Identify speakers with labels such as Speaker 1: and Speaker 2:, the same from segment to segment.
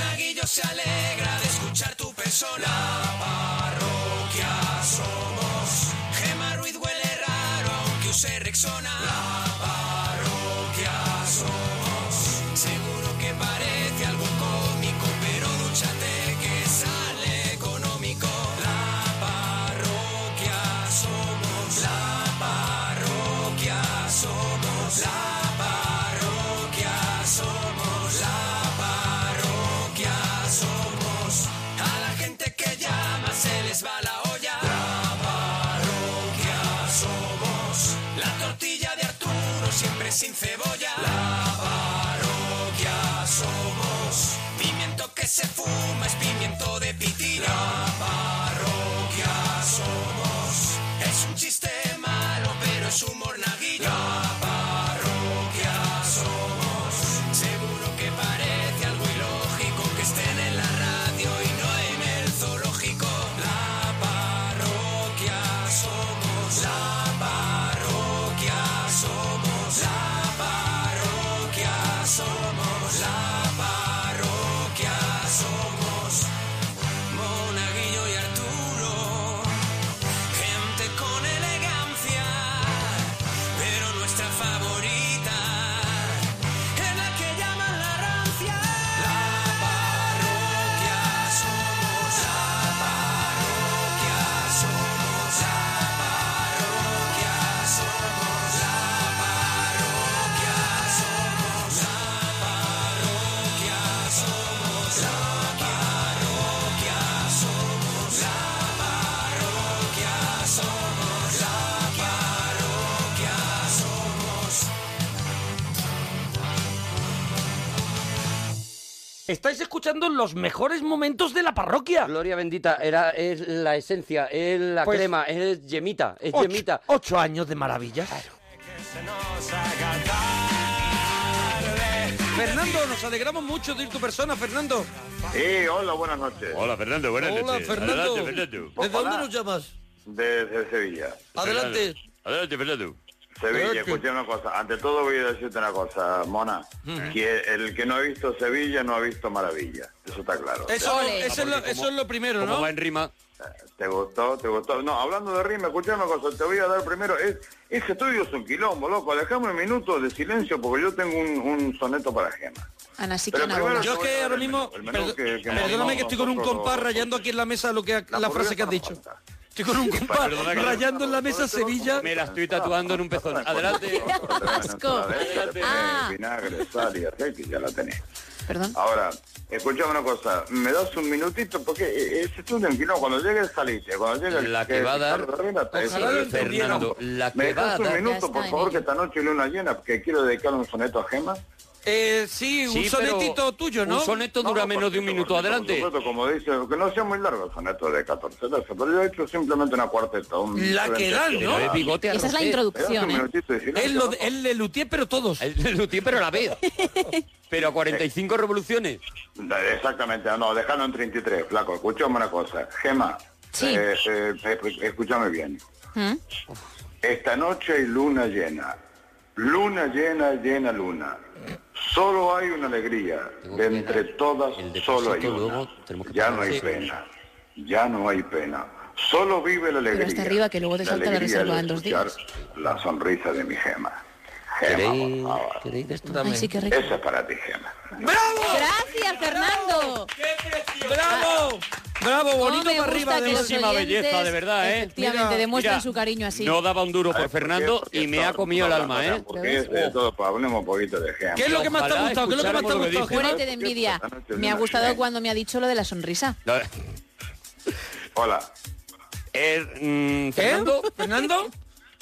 Speaker 1: radio se alegra de escuchar tu persona. La parroquia somos. Gema Ruiz huele raro, aunque use Rexona. La parroquia somos. Seguro que parece algo cómico, pero dúchate que sale económico. La parroquia somos. La parroquia somos. La parroquia somos. La parroquia somos. A la gente que llama se les va la olla. La parroquia somos. La tortilla de Arturo siempre sin cebolla. La parroquia somos. Pimiento que se fuma es pimiento de pitina. La parroquia somos. Es un chiste malo, pero es humor naguillo. La parroquia somos. Seguro que parece algo ilógico que estén en la radio y no en el zoológico. La parroquia somos. La parroquia somos. La parroquia somos. La parroquia somos. Monaguillo y Arturo. Gente con elegancia. Pero nuestra favorita. En la que llaman la rancia. La parroquia somos, la parroquia somos, la parroquia somos, la parroquia somos, la parroquia somos, la parroquia somos, la parroquia somos, la parroquia somos.
Speaker 2: Estáis escuchando los mejores momentos de la parroquia.
Speaker 3: Gloria bendita, era, es la esencia, es la
Speaker 2: Pues-
Speaker 3: crema, es yemita, es
Speaker 2: Ocho-
Speaker 3: yemita.
Speaker 2: Ocho años de maravillas. Fernando, nos alegramos mucho de ir tu persona, Fernando.
Speaker 4: Sí, hola, buenas noches.
Speaker 5: Hola, Fernando, buenas
Speaker 6: Hola,
Speaker 5: noches.
Speaker 6: Fernando.
Speaker 5: Adelante, Fernando.
Speaker 6: ¿Desde
Speaker 4: Hola.
Speaker 6: dónde nos llamas?
Speaker 4: Desde Sevilla.
Speaker 6: Adelante.
Speaker 5: Fernando. Adelante, Fernando.
Speaker 4: Sevilla,
Speaker 6: Creo que-
Speaker 4: escuché una cosa. Ante todo voy a decirte una cosa, Mona. Que el que no ha visto Sevilla no ha visto Maravilla. Eso está claro.
Speaker 2: Eso,
Speaker 7: Ole.
Speaker 2: eso es, lo, eso es lo primero,
Speaker 5: ¿Cómo
Speaker 2: ¿no?
Speaker 5: va en rima?
Speaker 4: ¿Te gustó? ¿Te gustó? No, hablando de rima, escuché una cosa. Te voy a dar primero. Es, ese tuyo es un quilombo, loco. Dejame un minuto de silencio porque yo tengo un, un soneto para Gema.
Speaker 7: Ana, sí que
Speaker 4: Pero
Speaker 7: Ana
Speaker 4: primero-
Speaker 2: Yo es que ahora
Speaker 4: El menú,
Speaker 2: mismo.
Speaker 4: el menú
Speaker 2: perdo-
Speaker 4: que- que
Speaker 2: perdóname
Speaker 4: mandamos
Speaker 2: que estoy con un
Speaker 4: nosotros
Speaker 2: compás
Speaker 4: los-
Speaker 2: rayando aquí en la mesa lo que la frase que has
Speaker 4: hamburguesa
Speaker 2: dicho.
Speaker 4: no falta.
Speaker 2: Estoy con un compás
Speaker 5: perdona que-
Speaker 2: rayando en la mesa Sevilla.
Speaker 5: Me la estoy tatuando en un pezón. Adelante.
Speaker 7: Asco. Ah.
Speaker 4: Eh, Vinagre, sal y aceite, ya la tenés.
Speaker 7: Perdón.
Speaker 4: Ahora, escuchame una cosa, me das un minutito porque eh, ese estudio en Quilón, cuando llegue saliste, cuando llegue el-
Speaker 5: La que
Speaker 4: el
Speaker 5: va a dar-
Speaker 4: Ricardo Herrera, te-
Speaker 5: Ojalá
Speaker 4: te-
Speaker 5: lo
Speaker 4: te-
Speaker 5: Fernando,
Speaker 4: te-
Speaker 5: la que
Speaker 4: me
Speaker 5: va a
Speaker 4: dejas un
Speaker 5: dar-
Speaker 7: Ya
Speaker 4: minuto,
Speaker 7: está
Speaker 4: por
Speaker 7: en
Speaker 4: favor,
Speaker 7: ello.
Speaker 4: que esta noche luna llena, porque quiero dedicar un soneto a Gema.
Speaker 2: Eh, sí, un
Speaker 5: Sí, pero
Speaker 2: sonetito tuyo, ¿no?
Speaker 5: Un soneto dura
Speaker 4: No,
Speaker 5: menos de un
Speaker 4: cortito,
Speaker 5: minuto.
Speaker 4: cortito,
Speaker 5: Adelante.
Speaker 4: por supuesto, como dice, que no sea muy largo el soneto de 14 versos, pero yo he hecho simplemente una cuarteta. un-
Speaker 2: La que dan,
Speaker 4: me
Speaker 2: ¿no?
Speaker 5: Pero es bigote a
Speaker 7: Esa es la
Speaker 4: das
Speaker 5: rocer.
Speaker 4: un
Speaker 7: introducción, ¿eh?
Speaker 4: minutito de silencio,
Speaker 2: Él, lo,
Speaker 4: ¿no?
Speaker 2: él le luthier, pero todos.
Speaker 5: El Luthier, pero a la vez. Pero a 45 revoluciones.
Speaker 4: Exactamente, no, dejalo en 33, flaco. Escuchame una cosa. Gema,
Speaker 7: Sí.
Speaker 4: eh, eh, eh, escúchame bien.
Speaker 7: ¿Mm?
Speaker 4: Esta noche hay luna llena. Luna llena, llena luna. Solo hay una alegría.
Speaker 5: Tengo
Speaker 4: De
Speaker 5: pena.
Speaker 4: entre todas,
Speaker 5: El depósito
Speaker 4: solo hay
Speaker 5: luego
Speaker 4: una.
Speaker 5: tenemos que
Speaker 4: Ya no
Speaker 5: pagar.
Speaker 4: hay
Speaker 5: Sí.
Speaker 4: pena. Ya no hay pena. Solo vive la alegría.
Speaker 7: hasta arriba, que luego te salta la
Speaker 4: alegría de
Speaker 7: reserva en los
Speaker 4: escuchar La sonrisa de mi Gema. Gema, por favor.
Speaker 5: ¿Queréis de esto?
Speaker 7: Ay, sí que rico.
Speaker 4: Esa es para ti, Gema.
Speaker 2: ¡Bravo!
Speaker 7: Gracias, Fernando.
Speaker 2: ¡Bravo! ¡Bravo! Bonito para
Speaker 7: me gusta
Speaker 2: arriba.
Speaker 7: que
Speaker 2: además.
Speaker 7: los
Speaker 5: Máxima
Speaker 7: oyentes,
Speaker 5: belleza, de verdad, ¿eh?
Speaker 7: Efectivamente,
Speaker 2: Mira,
Speaker 7: demuestran
Speaker 5: Mira,
Speaker 7: su cariño así.
Speaker 5: No daba un duro
Speaker 4: Ay,
Speaker 5: por
Speaker 4: ¿por qué?
Speaker 5: Fernando
Speaker 4: Porque
Speaker 5: y me
Speaker 4: estamos
Speaker 5: ha comido el
Speaker 4: hablando
Speaker 5: alma,
Speaker 4: de
Speaker 5: ¿eh?
Speaker 4: hamburguesas y de todo, pues, hablemos un poquito de Gema.
Speaker 2: ¿Qué es lo que más te ha
Speaker 5: Ojalá
Speaker 2: gustado? ¿Qué es lo que más te ha
Speaker 5: escucháramos lo que
Speaker 2: gustado?
Speaker 5: dice.
Speaker 2: Gemma?
Speaker 7: Muérete de envidia. Me ha gustado cuando me ha dicho lo de la sonrisa.
Speaker 5: No,
Speaker 4: Hola.
Speaker 5: eh, mm, Fernando,
Speaker 2: ¿Eh? ¿Fernando?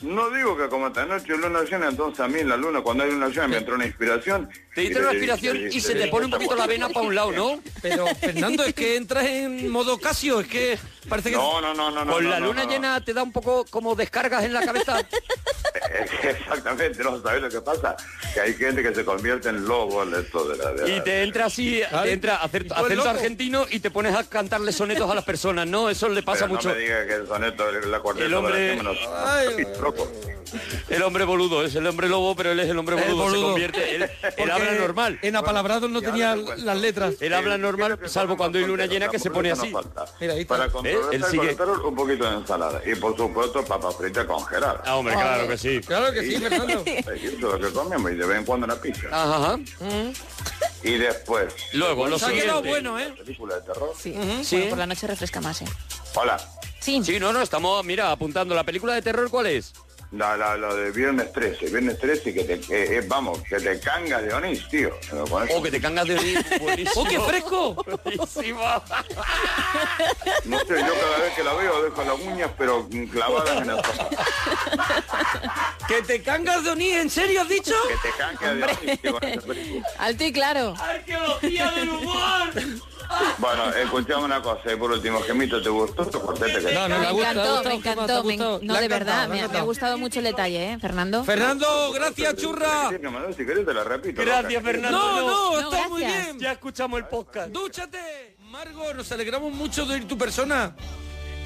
Speaker 4: No digo que como esta noche luna llena, entonces a mí en la luna, cuando hay luna llena, me entró una inspiración.
Speaker 5: te
Speaker 4: Y le
Speaker 5: diste una
Speaker 4: dediqué-
Speaker 5: aspiración y
Speaker 4: le
Speaker 5: se te
Speaker 4: dediqué
Speaker 5: pone un
Speaker 4: esta
Speaker 5: poquito la
Speaker 4: canción.
Speaker 5: vena para un lado, ¿no?
Speaker 2: Pero, Fernando, es que entras en modo Casio. Es que parece que...
Speaker 4: No, no, no, no. no,
Speaker 5: Con la
Speaker 4: no,
Speaker 5: luna
Speaker 4: no.
Speaker 5: llena te da un poco como descargas en la cabeza.
Speaker 4: Exactamente, no sabes lo que pasa. Que hay gente que se convierte en lobo en esto de la... de
Speaker 5: Y
Speaker 4: la-
Speaker 5: te entra así, te entra
Speaker 2: Y
Speaker 4: pues
Speaker 5: acer-
Speaker 2: tú eres
Speaker 5: acento
Speaker 2: loco.
Speaker 5: argentino y te pones a cantarle sonetos a las personas, ¿no? Eso le pasa
Speaker 4: Pero
Speaker 5: mucho.
Speaker 4: No me diga que el soneto, la cuarteta
Speaker 5: El hombre-
Speaker 4: de la Gema no-
Speaker 2: Ay,
Speaker 4: loco.
Speaker 5: El hombre boludo, es el hombre lobo, pero él es el hombre
Speaker 3: El
Speaker 5: boludo. Se
Speaker 3: boludo.
Speaker 5: convierte. Él, él
Speaker 3: Porque
Speaker 5: habla normal.
Speaker 3: En apalabrados no tenía las letras.
Speaker 5: Él habla normal, salvo cuando hay luna llena que se pone así.
Speaker 3: Mira, ahí está.
Speaker 4: Para controlar
Speaker 5: ¿Eh? Él sigue.
Speaker 4: un poquito de ensalada. Y por supuesto, papas fritas congeladas.
Speaker 5: Ah, hombre, claro que sí.
Speaker 3: Claro que sí, Fernando.
Speaker 4: Y Eso es lo que comemos y de vez en cuando una pizza.
Speaker 5: Ajá, ajá.
Speaker 4: Y después,
Speaker 5: Luego, lo
Speaker 3: Se ha quedado
Speaker 5: siguiente.
Speaker 3: bueno, ¿eh?
Speaker 4: película de terror.
Speaker 7: Sí.
Speaker 5: Sí.
Speaker 7: Bueno, por la noche refresca más, ¿eh?
Speaker 4: Hola,
Speaker 7: Sí.
Speaker 5: Sí, no, no, estamos, mira, apuntando. ¿La película de terror cuál es?
Speaker 4: la, la, la de viernes 13, viernes 13 que te, que- eh, vamos, que te canga de onís, tío. Pero con eso-
Speaker 5: Oh, que te cangas de mí. Buenísimo.
Speaker 3: ¡Oh, qué fresco!
Speaker 5: Buenísimo.
Speaker 4: No sé, yo cada vez que la veo dejo las uñas pero clavadas en el sofá.
Speaker 3: ¡Que te cangas de Oni! ¿En serio has dicho?
Speaker 4: Que te canga de onís, tío, con esa película.
Speaker 7: Alto y claro.
Speaker 3: ¡Arqueología del humor!
Speaker 4: Bueno, escuchame una cosa y por último, Gemito, ¿te gustó tu cortete? que-
Speaker 3: No, no,
Speaker 7: me,
Speaker 3: me ha
Speaker 7: encantó,
Speaker 3: gustado, me
Speaker 7: me
Speaker 3: ha gustado,
Speaker 7: encantó,
Speaker 3: me ha
Speaker 7: me
Speaker 3: gustado.
Speaker 7: en- No,
Speaker 3: Le ha
Speaker 7: de
Speaker 3: encantado,
Speaker 7: verdad,
Speaker 3: le ha
Speaker 7: me, me ha
Speaker 3: encantado.
Speaker 7: gustado mucho el detalle, ¿eh, Fernando?
Speaker 3: Fernando, gracias, churra.
Speaker 4: Sí, Manuel, Si querés te la repito.
Speaker 5: Gracias,
Speaker 4: loca.
Speaker 5: Fernando.
Speaker 3: No, no,
Speaker 7: No,
Speaker 3: está muy
Speaker 7: gracias.
Speaker 3: bien.
Speaker 5: Ya escuchamos el podcast.
Speaker 3: ¡Dúchate! Margo, nos alegramos mucho de oír tu persona.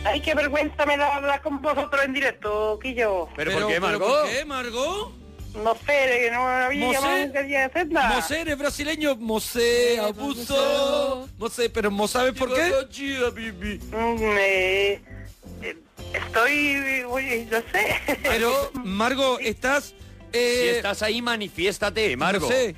Speaker 6: Ay, qué vergüenza me da hablar con vosotros en directo, Quillo.
Speaker 5: ¿Pero, por qué, Margot?
Speaker 3: ¿Por qué, Margot?
Speaker 6: No sé, no había
Speaker 3: Mosé.
Speaker 6: llamado nunca a hacerla.
Speaker 3: Mosé, eres brasileño.
Speaker 7: Eh,
Speaker 3: Mosé, abuso. Mosé, pero ¿mo sabes por qué?
Speaker 6: Mm, eh, eh, estoy, uy, no sé.
Speaker 3: Pero, Margo, estás... eh,
Speaker 5: Si estás ahí, manifiéstate, Margo.
Speaker 3: Mosé.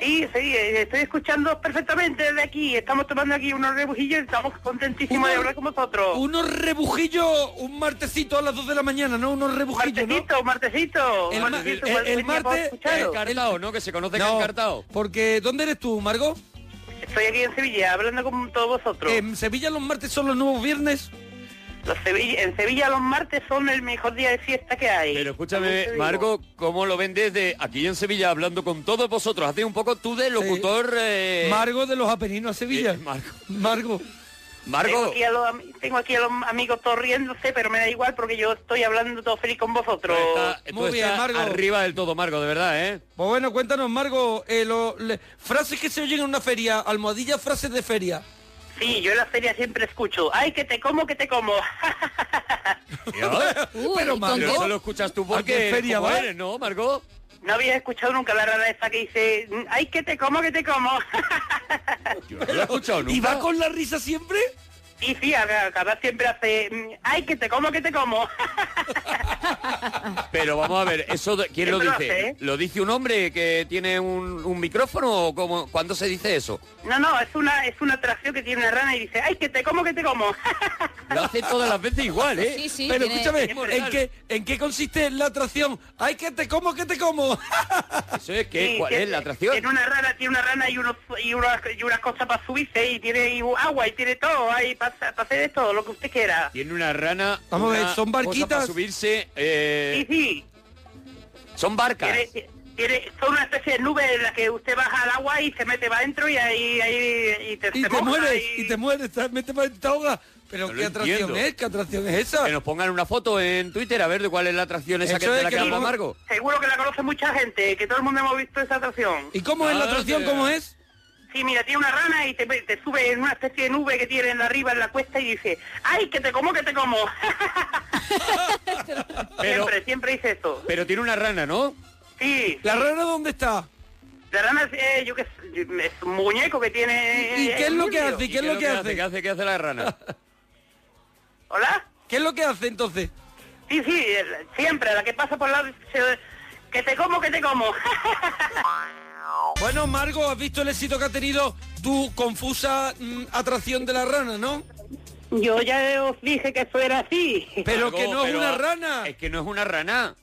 Speaker 6: Sí, sí, eh, estoy escuchando perfectamente desde aquí. Estamos tomando aquí unos rebujillos y estamos contentísimos de
Speaker 3: Uno-
Speaker 6: hablar con vosotros.
Speaker 3: Unos rebujillos, un martesito a las 2 de la mañana, ¿no? Unos rebujillos, ¿no?
Speaker 6: Martesito, martesito,
Speaker 3: El ma-
Speaker 6: martesito,
Speaker 3: el-
Speaker 6: cuando
Speaker 3: el
Speaker 6: teníamos
Speaker 3: martes-
Speaker 6: escuchado.
Speaker 5: Encartao, ¿no? Que se conoce que
Speaker 3: No,
Speaker 5: encartao.
Speaker 3: porque ¿dónde eres tú, Margo?
Speaker 6: Estoy aquí en Sevilla hablando con todos vosotros.
Speaker 3: En Sevilla los martes son los nuevos viernes.
Speaker 6: Los Sevilla- en Sevilla los martes son el mejor día de fiesta que hay.
Speaker 5: Pero
Speaker 6: También
Speaker 5: escúchame,
Speaker 6: te digo.
Speaker 5: Margo, ¿cómo lo ven desde aquí en Sevilla hablando con todos vosotros? Hace un poco tú de locutor... eh,
Speaker 3: Margo de los Apeninos a Sevilla.
Speaker 5: eh, Margo.
Speaker 3: Margo.
Speaker 6: Tengo
Speaker 5: Margo,
Speaker 6: aquí, a los, am- tengo aquí a los amigos todos riéndose, pero me da igual porque yo estoy hablando todo feliz con
Speaker 5: tú
Speaker 6: vosotros.
Speaker 5: estás, tú
Speaker 3: Muy bien,
Speaker 5: estás
Speaker 3: Margo.
Speaker 5: arriba del todo, Margo, de verdad, ¿eh?
Speaker 3: Pues bueno, cuéntanos, Margo, eh, lo- le- frases que se oyen en una feria, almohadillas, frases de feria.
Speaker 6: Sí, yo en la feria siempre escucho, ay, que te como, que te como.
Speaker 5: Ya.
Speaker 7: Uy,
Speaker 3: Pero,
Speaker 7: ¿y con
Speaker 3: Margo,
Speaker 5: Pero
Speaker 7: qué?
Speaker 5: eso lo escuchas tú
Speaker 3: ¿A
Speaker 5: porque...
Speaker 3: qué feria
Speaker 5: como
Speaker 3: vas?
Speaker 5: eres, ¿no, Margo?
Speaker 6: no había escuchado nunca la rara esa que dice, ay, que te como, que te como.
Speaker 5: Yo no lo he escuchado nunca.
Speaker 3: ¿Y va con la risa siempre?
Speaker 6: y sí, acá siempre hace, "Mm, ay, que te como, que te como.
Speaker 5: Pero vamos a ver, ¿eso de- quién lo
Speaker 6: Eso lo
Speaker 5: dice?
Speaker 6: hace, ¿eh?
Speaker 5: ¿Lo dice un hombre que tiene un, un micrófono o cómo, cuándo se dice eso?
Speaker 6: no, no, es una es una atracción que tiene una rana y dice, ay, que te como, que te como.
Speaker 5: Lo hace todas las veces igual, ¿eh?
Speaker 7: Sí, sí,
Speaker 3: Pero
Speaker 7: tiene-
Speaker 3: escúchame,
Speaker 5: tiene
Speaker 3: ¿en
Speaker 5: moral.
Speaker 3: qué, ¿en qué consiste la atracción? ¡Ay, que te como, que te como!
Speaker 5: Eso es que,
Speaker 6: Sí,
Speaker 5: ¿cuál
Speaker 6: tiene-
Speaker 5: es la atracción?
Speaker 6: Tiene una rana, tiene una rana y unos y unas, y unas cosas para subirse y tiene y agua y tiene todo, ahí para hacer de todo, lo que usted quiera.
Speaker 5: Tiene una rana.
Speaker 3: Vamos a ver,
Speaker 5: una
Speaker 3: son
Speaker 5: cosa
Speaker 3: barquitas.
Speaker 5: para subirse. eh,
Speaker 6: Sí, sí.
Speaker 5: son barcas.
Speaker 6: Tiene, tiene- son una especie de nube en la que usted baja al agua y se mete para adentro y ahí, ahí y te,
Speaker 3: Y
Speaker 6: se
Speaker 3: te
Speaker 6: moja
Speaker 3: mueres,
Speaker 6: y-
Speaker 3: y te mueres, te metes para esta hoga. Pero
Speaker 5: No lo
Speaker 3: ¿qué atracción ¿eh?
Speaker 5: entiendo.
Speaker 3: es? ¿Qué atracción es esa?
Speaker 5: Que nos pongan una foto en Twitter a ver de cuál es la atracción esa que
Speaker 3: Eso
Speaker 5: te
Speaker 3: es
Speaker 5: la
Speaker 3: que
Speaker 5: que habla
Speaker 3: no-
Speaker 5: Margo.
Speaker 6: Seguro que la conoce mucha gente, que todo el mundo hemos visto esa atracción.
Speaker 3: ¿Y cómo es la
Speaker 5: Ah,
Speaker 3: atracción?
Speaker 5: tía.
Speaker 3: ¿Cómo es?
Speaker 6: Sí, mira, tiene una rana y te, te sube en una especie de nube que tiene en la arriba en la cuesta y dice, ¡ay, que te como, que te como!
Speaker 5: Pero,
Speaker 6: siempre, siempre dice eso.
Speaker 5: pero tiene una rana, ¿no?
Speaker 6: Sí,
Speaker 3: ¿La rana dónde está?
Speaker 6: la rana es, eh, yo qué sé, es un muñeco que tiene...
Speaker 3: ¿Y qué es lo que
Speaker 6: Emilio.
Speaker 3: hace? ¿Y qué es lo que hace?
Speaker 5: ¿Qué hace? ¿Qué hace la rana?
Speaker 6: ¿Hola?
Speaker 3: ¿Qué es lo que hace entonces?
Speaker 6: Sí, sí, el- siempre, la que pasa por la... se- que te como, que te como.
Speaker 3: Bueno, Margo, has visto el éxito que ha tenido tu confusa mm, atracción de la rana, ¿no?
Speaker 6: Yo ya os dije que eso era así.
Speaker 3: Pero
Speaker 5: Margo,
Speaker 3: que no es
Speaker 5: pero-
Speaker 3: una rana.
Speaker 5: Es que no es una rana.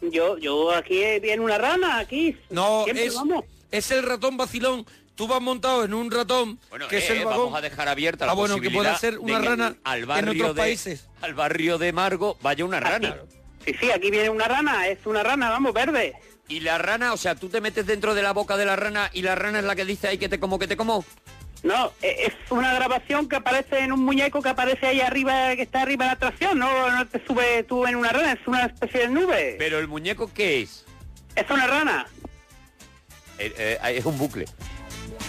Speaker 6: Yo, yo aquí viene una rana, aquí.
Speaker 3: No,
Speaker 6: Siempre
Speaker 3: es,
Speaker 6: vamos.
Speaker 3: es el ratón vacilón. Tú vas montado en un ratón,
Speaker 5: Bueno,
Speaker 3: que es
Speaker 5: eh,
Speaker 3: el vagón.
Speaker 5: vamos a dejar abierta la
Speaker 3: Ah, bueno, que pueda
Speaker 5: posibilidad
Speaker 3: ser una
Speaker 5: de que
Speaker 3: rana
Speaker 5: al
Speaker 3: en
Speaker 5: barrio
Speaker 3: otros
Speaker 5: de-
Speaker 3: países.
Speaker 5: Al barrio de Margo vaya una rana.
Speaker 6: Ah, Sí, sí, aquí viene una rana, es una rana, vamos, verde.
Speaker 5: Y la rana, o sea, tú te metes dentro de la boca de la rana y la rana es la que dice ahí que te como, que te como.
Speaker 6: No, e- es una grabación que aparece en un muñeco que aparece ahí arriba, que está arriba de la atracción, no, no te sube tú en una rana, es una especie de nube.
Speaker 5: Pero el muñeco, ¿qué es?
Speaker 6: Es una rana.
Speaker 5: Eh, eh, es un bucle.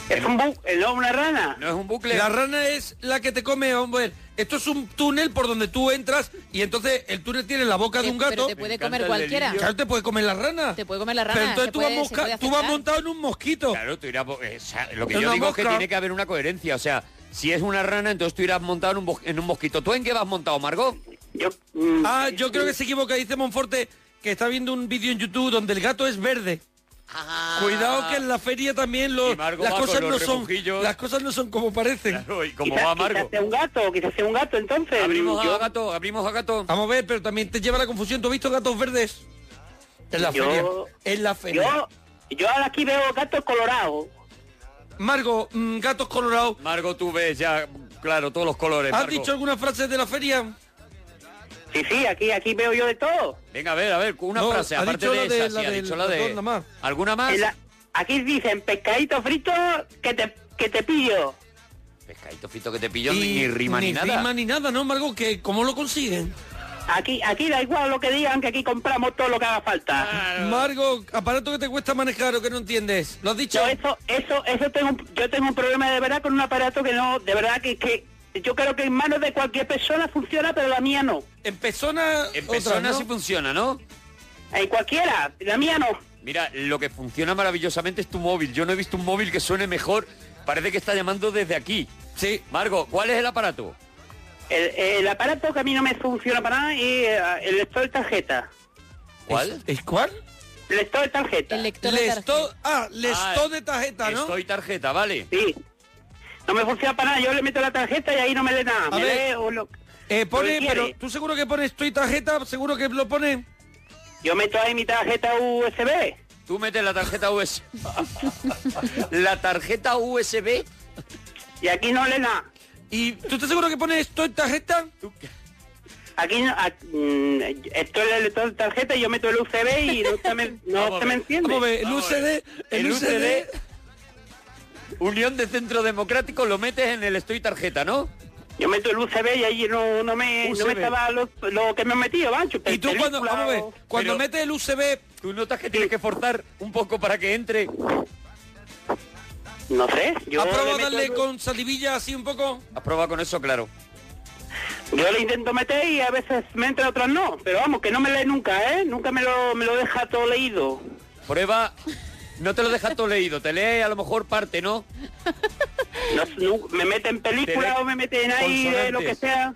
Speaker 6: Es un bucle, no una rana.
Speaker 5: No es un bucle.
Speaker 3: La rana es la que te come, hombre. Esto es un túnel por donde tú entras y entonces el túnel tiene la boca de
Speaker 7: Eh,
Speaker 3: un gato.
Speaker 7: pero te puede Me comer encanta el cualquiera. delirio.
Speaker 3: Claro, te puede comer la rana.
Speaker 7: Te puede comer la rana,
Speaker 3: Pero entonces
Speaker 7: se
Speaker 3: tú,
Speaker 7: puede-
Speaker 3: vas
Speaker 7: se
Speaker 3: mosca-
Speaker 7: puede
Speaker 3: tú vas
Speaker 7: acercar.
Speaker 3: montado en un mosquito.
Speaker 5: Claro, tú irás... bo- eh, o sea, lo que
Speaker 3: Es
Speaker 5: yo
Speaker 3: una
Speaker 5: digo es que
Speaker 3: mosca.
Speaker 5: tiene que haber una coherencia. O sea, si es una rana, entonces tú irás montado en un, bos- en un mosquito. ¿Tú en qué vas montado, Margot?
Speaker 6: Yo, mm,
Speaker 3: Ah, yo creo que se equivoca. Dice Monforte que está viendo un vídeo en YouTube donde el gato es verde. Cuidado que en la feria también los-
Speaker 5: Ah. Y Margo
Speaker 3: las
Speaker 5: va con
Speaker 3: cosas
Speaker 5: los
Speaker 3: no son
Speaker 5: rebujillos.
Speaker 3: las cosas no son como parecen.
Speaker 5: Claro, y como
Speaker 6: quizás-
Speaker 5: va
Speaker 6: Quizás
Speaker 5: Margot.
Speaker 6: sea un gato, quizás sea un gato, entonces.
Speaker 5: Abrimos
Speaker 6: yo-
Speaker 5: a gato, abrimos a gato.
Speaker 3: Vamos a ver, pero también te lleva la confusión. ¿Tú has visto gatos verdes? En la
Speaker 6: Yo-
Speaker 3: feria. En la feria.
Speaker 6: Yo, yo ahora aquí veo gatos colorados.
Speaker 3: Margo, mm, gatos colorados.
Speaker 5: Margot, tú ves ya, claro, todos los colores.
Speaker 3: ¿Has
Speaker 5: Margot.
Speaker 3: dicho alguna frase de la feria?
Speaker 6: Sí, sí, aquí, aquí veo yo de todo.
Speaker 5: Venga, a ver, a ver, una
Speaker 3: No,
Speaker 5: frase,
Speaker 3: ha
Speaker 5: aparte
Speaker 3: dicho
Speaker 5: de
Speaker 3: la de-
Speaker 5: esa, sí,
Speaker 3: la
Speaker 5: ha
Speaker 3: del
Speaker 5: dicho la de...
Speaker 3: ratón, nada más.
Speaker 5: ¿Alguna más?
Speaker 6: En la- aquí dicen pescadito frito que te, que te pillo.
Speaker 5: Pescadito frito que te pilló,
Speaker 3: Y
Speaker 5: ni, ni rima ni, nada.
Speaker 3: rima ni nada, ¿no, Margo? Que ¿Cómo lo consiguen?
Speaker 6: Aquí, aquí da igual lo que digan, que aquí compramos todo lo que haga falta.
Speaker 3: Margo, aparato que te cuesta manejar o que no entiendes. ¿Lo has dicho?
Speaker 6: Yo eso, eso, eso tengo, un- yo tengo un problema de verdad con un aparato que no, de verdad que, que yo creo que en manos de cualquier persona funciona, pero la mía no.
Speaker 3: En persona,
Speaker 5: En
Speaker 3: otras,
Speaker 5: persona
Speaker 3: ¿no?
Speaker 5: sí funciona, ¿no?
Speaker 6: En Eh, cualquiera, la mía no.
Speaker 5: Mira, lo que funciona maravillosamente es tu móvil. Yo no he visto un móvil que suene mejor. Parece que está llamando desde aquí.
Speaker 3: Sí.
Speaker 5: Margo, ¿cuál es el aparato?
Speaker 6: El, el aparato que a mí no me funciona para nada es eh, el lector de tarjeta.
Speaker 5: ¿Cuál?
Speaker 3: ¿Es, es cuál?
Speaker 6: Lector de tarjeta.
Speaker 7: El lector de
Speaker 3: Lesto,
Speaker 7: tarjeta.
Speaker 3: ah, lesto
Speaker 5: Ah,
Speaker 3: de tarjeta, ¿no?
Speaker 5: Estoy tarjeta, vale.
Speaker 6: Sí. No me funciona para nada. Yo le meto la tarjeta y ahí no me lee nada.
Speaker 3: A
Speaker 6: me
Speaker 3: ver.
Speaker 6: lee o lo-
Speaker 3: Eh, pone,
Speaker 6: lo que
Speaker 3: pero
Speaker 6: quiere.
Speaker 3: tú seguro que pones estoy tarjeta, seguro que lo pone.
Speaker 6: Yo meto ahí mi tarjeta USB.
Speaker 5: Tú metes la tarjeta USB. la tarjeta USB.
Speaker 6: Y aquí no lee nada.
Speaker 3: ¿Y tú estás seguro que pone estoy tarjeta?
Speaker 6: Aquí no, a- mm, esto es el lector de tarjeta y yo meto el USB y no se me, no
Speaker 5: Vamos
Speaker 6: se me
Speaker 5: a ver,
Speaker 6: entiende.
Speaker 3: Vamos a ver, el
Speaker 5: Vamos a
Speaker 3: UCD,
Speaker 5: ver.
Speaker 3: el,
Speaker 5: El
Speaker 3: UCD.
Speaker 5: UCD. Unión de Centro Democrático lo metes en el estoy tarjeta, ¿no?
Speaker 6: Yo meto el USB y ahí no, no me, no me
Speaker 3: USB.
Speaker 6: estaba lo, lo que me he metido, Bancho.
Speaker 3: Y tú cuando,
Speaker 6: película
Speaker 3: vamos a ver,
Speaker 6: o-
Speaker 3: cuando
Speaker 5: Pero-
Speaker 3: metes el UCB,
Speaker 5: Tú notas que tienes que forzar un poco para que entre.
Speaker 6: No sé. Yo
Speaker 3: ¿has
Speaker 6: le
Speaker 3: probado
Speaker 6: meto
Speaker 3: darle
Speaker 6: el-
Speaker 3: con salivilla así un poco?
Speaker 5: Has probado con eso, claro.
Speaker 6: Yo le intento meter y a veces me entra, otras no. Pero vamos, que no me lee nunca, ¿eh? Nunca me lo, me lo deja todo leído.
Speaker 5: Prueba. No te lo dejas todo leído, te lee a lo mejor parte, ¿no?
Speaker 6: No, no- me meten
Speaker 5: Te
Speaker 6: películas
Speaker 5: lee
Speaker 6: o me meten ahí de lo que
Speaker 5: consonantes.
Speaker 6: sea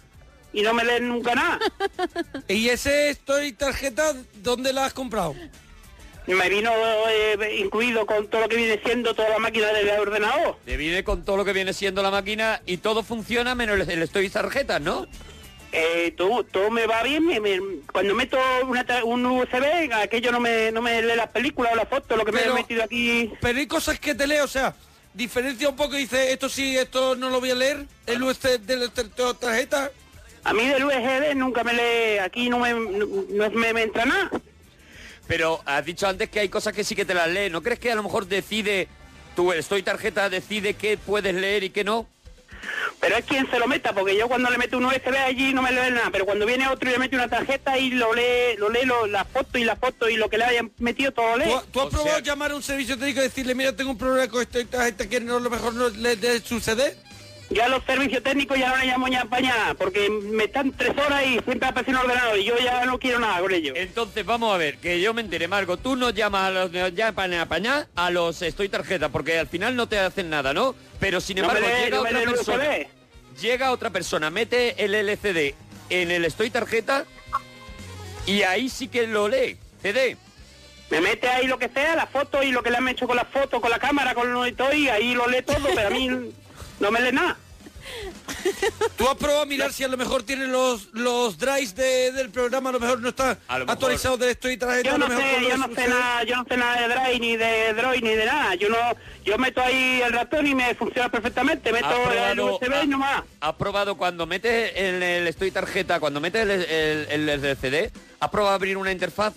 Speaker 6: y no me leen nunca nada.
Speaker 3: Y ese estoy tarjeta, ¿dónde la has comprado?
Speaker 6: me vino eh, incluido con todo lo que viene siendo toda la máquina del ordenador.
Speaker 5: Te viene con todo lo que viene siendo la máquina y todo funciona menos el, el estoy tarjeta, ¿no?
Speaker 6: Eh, todo, todo me va bien. me- me- cuando meto una, ta- un USB, aquello no me, no me lee las películas o las fotos, lo que
Speaker 3: Pero-
Speaker 6: me he metido aquí.
Speaker 3: Pero hay cosas que te leo, o sea, diferencia un poco y dice, esto sí, esto no lo voy a leer, el UCD del estoy tarjeta.
Speaker 6: A mí del USB nunca me lee, aquí no me, no, no me- me entra nada.
Speaker 5: Pero has dicho antes que hay cosas que sí que te las lee. ¿No crees que a lo mejor decide, tu estoy tarjeta decide qué puedes leer y qué no?
Speaker 6: Pero es quien se lo meta, porque yo cuando le meto un USB allí no me lee nada, pero cuando viene otro y le mete una tarjeta y lo lee, lo lee lo- la foto y la foto y lo que le hayan metido todo lee.
Speaker 3: ¿Tú, ha- tú has
Speaker 5: O
Speaker 3: probado
Speaker 5: sea-
Speaker 3: llamar a un servicio técnico y decirle, mira, tengo un problema con estoy tarjeta que no, a lo mejor no le dé su CD?
Speaker 6: Yo a los servicios técnicos ya no le llamo ñapa ña, porque me están tres horas y siempre aparece un ordenador y yo ya no quiero nada con ellos.
Speaker 5: Entonces vamos a ver, que yo me enteré, Margo, tú no llamas a los de- ya pa- na- pa- na, a los eh, estoy tarjeta, porque al final no te hacen nada, ¿no? Pero sin
Speaker 6: No me
Speaker 5: embargo,
Speaker 6: lee,
Speaker 5: llega
Speaker 6: no me
Speaker 5: otra
Speaker 6: lee el
Speaker 5: persona.
Speaker 6: USB.
Speaker 5: Llega otra persona, mete el LCD en el estoy tarjeta y ahí sí que lo lee. CD.
Speaker 6: Me mete ahí lo que sea, la foto y lo que le han hecho con la foto, con la cámara, con lo y todo, y ahí lo lee todo, pero a mí no me lee nada.
Speaker 3: ¿Tú has probado a mirar si a lo mejor tiene los, los drives de- del programa, a lo mejor no está
Speaker 5: A lo mejor.
Speaker 3: actualizado del estoy tarjeta?
Speaker 6: Yo
Speaker 3: a lo
Speaker 6: no
Speaker 3: mejor
Speaker 6: sé,
Speaker 3: con
Speaker 6: yo
Speaker 3: los
Speaker 6: no sé
Speaker 3: USB?
Speaker 6: nada, yo no sé nada de Drive ni de Droid ni de nada. Yo no, yo meto ahí el ratón y me funciona perfectamente. Meto
Speaker 5: ¿Has
Speaker 3: Ah,
Speaker 6: el USB y nomás.
Speaker 5: ha- has probado cuando metes el, el estoy tarjeta, cuando metes el, el- el LCD, has probado abrir una interfaz?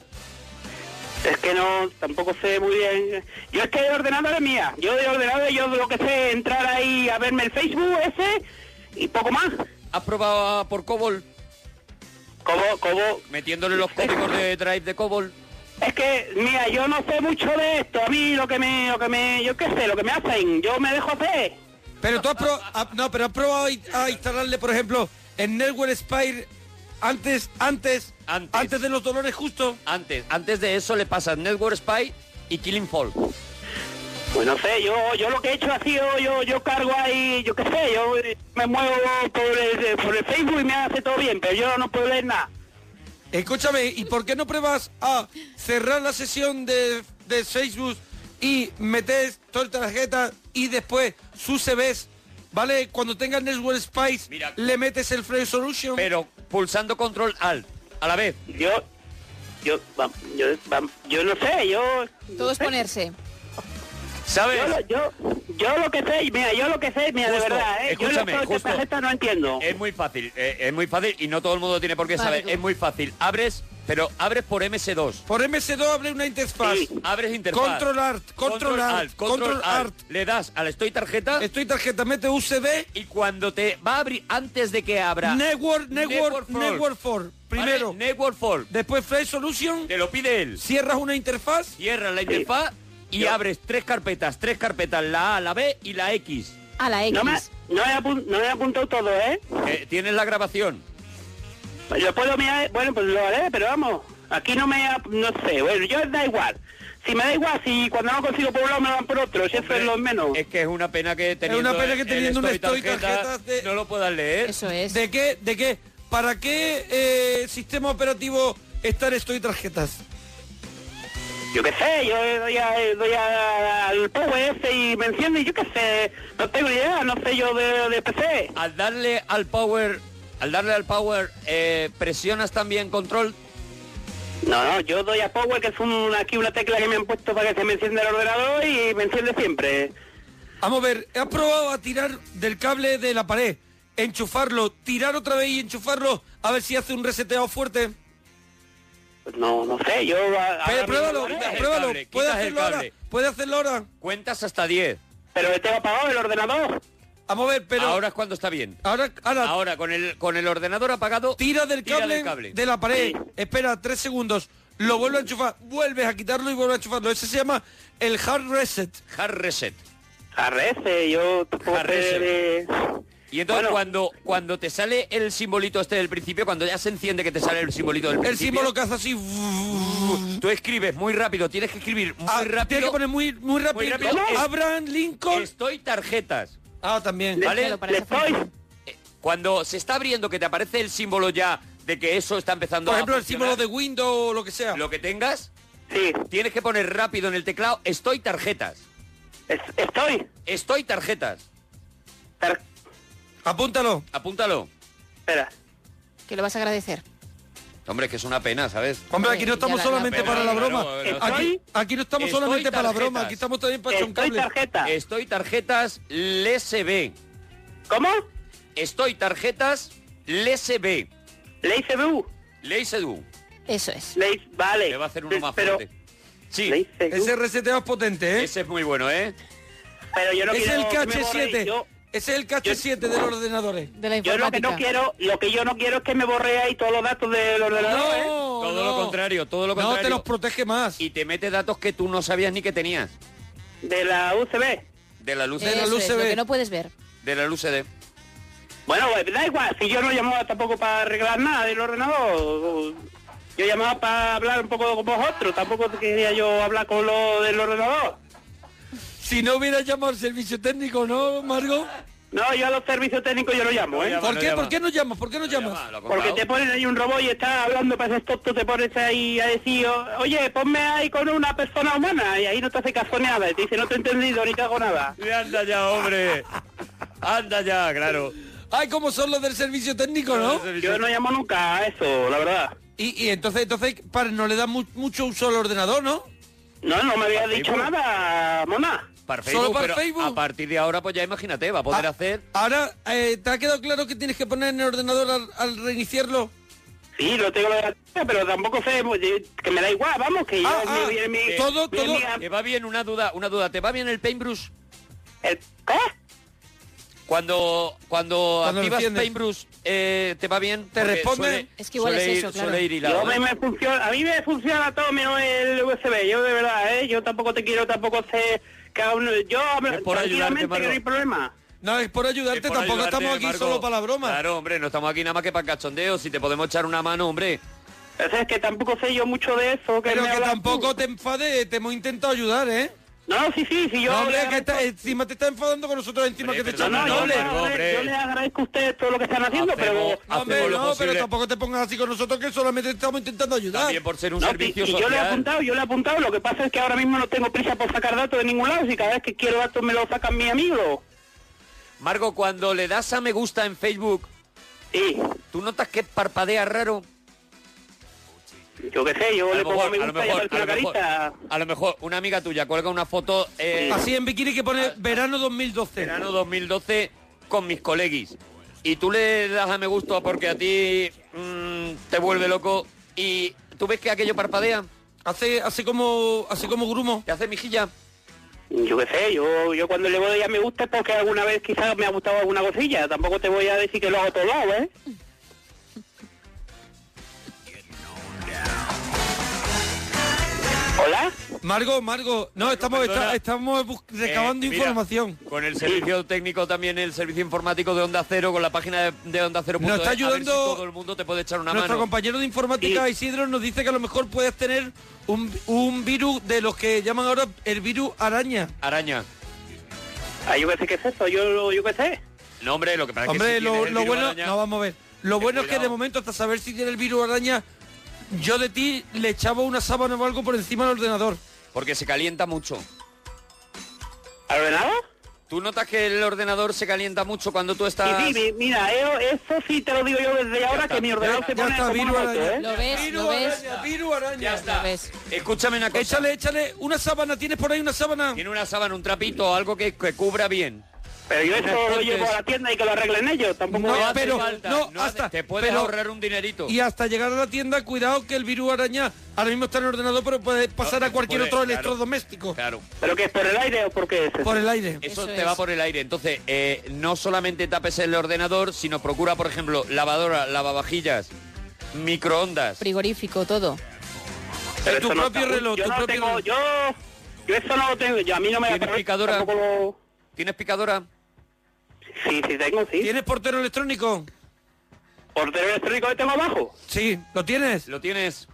Speaker 6: Es que no, tampoco sé muy bien. Yo es que de ordenador es mía. Yo de ordenador, yo lo que sé es entrar ahí a verme el Facebook ese y poco más.
Speaker 5: ¿Has probado a- por COBOL?
Speaker 6: Como, como,
Speaker 5: Metiéndole los códigos de drive de COBOL.
Speaker 6: Es que, mira, yo no sé mucho de esto. A mí lo que me, lo que me, yo qué sé, lo que me hacen, yo me dejo hacer.
Speaker 3: Pero tú has probado, no, pero has probado in- a instalarle, por ejemplo, en Network Spire antes, antes, antes, de los dolores justo.
Speaker 5: Antes, antes de eso le pasan Network Spy y Killing Fall.
Speaker 6: Pues no sé, yo, yo lo que he hecho ha sido, yo, yo cargo ahí, yo qué sé, yo eh, me muevo por el, por el Facebook y me hace todo bien, pero yo no puedo leer nada.
Speaker 3: Escúchame, ¿y por qué no pruebas a cerrar la sesión de, de Facebook y metes todas las tarjetas y después sus CVs, ¿vale? Cuando tengas Network Spice, le metes el Frame Solution.
Speaker 5: Pero pulsando control alt a la vez.
Speaker 6: Yo, yo, va- yo, va- yo no sé, yo...
Speaker 7: Todo
Speaker 6: ¿Eh?
Speaker 7: es ponerse.
Speaker 5: ¿Sabes?
Speaker 6: Yo, lo- yo, yo lo que sé, mira, yo lo que sé, mira, de
Speaker 5: Justo,
Speaker 6: verdad, ¿eh? Yo lo
Speaker 5: escúchame,
Speaker 6: que
Speaker 5: justo.
Speaker 6: no entiendo.
Speaker 5: Es muy fácil, eh, es muy fácil y no todo el mundo tiene por qué
Speaker 6: Vale,
Speaker 5: saber.
Speaker 6: tú.
Speaker 5: Es muy fácil. Abres, pero abres por MS2.
Speaker 3: Por MS2 abre una interfaz.
Speaker 5: Abres interfaz.
Speaker 3: Control Alt, Control Alt,
Speaker 5: Control,
Speaker 3: Control
Speaker 5: Alt.
Speaker 3: Alt.
Speaker 5: Le das al Estoy tarjeta.
Speaker 3: Estoy tarjeta, mete USB.
Speaker 5: Y cuando te va a abrir, antes de que abra...
Speaker 3: Network, network,
Speaker 5: for.
Speaker 3: network for. Primero.
Speaker 5: Network for.
Speaker 3: Después Flash Solution.
Speaker 5: Te lo pide él.
Speaker 3: Cierras una interfaz.
Speaker 5: Cierras la interfaz y abres tres carpetas. Tres carpetas, la A, la B y la X.
Speaker 7: A la X.
Speaker 6: No me, no, he apun- no he apuntado todo, ¿eh? Pues
Speaker 5: Eh, Tienes la grabación.
Speaker 6: Yo puedo mirar, bueno, pues lo haré, pero vamos, aquí no me, ap- no sé, bueno, yo da igual. Si me da igual, si cuando no consigo por un lado me dan por otro, si eso es lo menos.
Speaker 5: Es que es una pena que teniendo
Speaker 3: una pena que
Speaker 5: el
Speaker 3: teniendo un estoy
Speaker 5: tarjeta,
Speaker 3: tarjetas de-
Speaker 5: no lo puedas leer.
Speaker 7: Eso es.
Speaker 3: ¿De qué? ¿De qué? ¿Para qué eh, sistema operativo estar estoy tarjetas?
Speaker 6: Yo qué sé, yo doy, a- doy a- al PVS y me enciende y yo qué sé, no tengo ni idea, no sé yo de, de PC.
Speaker 5: Al darle al power, al darle al power, eh, presionas también control.
Speaker 6: No, no, yo doy a Power, que es un- aquí una tecla que me han puesto para que se me encienda el ordenador y me enciende siempre.
Speaker 3: Vamos a ver, ¿has probado a tirar del cable de la pared? Enchufarlo, tirar otra vez y enchufarlo, a ver si hace un reseteado fuerte.
Speaker 6: No, no sé, yo... a- ahora
Speaker 3: Pero
Speaker 6: mismo
Speaker 3: pruébalo,
Speaker 6: lo haré.
Speaker 5: el
Speaker 3: pruébalo,
Speaker 5: cable,
Speaker 3: puede
Speaker 5: quitas el
Speaker 3: hacerlo ahora,
Speaker 5: cable.
Speaker 3: puede hacerlo ahora.
Speaker 5: Cuentas hasta 10.
Speaker 6: Pero tengo apagado el ordenador.
Speaker 3: Vamos a ver, pero ahora,
Speaker 5: ahora es cuando está bien.
Speaker 3: ahora,
Speaker 5: Ahora con el con el ordenador apagado.
Speaker 3: tira del
Speaker 5: tira
Speaker 3: cable,
Speaker 5: del cable.
Speaker 3: de la pared, espera tres segundos, lo vuelve a enchufar, vuelves a quitarlo y vuelves a enchufarlo. Ese se llama el hard reset.
Speaker 5: Hard reset.
Speaker 6: Arrece, yo... tampoco
Speaker 5: Arrece.
Speaker 6: sé de-
Speaker 5: Y entonces
Speaker 6: Bueno.
Speaker 5: cuando cuando te sale el simbolito este del principio, cuando ya se enciende que te sale el simbolito del
Speaker 3: El
Speaker 5: principio,
Speaker 3: símbolo que hace así. Muy
Speaker 5: tú escribes muy rápido, tienes que escribir muy
Speaker 3: Tiene
Speaker 5: rápido.
Speaker 3: Ah, que poner muy, muy rápido.
Speaker 5: Muy rápido. Es-
Speaker 3: Abraham Lincoln.
Speaker 5: Estoy tarjetas.
Speaker 3: Ah, también.
Speaker 5: ¿Vale?
Speaker 7: Déjalo para
Speaker 6: Le
Speaker 7: esa
Speaker 6: estoy...
Speaker 7: función.
Speaker 5: Eh, Cuando se está abriendo que te aparece el símbolo ya de que eso está empezando
Speaker 3: Por
Speaker 5: a
Speaker 3: ejemplo, el
Speaker 5: funcionar,
Speaker 3: símbolo de Windows o lo que sea.
Speaker 5: lo que tengas,
Speaker 6: Sí,
Speaker 5: tienes que poner rápido en el teclado estoy tarjetas.
Speaker 6: es- estoy...
Speaker 5: Estoy tarjetas.
Speaker 6: Tar-
Speaker 3: Apúntalo.
Speaker 5: Apúntalo.
Speaker 6: Espera.
Speaker 7: Que lo vas a agradecer.
Speaker 5: Hombre, que es una pena, ¿sabes?
Speaker 3: Hombre, aquí no
Speaker 7: Ya
Speaker 3: estamos
Speaker 7: la-
Speaker 3: solamente
Speaker 5: la-
Speaker 3: para la
Speaker 5: Pero,
Speaker 3: broma.
Speaker 5: pero,
Speaker 6: pero-
Speaker 3: Aquí, aquí no estamos
Speaker 5: Estoy
Speaker 3: solamente para la
Speaker 5: tarjetas.
Speaker 3: broma. Aquí estamos también para
Speaker 6: Estoy
Speaker 3: choncarle.
Speaker 6: tarjeta.
Speaker 5: Estoy tarjetas LSB.
Speaker 6: ¿Cómo?
Speaker 5: Estoy tarjetas LSB.
Speaker 6: Le hice bu.
Speaker 5: Leisedu.
Speaker 7: Eso es.
Speaker 6: Le hice- Vale.
Speaker 5: Le va a hacer uno más
Speaker 6: pero,
Speaker 5: fuerte. Sí,
Speaker 6: le hice bu.
Speaker 3: Ese reseteo es potente, ¿eh?
Speaker 5: ese es muy bueno, ¿eh?
Speaker 6: Pero yo no
Speaker 3: es
Speaker 6: quiero...
Speaker 3: el
Speaker 6: que me borre-
Speaker 3: KH7.
Speaker 6: yo-
Speaker 3: Ese es el KH7 de los ordenadores.
Speaker 7: De la
Speaker 6: Yo lo que
Speaker 7: informática.
Speaker 6: no quiero, lo que yo no quiero es que me borre ahí todos los datos del ordenador, ¿eh?
Speaker 5: Todo lo contrario, todo lo
Speaker 3: No
Speaker 5: contrario.
Speaker 3: te los protege más.
Speaker 5: Y te mete datos que tú no sabías ni que tenías.
Speaker 6: De la UCB.
Speaker 5: De la luz
Speaker 7: Eso
Speaker 3: luz
Speaker 7: es,
Speaker 3: se
Speaker 7: lo
Speaker 3: ve.
Speaker 7: que no puedes ver.
Speaker 5: de la luz CD.
Speaker 6: Bueno, pues, da igual, si yo no llamaba tampoco para arreglar nada del ordenador. Yo llamaba para hablar un poco con vosotros, tampoco quería yo hablar con lo del ordenador.
Speaker 3: Si no hubiera llamado al servicio técnico, ¿no, Margo?
Speaker 6: No, yo a los servicios técnicos yo no llamo, ¿eh?
Speaker 5: llama,
Speaker 3: ¿Por
Speaker 5: no
Speaker 3: qué?
Speaker 5: llama.
Speaker 3: ¿Por qué no llamas? ¿Por qué no llamas?
Speaker 5: Llama, Ah, lo ha
Speaker 6: Porque
Speaker 5: comprado.
Speaker 6: te ponen ahí un robot y estás hablando para ese tonto, te pones ahí a decir, oye, ponme ahí con una persona humana, y ahí no te hace caso nada, y te dice, no te he entendido, ni te hago nada.
Speaker 5: Y Anda ya, hombre. Anda ya, claro.
Speaker 3: Ay, cómo son los del servicio técnico, ¿no?
Speaker 6: Yo no llamo nunca a eso, la verdad.
Speaker 3: Y, y entonces, entonces, para, no le da mu- mucho uso al ordenador, ¿no?
Speaker 6: No, no me había dicho
Speaker 5: Facebook.
Speaker 6: nada, mona.
Speaker 5: Para
Speaker 3: Solo
Speaker 5: Facebook,
Speaker 3: para
Speaker 5: pero
Speaker 3: Facebook.
Speaker 5: a partir de ahora, pues ya imagínate, va a poder
Speaker 3: Ah,
Speaker 5: hacer...
Speaker 3: Ahora, eh, ¿te ha quedado claro que tienes que poner en el ordenador al, al reiniciarlo?
Speaker 6: Sí, lo tengo lo de la tía, pero tampoco sé, pues, yo- que me da igual, vamos, que yo...
Speaker 3: Ah, ah,
Speaker 6: mi- mi- mi-
Speaker 3: todo,
Speaker 6: mi-
Speaker 3: todo-
Speaker 6: mi-
Speaker 5: ¿Te va bien una duda? Una duda. ¿Te va bien el paintbrush?
Speaker 6: el- ¿Qué?
Speaker 5: Cuando, cuando,
Speaker 3: Cuando lo
Speaker 5: activas
Speaker 3: enciendes.
Speaker 5: Paintbrush, eh, ¿te va bien?
Speaker 3: ¿Te responde?
Speaker 7: Es que igual
Speaker 5: suele
Speaker 7: es
Speaker 5: ir-
Speaker 7: eso, claro.
Speaker 5: suele ir hilado,
Speaker 6: Yo
Speaker 5: ¿eh?
Speaker 6: a, mí me funciona, a mí me funciona todo menos el USB, yo de verdad, ¿eh? Yo tampoco te quiero, tampoco sé... Cada uno, yo hablo
Speaker 5: Es por ayudarte,
Speaker 6: tranquilamente
Speaker 5: Margot.
Speaker 6: que no hay problema.
Speaker 3: No, es por ayudarte,
Speaker 5: Es por
Speaker 3: tampoco
Speaker 5: ayudarte,
Speaker 3: estamos aquí
Speaker 5: Marco.
Speaker 3: solo para la broma.
Speaker 5: Claro, hombre, no estamos aquí nada más que para el cachondeo. Si te podemos echar una mano, hombre.
Speaker 6: O sea, es que tampoco sé yo mucho de eso. Que
Speaker 3: Pero
Speaker 6: me
Speaker 3: que
Speaker 6: hablas tú.
Speaker 3: tampoco te enfades, te hemos intentado ayudar, ¿eh?
Speaker 6: No, sí, sí, sí, yo...
Speaker 3: no,
Speaker 6: le
Speaker 3: hombre, que
Speaker 6: agradezco-
Speaker 3: está- encima te estás enfadando con nosotros, encima
Speaker 5: Hombre,
Speaker 3: que te
Speaker 6: No,
Speaker 3: echamos
Speaker 6: no,
Speaker 5: perdona,
Speaker 6: yo,
Speaker 3: el
Speaker 6: le
Speaker 3: doble.
Speaker 5: Margot, hombre.
Speaker 6: agrade- yo les agradezco a ustedes todo lo que están haciendo,
Speaker 5: Hacemos-
Speaker 6: pero...
Speaker 3: No, hombre,
Speaker 5: Hacemos lo
Speaker 3: no,
Speaker 5: posible.
Speaker 3: pero tampoco te pongas así con nosotros, que solamente te estamos intentando ayudar.
Speaker 5: También por ser un
Speaker 6: No,
Speaker 5: servicio
Speaker 6: si- si
Speaker 5: social.
Speaker 6: yo le he apuntado, yo le he apuntado. Lo que pasa es que ahora mismo no tengo prisa por sacar datos de ningún lado. Si cada vez que quiero datos me los sacan mis amigos.
Speaker 5: Margo, cuando le das a me gusta en Facebook,
Speaker 6: Sí,
Speaker 5: ¿tú notas que parpadea raro?
Speaker 6: yo qué sé, yo
Speaker 5: A
Speaker 6: le
Speaker 5: lo
Speaker 6: pongo
Speaker 5: mejor,
Speaker 6: me
Speaker 5: a lo
Speaker 6: gusta y
Speaker 5: mejor,
Speaker 6: aparece una
Speaker 5: a lo mejor,
Speaker 6: carita.
Speaker 5: a lo mejor una amiga tuya cuelga una foto eh,
Speaker 3: Así en bikini que pone verano 2012.
Speaker 5: verano 2012 con mis coleguis. Y tú le das a me gusta porque a ti mm, te vuelve loco y tú ves que aquello parpadea,
Speaker 3: Hace, hace como, hace como grumo.
Speaker 5: te hace mijilla.
Speaker 6: Yo qué sé, yo, yo cuando le voy a me gusta es porque alguna vez quizás me ha gustado alguna cosilla. Tampoco te voy a decir que lo hago todo, lado, ¿eh? ¿Hola?
Speaker 3: Margo, Oh, Margo, no, estamos,
Speaker 5: perdona.
Speaker 3: está- estamos bus- recabando
Speaker 5: Eh, mira,
Speaker 3: información.
Speaker 5: Con el servicio técnico también, el servicio informático de Onda Cero, con la página de, de Onda Cero.
Speaker 3: Nos está
Speaker 5: E, a ver si
Speaker 3: ayudando
Speaker 5: todo el mundo te puede echar una
Speaker 3: Nuestro
Speaker 5: mano.
Speaker 3: compañero de informática
Speaker 6: Sí.
Speaker 3: Isidro nos dice que a lo mejor puedes tener un, un virus de los que llaman ahora el virus araña.
Speaker 5: Araña.
Speaker 6: Ah, yo qué sé qué es eso, yo, yo qué sé.
Speaker 5: No, hombre, lo que pasa
Speaker 3: Hombre,
Speaker 5: es que si
Speaker 3: lo,
Speaker 5: tienes el
Speaker 3: lo
Speaker 5: virus
Speaker 3: bueno,
Speaker 5: araña-
Speaker 3: no vamos a ver. Lo
Speaker 5: Ten
Speaker 3: bueno es que de
Speaker 5: cuidado.
Speaker 3: momento hasta saber si tiene el virus araña, yo de ti le echaba una sábana o algo por encima del ordenador.
Speaker 5: Porque se calienta mucho.
Speaker 6: ¿Al ordenador?
Speaker 5: ¿Tú notas que el ordenador se calienta mucho cuando tú estás...?
Speaker 6: Sí, sí, mi- mira, eh, yo- eso sí te lo digo yo desde ahora
Speaker 5: está.
Speaker 6: que mi ordenador
Speaker 3: Ya-
Speaker 6: se
Speaker 3: ya
Speaker 6: pone
Speaker 3: está,
Speaker 6: como
Speaker 3: virus
Speaker 6: una moto,
Speaker 3: araña.
Speaker 6: ¿eh?
Speaker 7: Lo ves,
Speaker 3: Virus
Speaker 7: lo ves.
Speaker 3: araña, virus araña.
Speaker 5: Ya está.
Speaker 7: Lo ves.
Speaker 5: Escúchame una cosa.
Speaker 3: Échale, échale una sábana, ¿tienes por ahí una sábana?
Speaker 5: Tiene una sábana, un trapito, algo que, que cubra bien.
Speaker 6: Pero yo eso lo
Speaker 5: Entonces-
Speaker 6: llevo a la tienda y que lo arreglen ellos, tampoco...
Speaker 3: No,
Speaker 6: voy a-
Speaker 5: hace
Speaker 3: pero-
Speaker 5: falta,
Speaker 3: no,
Speaker 5: hace-
Speaker 3: hasta-
Speaker 5: Te puedes
Speaker 3: pero-
Speaker 5: ahorrar un dinerito.
Speaker 3: Y hasta llegar a la tienda, cuidado que el virus araña ahora mismo está en el ordenador, pero puede pasar
Speaker 5: No,
Speaker 3: a cualquier
Speaker 5: puede,
Speaker 3: otro
Speaker 5: claro.
Speaker 3: electrodoméstico
Speaker 5: Claro.
Speaker 6: ¿Pero que es por el aire o por qué es eso?
Speaker 3: por el aire.
Speaker 5: Eso,
Speaker 7: Eso
Speaker 5: te
Speaker 7: es.
Speaker 5: va por el aire. Entonces, eh, no solamente tapes el ordenador, sino procura, por ejemplo, lavadora, lavavajillas, microondas.
Speaker 7: Frigorífico, todo.
Speaker 6: Pero
Speaker 3: tu
Speaker 6: eso
Speaker 3: propio
Speaker 6: está-
Speaker 3: reloj,
Speaker 6: yo
Speaker 3: tu
Speaker 6: no
Speaker 3: propio
Speaker 6: tengo,
Speaker 3: reloj.
Speaker 6: yo, yo eso no lo tengo, yo a mí no me...
Speaker 5: ¿Tienes
Speaker 6: aparece,
Speaker 5: picadora?
Speaker 6: tampoco lo-
Speaker 5: ¿Tienes picadora?
Speaker 6: Sí, sí tengo, sí.
Speaker 3: ¿Tienes portero electrónico?
Speaker 6: ¿Portero electrónico que tengo abajo?
Speaker 3: Sí, ¿lo tienes?
Speaker 5: ¿Lo tienes?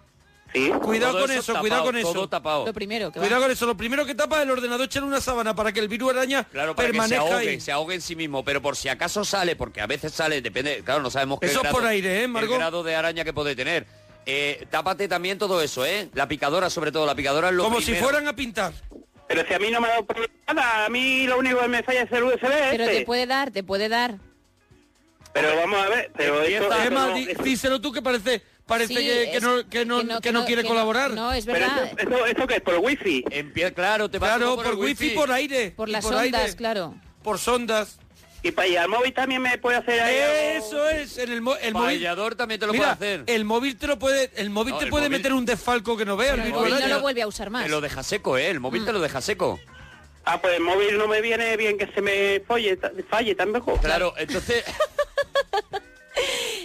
Speaker 6: Sí.
Speaker 3: Cuidado
Speaker 5: Todo
Speaker 3: con eso,
Speaker 5: tapado,
Speaker 3: cuidado con eso.
Speaker 5: Todo tapado.
Speaker 7: Lo primero, que va.
Speaker 3: Cuidado con eso, lo primero que tapa es el ordenador echar una sábana para que el virus araña
Speaker 5: Claro, para que se
Speaker 3: permanezca
Speaker 5: ahogue,
Speaker 3: ahí.
Speaker 5: se ahogue en sí mismo, pero por si acaso sale, porque a veces sale, depende, claro, no sabemos qué
Speaker 3: Eso es
Speaker 5: grado-
Speaker 3: por aire, ¿eh, Margot?
Speaker 5: el grado de araña que puede tener. Eh, tápate también todo eso, ¿eh? La picadora, sobre todo, la picadora es lo
Speaker 3: Como si
Speaker 5: primero.
Speaker 3: fueran a pintar.
Speaker 6: Pero si a mí no me ha dado problema nada, a mí lo único que me falla es el USB
Speaker 7: Pero
Speaker 6: este.
Speaker 7: te puede dar, te puede dar.
Speaker 6: Pero vamos a ver, pero
Speaker 5: Empieza-
Speaker 6: eso... eso
Speaker 3: Emma,
Speaker 6: no-
Speaker 3: di-
Speaker 6: eso-
Speaker 3: díselo tú que parece, parece
Speaker 7: Sí,
Speaker 3: que, que
Speaker 7: es-
Speaker 3: no, que no- que no quiere
Speaker 7: que no-
Speaker 3: colaborar.
Speaker 7: No, es
Speaker 6: pero
Speaker 7: verdad.
Speaker 6: eso, eso, eso que es por wifi.
Speaker 5: Empie- claro, te vas
Speaker 3: claro,
Speaker 5: todo
Speaker 3: por, wifi,
Speaker 5: wifi.
Speaker 3: por aire.
Speaker 7: Por
Speaker 3: y
Speaker 7: las
Speaker 3: aire,
Speaker 7: ondas, claro.
Speaker 3: Por sondas.
Speaker 6: Y para allá al móvil también me puede hacer ahí algo.
Speaker 3: Eso es, en el, mo- el móvil.
Speaker 5: Payador también te lo
Speaker 3: Mira,
Speaker 5: puede hacer.
Speaker 3: el móvil te lo puede, el móvil
Speaker 5: No,
Speaker 3: te
Speaker 5: el
Speaker 3: puede
Speaker 5: móvil-
Speaker 3: meter un desfalco que no vea. el
Speaker 7: Pero el
Speaker 3: virus
Speaker 7: móvil no
Speaker 3: araña.
Speaker 7: lo vuelve a usar más.
Speaker 5: Te lo deja seco, ¿eh? El móvil te lo deja seco.
Speaker 6: Ah, pues el móvil no me viene bien que se me folle, ta- falle tampoco.
Speaker 5: Claro, entonces...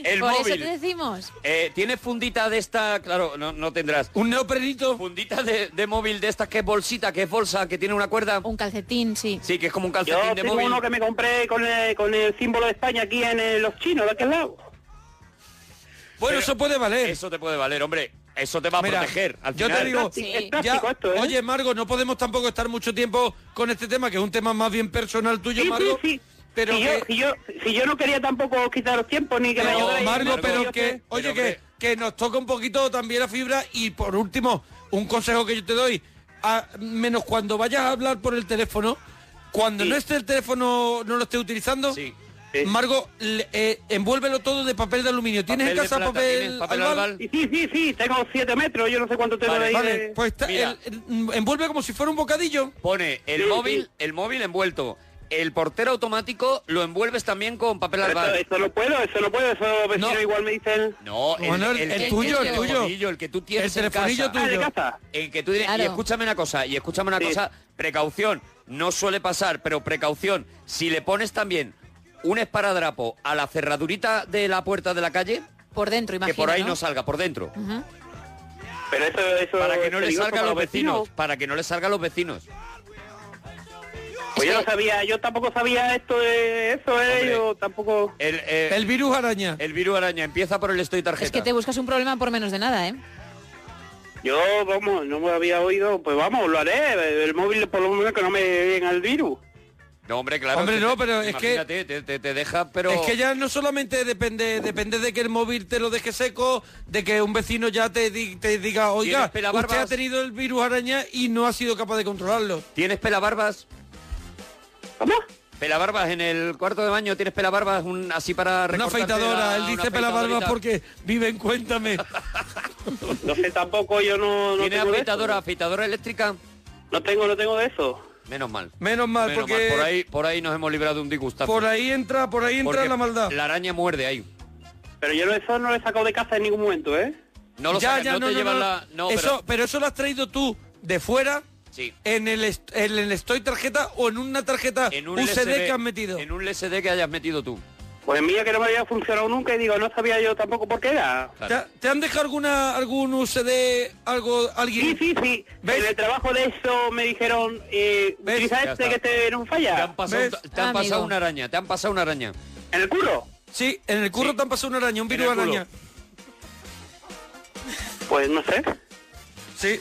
Speaker 5: el
Speaker 7: Por
Speaker 5: móvil.
Speaker 7: eso te decimos.
Speaker 5: Eh, ¿Tienes fundita de esta? Claro, no, no tendrás.
Speaker 3: Un neoprenito.
Speaker 5: Fundita de, de móvil de estas que es bolsita, que es bolsa, que tiene una cuerda.
Speaker 7: Un calcetín, sí.
Speaker 5: Sí, que es como un
Speaker 6: Yo
Speaker 5: calcetín de
Speaker 6: tengo
Speaker 5: móvil.
Speaker 6: uno que me compré con el, con el símbolo de España aquí en eh, los chinos, de aquel lado.
Speaker 3: Bueno, eso puede valer.
Speaker 5: Eso te puede valer, hombre. Eso te va a
Speaker 3: Mira,
Speaker 5: proteger. Al
Speaker 3: yo te
Speaker 5: final.
Speaker 3: digo,
Speaker 7: Sí.
Speaker 6: Es
Speaker 3: ya,
Speaker 6: práctico esto, ¿eh?
Speaker 3: oye Margo, no podemos tampoco estar mucho tiempo con este tema, que es un tema más bien personal tuyo,
Speaker 6: sí, sí,
Speaker 3: Margo.
Speaker 6: sí.
Speaker 3: Pero
Speaker 6: si,
Speaker 3: que-
Speaker 6: yo, si, yo, si yo no quería tampoco quitaros tiempo ni que me
Speaker 3: Pero,
Speaker 6: ayudarais.
Speaker 3: Margo,
Speaker 5: Margo,
Speaker 3: pero
Speaker 6: yo
Speaker 3: que,
Speaker 6: sé-
Speaker 3: oye,
Speaker 5: Pero,
Speaker 3: que,
Speaker 5: hombre.
Speaker 3: que nos toca un poquito también la fibra y por último, un consejo que yo te doy, a- menos cuando vayas a hablar por el teléfono, cuando
Speaker 6: Sí.
Speaker 3: no esté el teléfono, no lo esté utilizando,
Speaker 5: Sí.
Speaker 6: Sí.
Speaker 3: Margo, le- eh, envuélvelo todo de papel de aluminio. ¿Tienes
Speaker 5: Papel
Speaker 3: en
Speaker 5: de
Speaker 3: casa
Speaker 5: plata,
Speaker 3: papel,
Speaker 5: ¿tienes papel
Speaker 3: albal?
Speaker 5: albal?
Speaker 6: Sí, sí, sí, sí, tengo 7 metros, yo no sé cuánto tengo
Speaker 5: Vale,
Speaker 6: de ahí.
Speaker 3: Vale,
Speaker 6: de-
Speaker 3: pues está-
Speaker 5: Mira.
Speaker 3: el- el- envuelve como si fuera un bocadillo.
Speaker 5: Pone el
Speaker 6: Sí,
Speaker 5: móvil,
Speaker 6: sí.
Speaker 5: el móvil envuelto. El portero automático lo envuelves también con papel
Speaker 6: Pero eso,
Speaker 5: albal.
Speaker 6: eso no puedo, eso no puedo, eso vecino
Speaker 3: No.
Speaker 6: igual me dicen...
Speaker 5: No, el,
Speaker 3: Bueno, el- el
Speaker 7: tuyo, el
Speaker 3: tuyo.
Speaker 5: telefonillo, el que tú tienes
Speaker 3: El
Speaker 5: en
Speaker 3: telefonillo
Speaker 5: casa.
Speaker 3: tuyo.
Speaker 6: Ah, de casa.
Speaker 5: En que tú diré-
Speaker 7: Claro.
Speaker 5: Y escúchame una cosa, y escúchame una
Speaker 6: Sí.
Speaker 5: cosa, precaución, no suele pasar, pero precaución, si le pones también un esparadrapo a la cerradurita de la puerta de la calle,
Speaker 7: Por dentro, imagino.
Speaker 5: que por ahí
Speaker 7: ¿no?
Speaker 5: no salga, por dentro.
Speaker 7: Ujú.
Speaker 6: Pero eso, eso
Speaker 5: Para que no
Speaker 6: es
Speaker 5: le
Speaker 6: peligroso
Speaker 5: salga a
Speaker 6: para
Speaker 5: los vecinos, para que no le salga a los vecinos.
Speaker 6: Pues yo no sabía, yo tampoco sabía esto de eso, eh,
Speaker 5: Hombre.
Speaker 6: yo tampoco...
Speaker 5: El, eh,
Speaker 3: El virus araña.
Speaker 5: el virus araña empieza por el estoy tarjeta.
Speaker 7: Es que te buscas un problema por menos de nada, ¿eh?
Speaker 6: Yo, vamos, no me había oído, pues vamos, lo haré, el móvil por lo menos que no me den al virus.
Speaker 5: No, hombre, claro.
Speaker 3: Hombre,
Speaker 5: que
Speaker 3: no,
Speaker 5: te-
Speaker 3: pero es que-
Speaker 5: imagínate, te, te- te deja, pero...
Speaker 3: Es que ya no solamente depende depende de que el móvil te lo deje seco, de que un vecino ya te, di- te diga, oiga,
Speaker 5: ¿Tienes pelabarbas?
Speaker 3: usted ha tenido el virus araña y no ha sido capaz de controlarlo.
Speaker 5: ¿Tienes pelabarbas?
Speaker 6: ¿Cómo?
Speaker 5: Pelabarbas en el cuarto de baño, ¿tienes pelabarbas un, así para
Speaker 3: Una
Speaker 5: recortarte
Speaker 3: afeitadora,
Speaker 5: la-
Speaker 3: él
Speaker 5: una
Speaker 3: dice pelabarbas
Speaker 5: afeitadorita?
Speaker 3: porque vive en Cuéntame.
Speaker 6: No sé, tampoco yo no, no
Speaker 5: ¿Tienes
Speaker 6: tengo de eso.
Speaker 5: afeitadora, afeitadora eléctrica?
Speaker 6: No tengo, no tengo de eso.
Speaker 5: Menos mal.
Speaker 3: Menos mal,
Speaker 5: Menos
Speaker 3: porque
Speaker 5: mal, por ahí, por ahí nos hemos librado de un disgustazo.
Speaker 3: por ahí entra, por ahí entra
Speaker 5: Porque
Speaker 3: la maldad.
Speaker 5: La araña muerde ahí.
Speaker 6: Pero yo no- eso no lo he sacado de casa en ningún momento, ¿eh?
Speaker 5: No lo sacas, no, te llevan la... No,
Speaker 3: eso,
Speaker 5: pero-
Speaker 3: pero... eso lo has traído tú de fuera.
Speaker 5: Sí.
Speaker 3: En el, est- en el estoy tarjeta o en una tarjeta
Speaker 5: En un
Speaker 3: UCD
Speaker 5: LCD
Speaker 3: que has metido.
Speaker 5: En un LCD que hayas metido tú.
Speaker 6: Pues mía que no me había funcionado nunca y digo, no sabía yo tampoco por qué era.
Speaker 5: Claro.
Speaker 3: ¿Te, ha- te han dejado alguna algún UCD, algo, alguien?
Speaker 6: Sí, sí, sí.
Speaker 3: ¿Ves?
Speaker 6: En el trabajo de eso me dijeron, eh,
Speaker 3: ¿Ves?
Speaker 6: utiliza
Speaker 5: Ya
Speaker 6: este
Speaker 5: está.
Speaker 6: que te no
Speaker 5: Te
Speaker 6: falla.
Speaker 5: han pasado,
Speaker 3: ¿Ves?
Speaker 5: te han
Speaker 7: Ah,
Speaker 5: pasado
Speaker 7: amigo.
Speaker 5: una araña, te han pasado una araña.
Speaker 6: ¿En el culo?
Speaker 3: Sí, en el curro
Speaker 5: Sí.
Speaker 3: te han pasado una araña, un
Speaker 5: En
Speaker 3: virus
Speaker 5: el culo.
Speaker 3: araña.
Speaker 6: Pues no sé.
Speaker 3: Sí.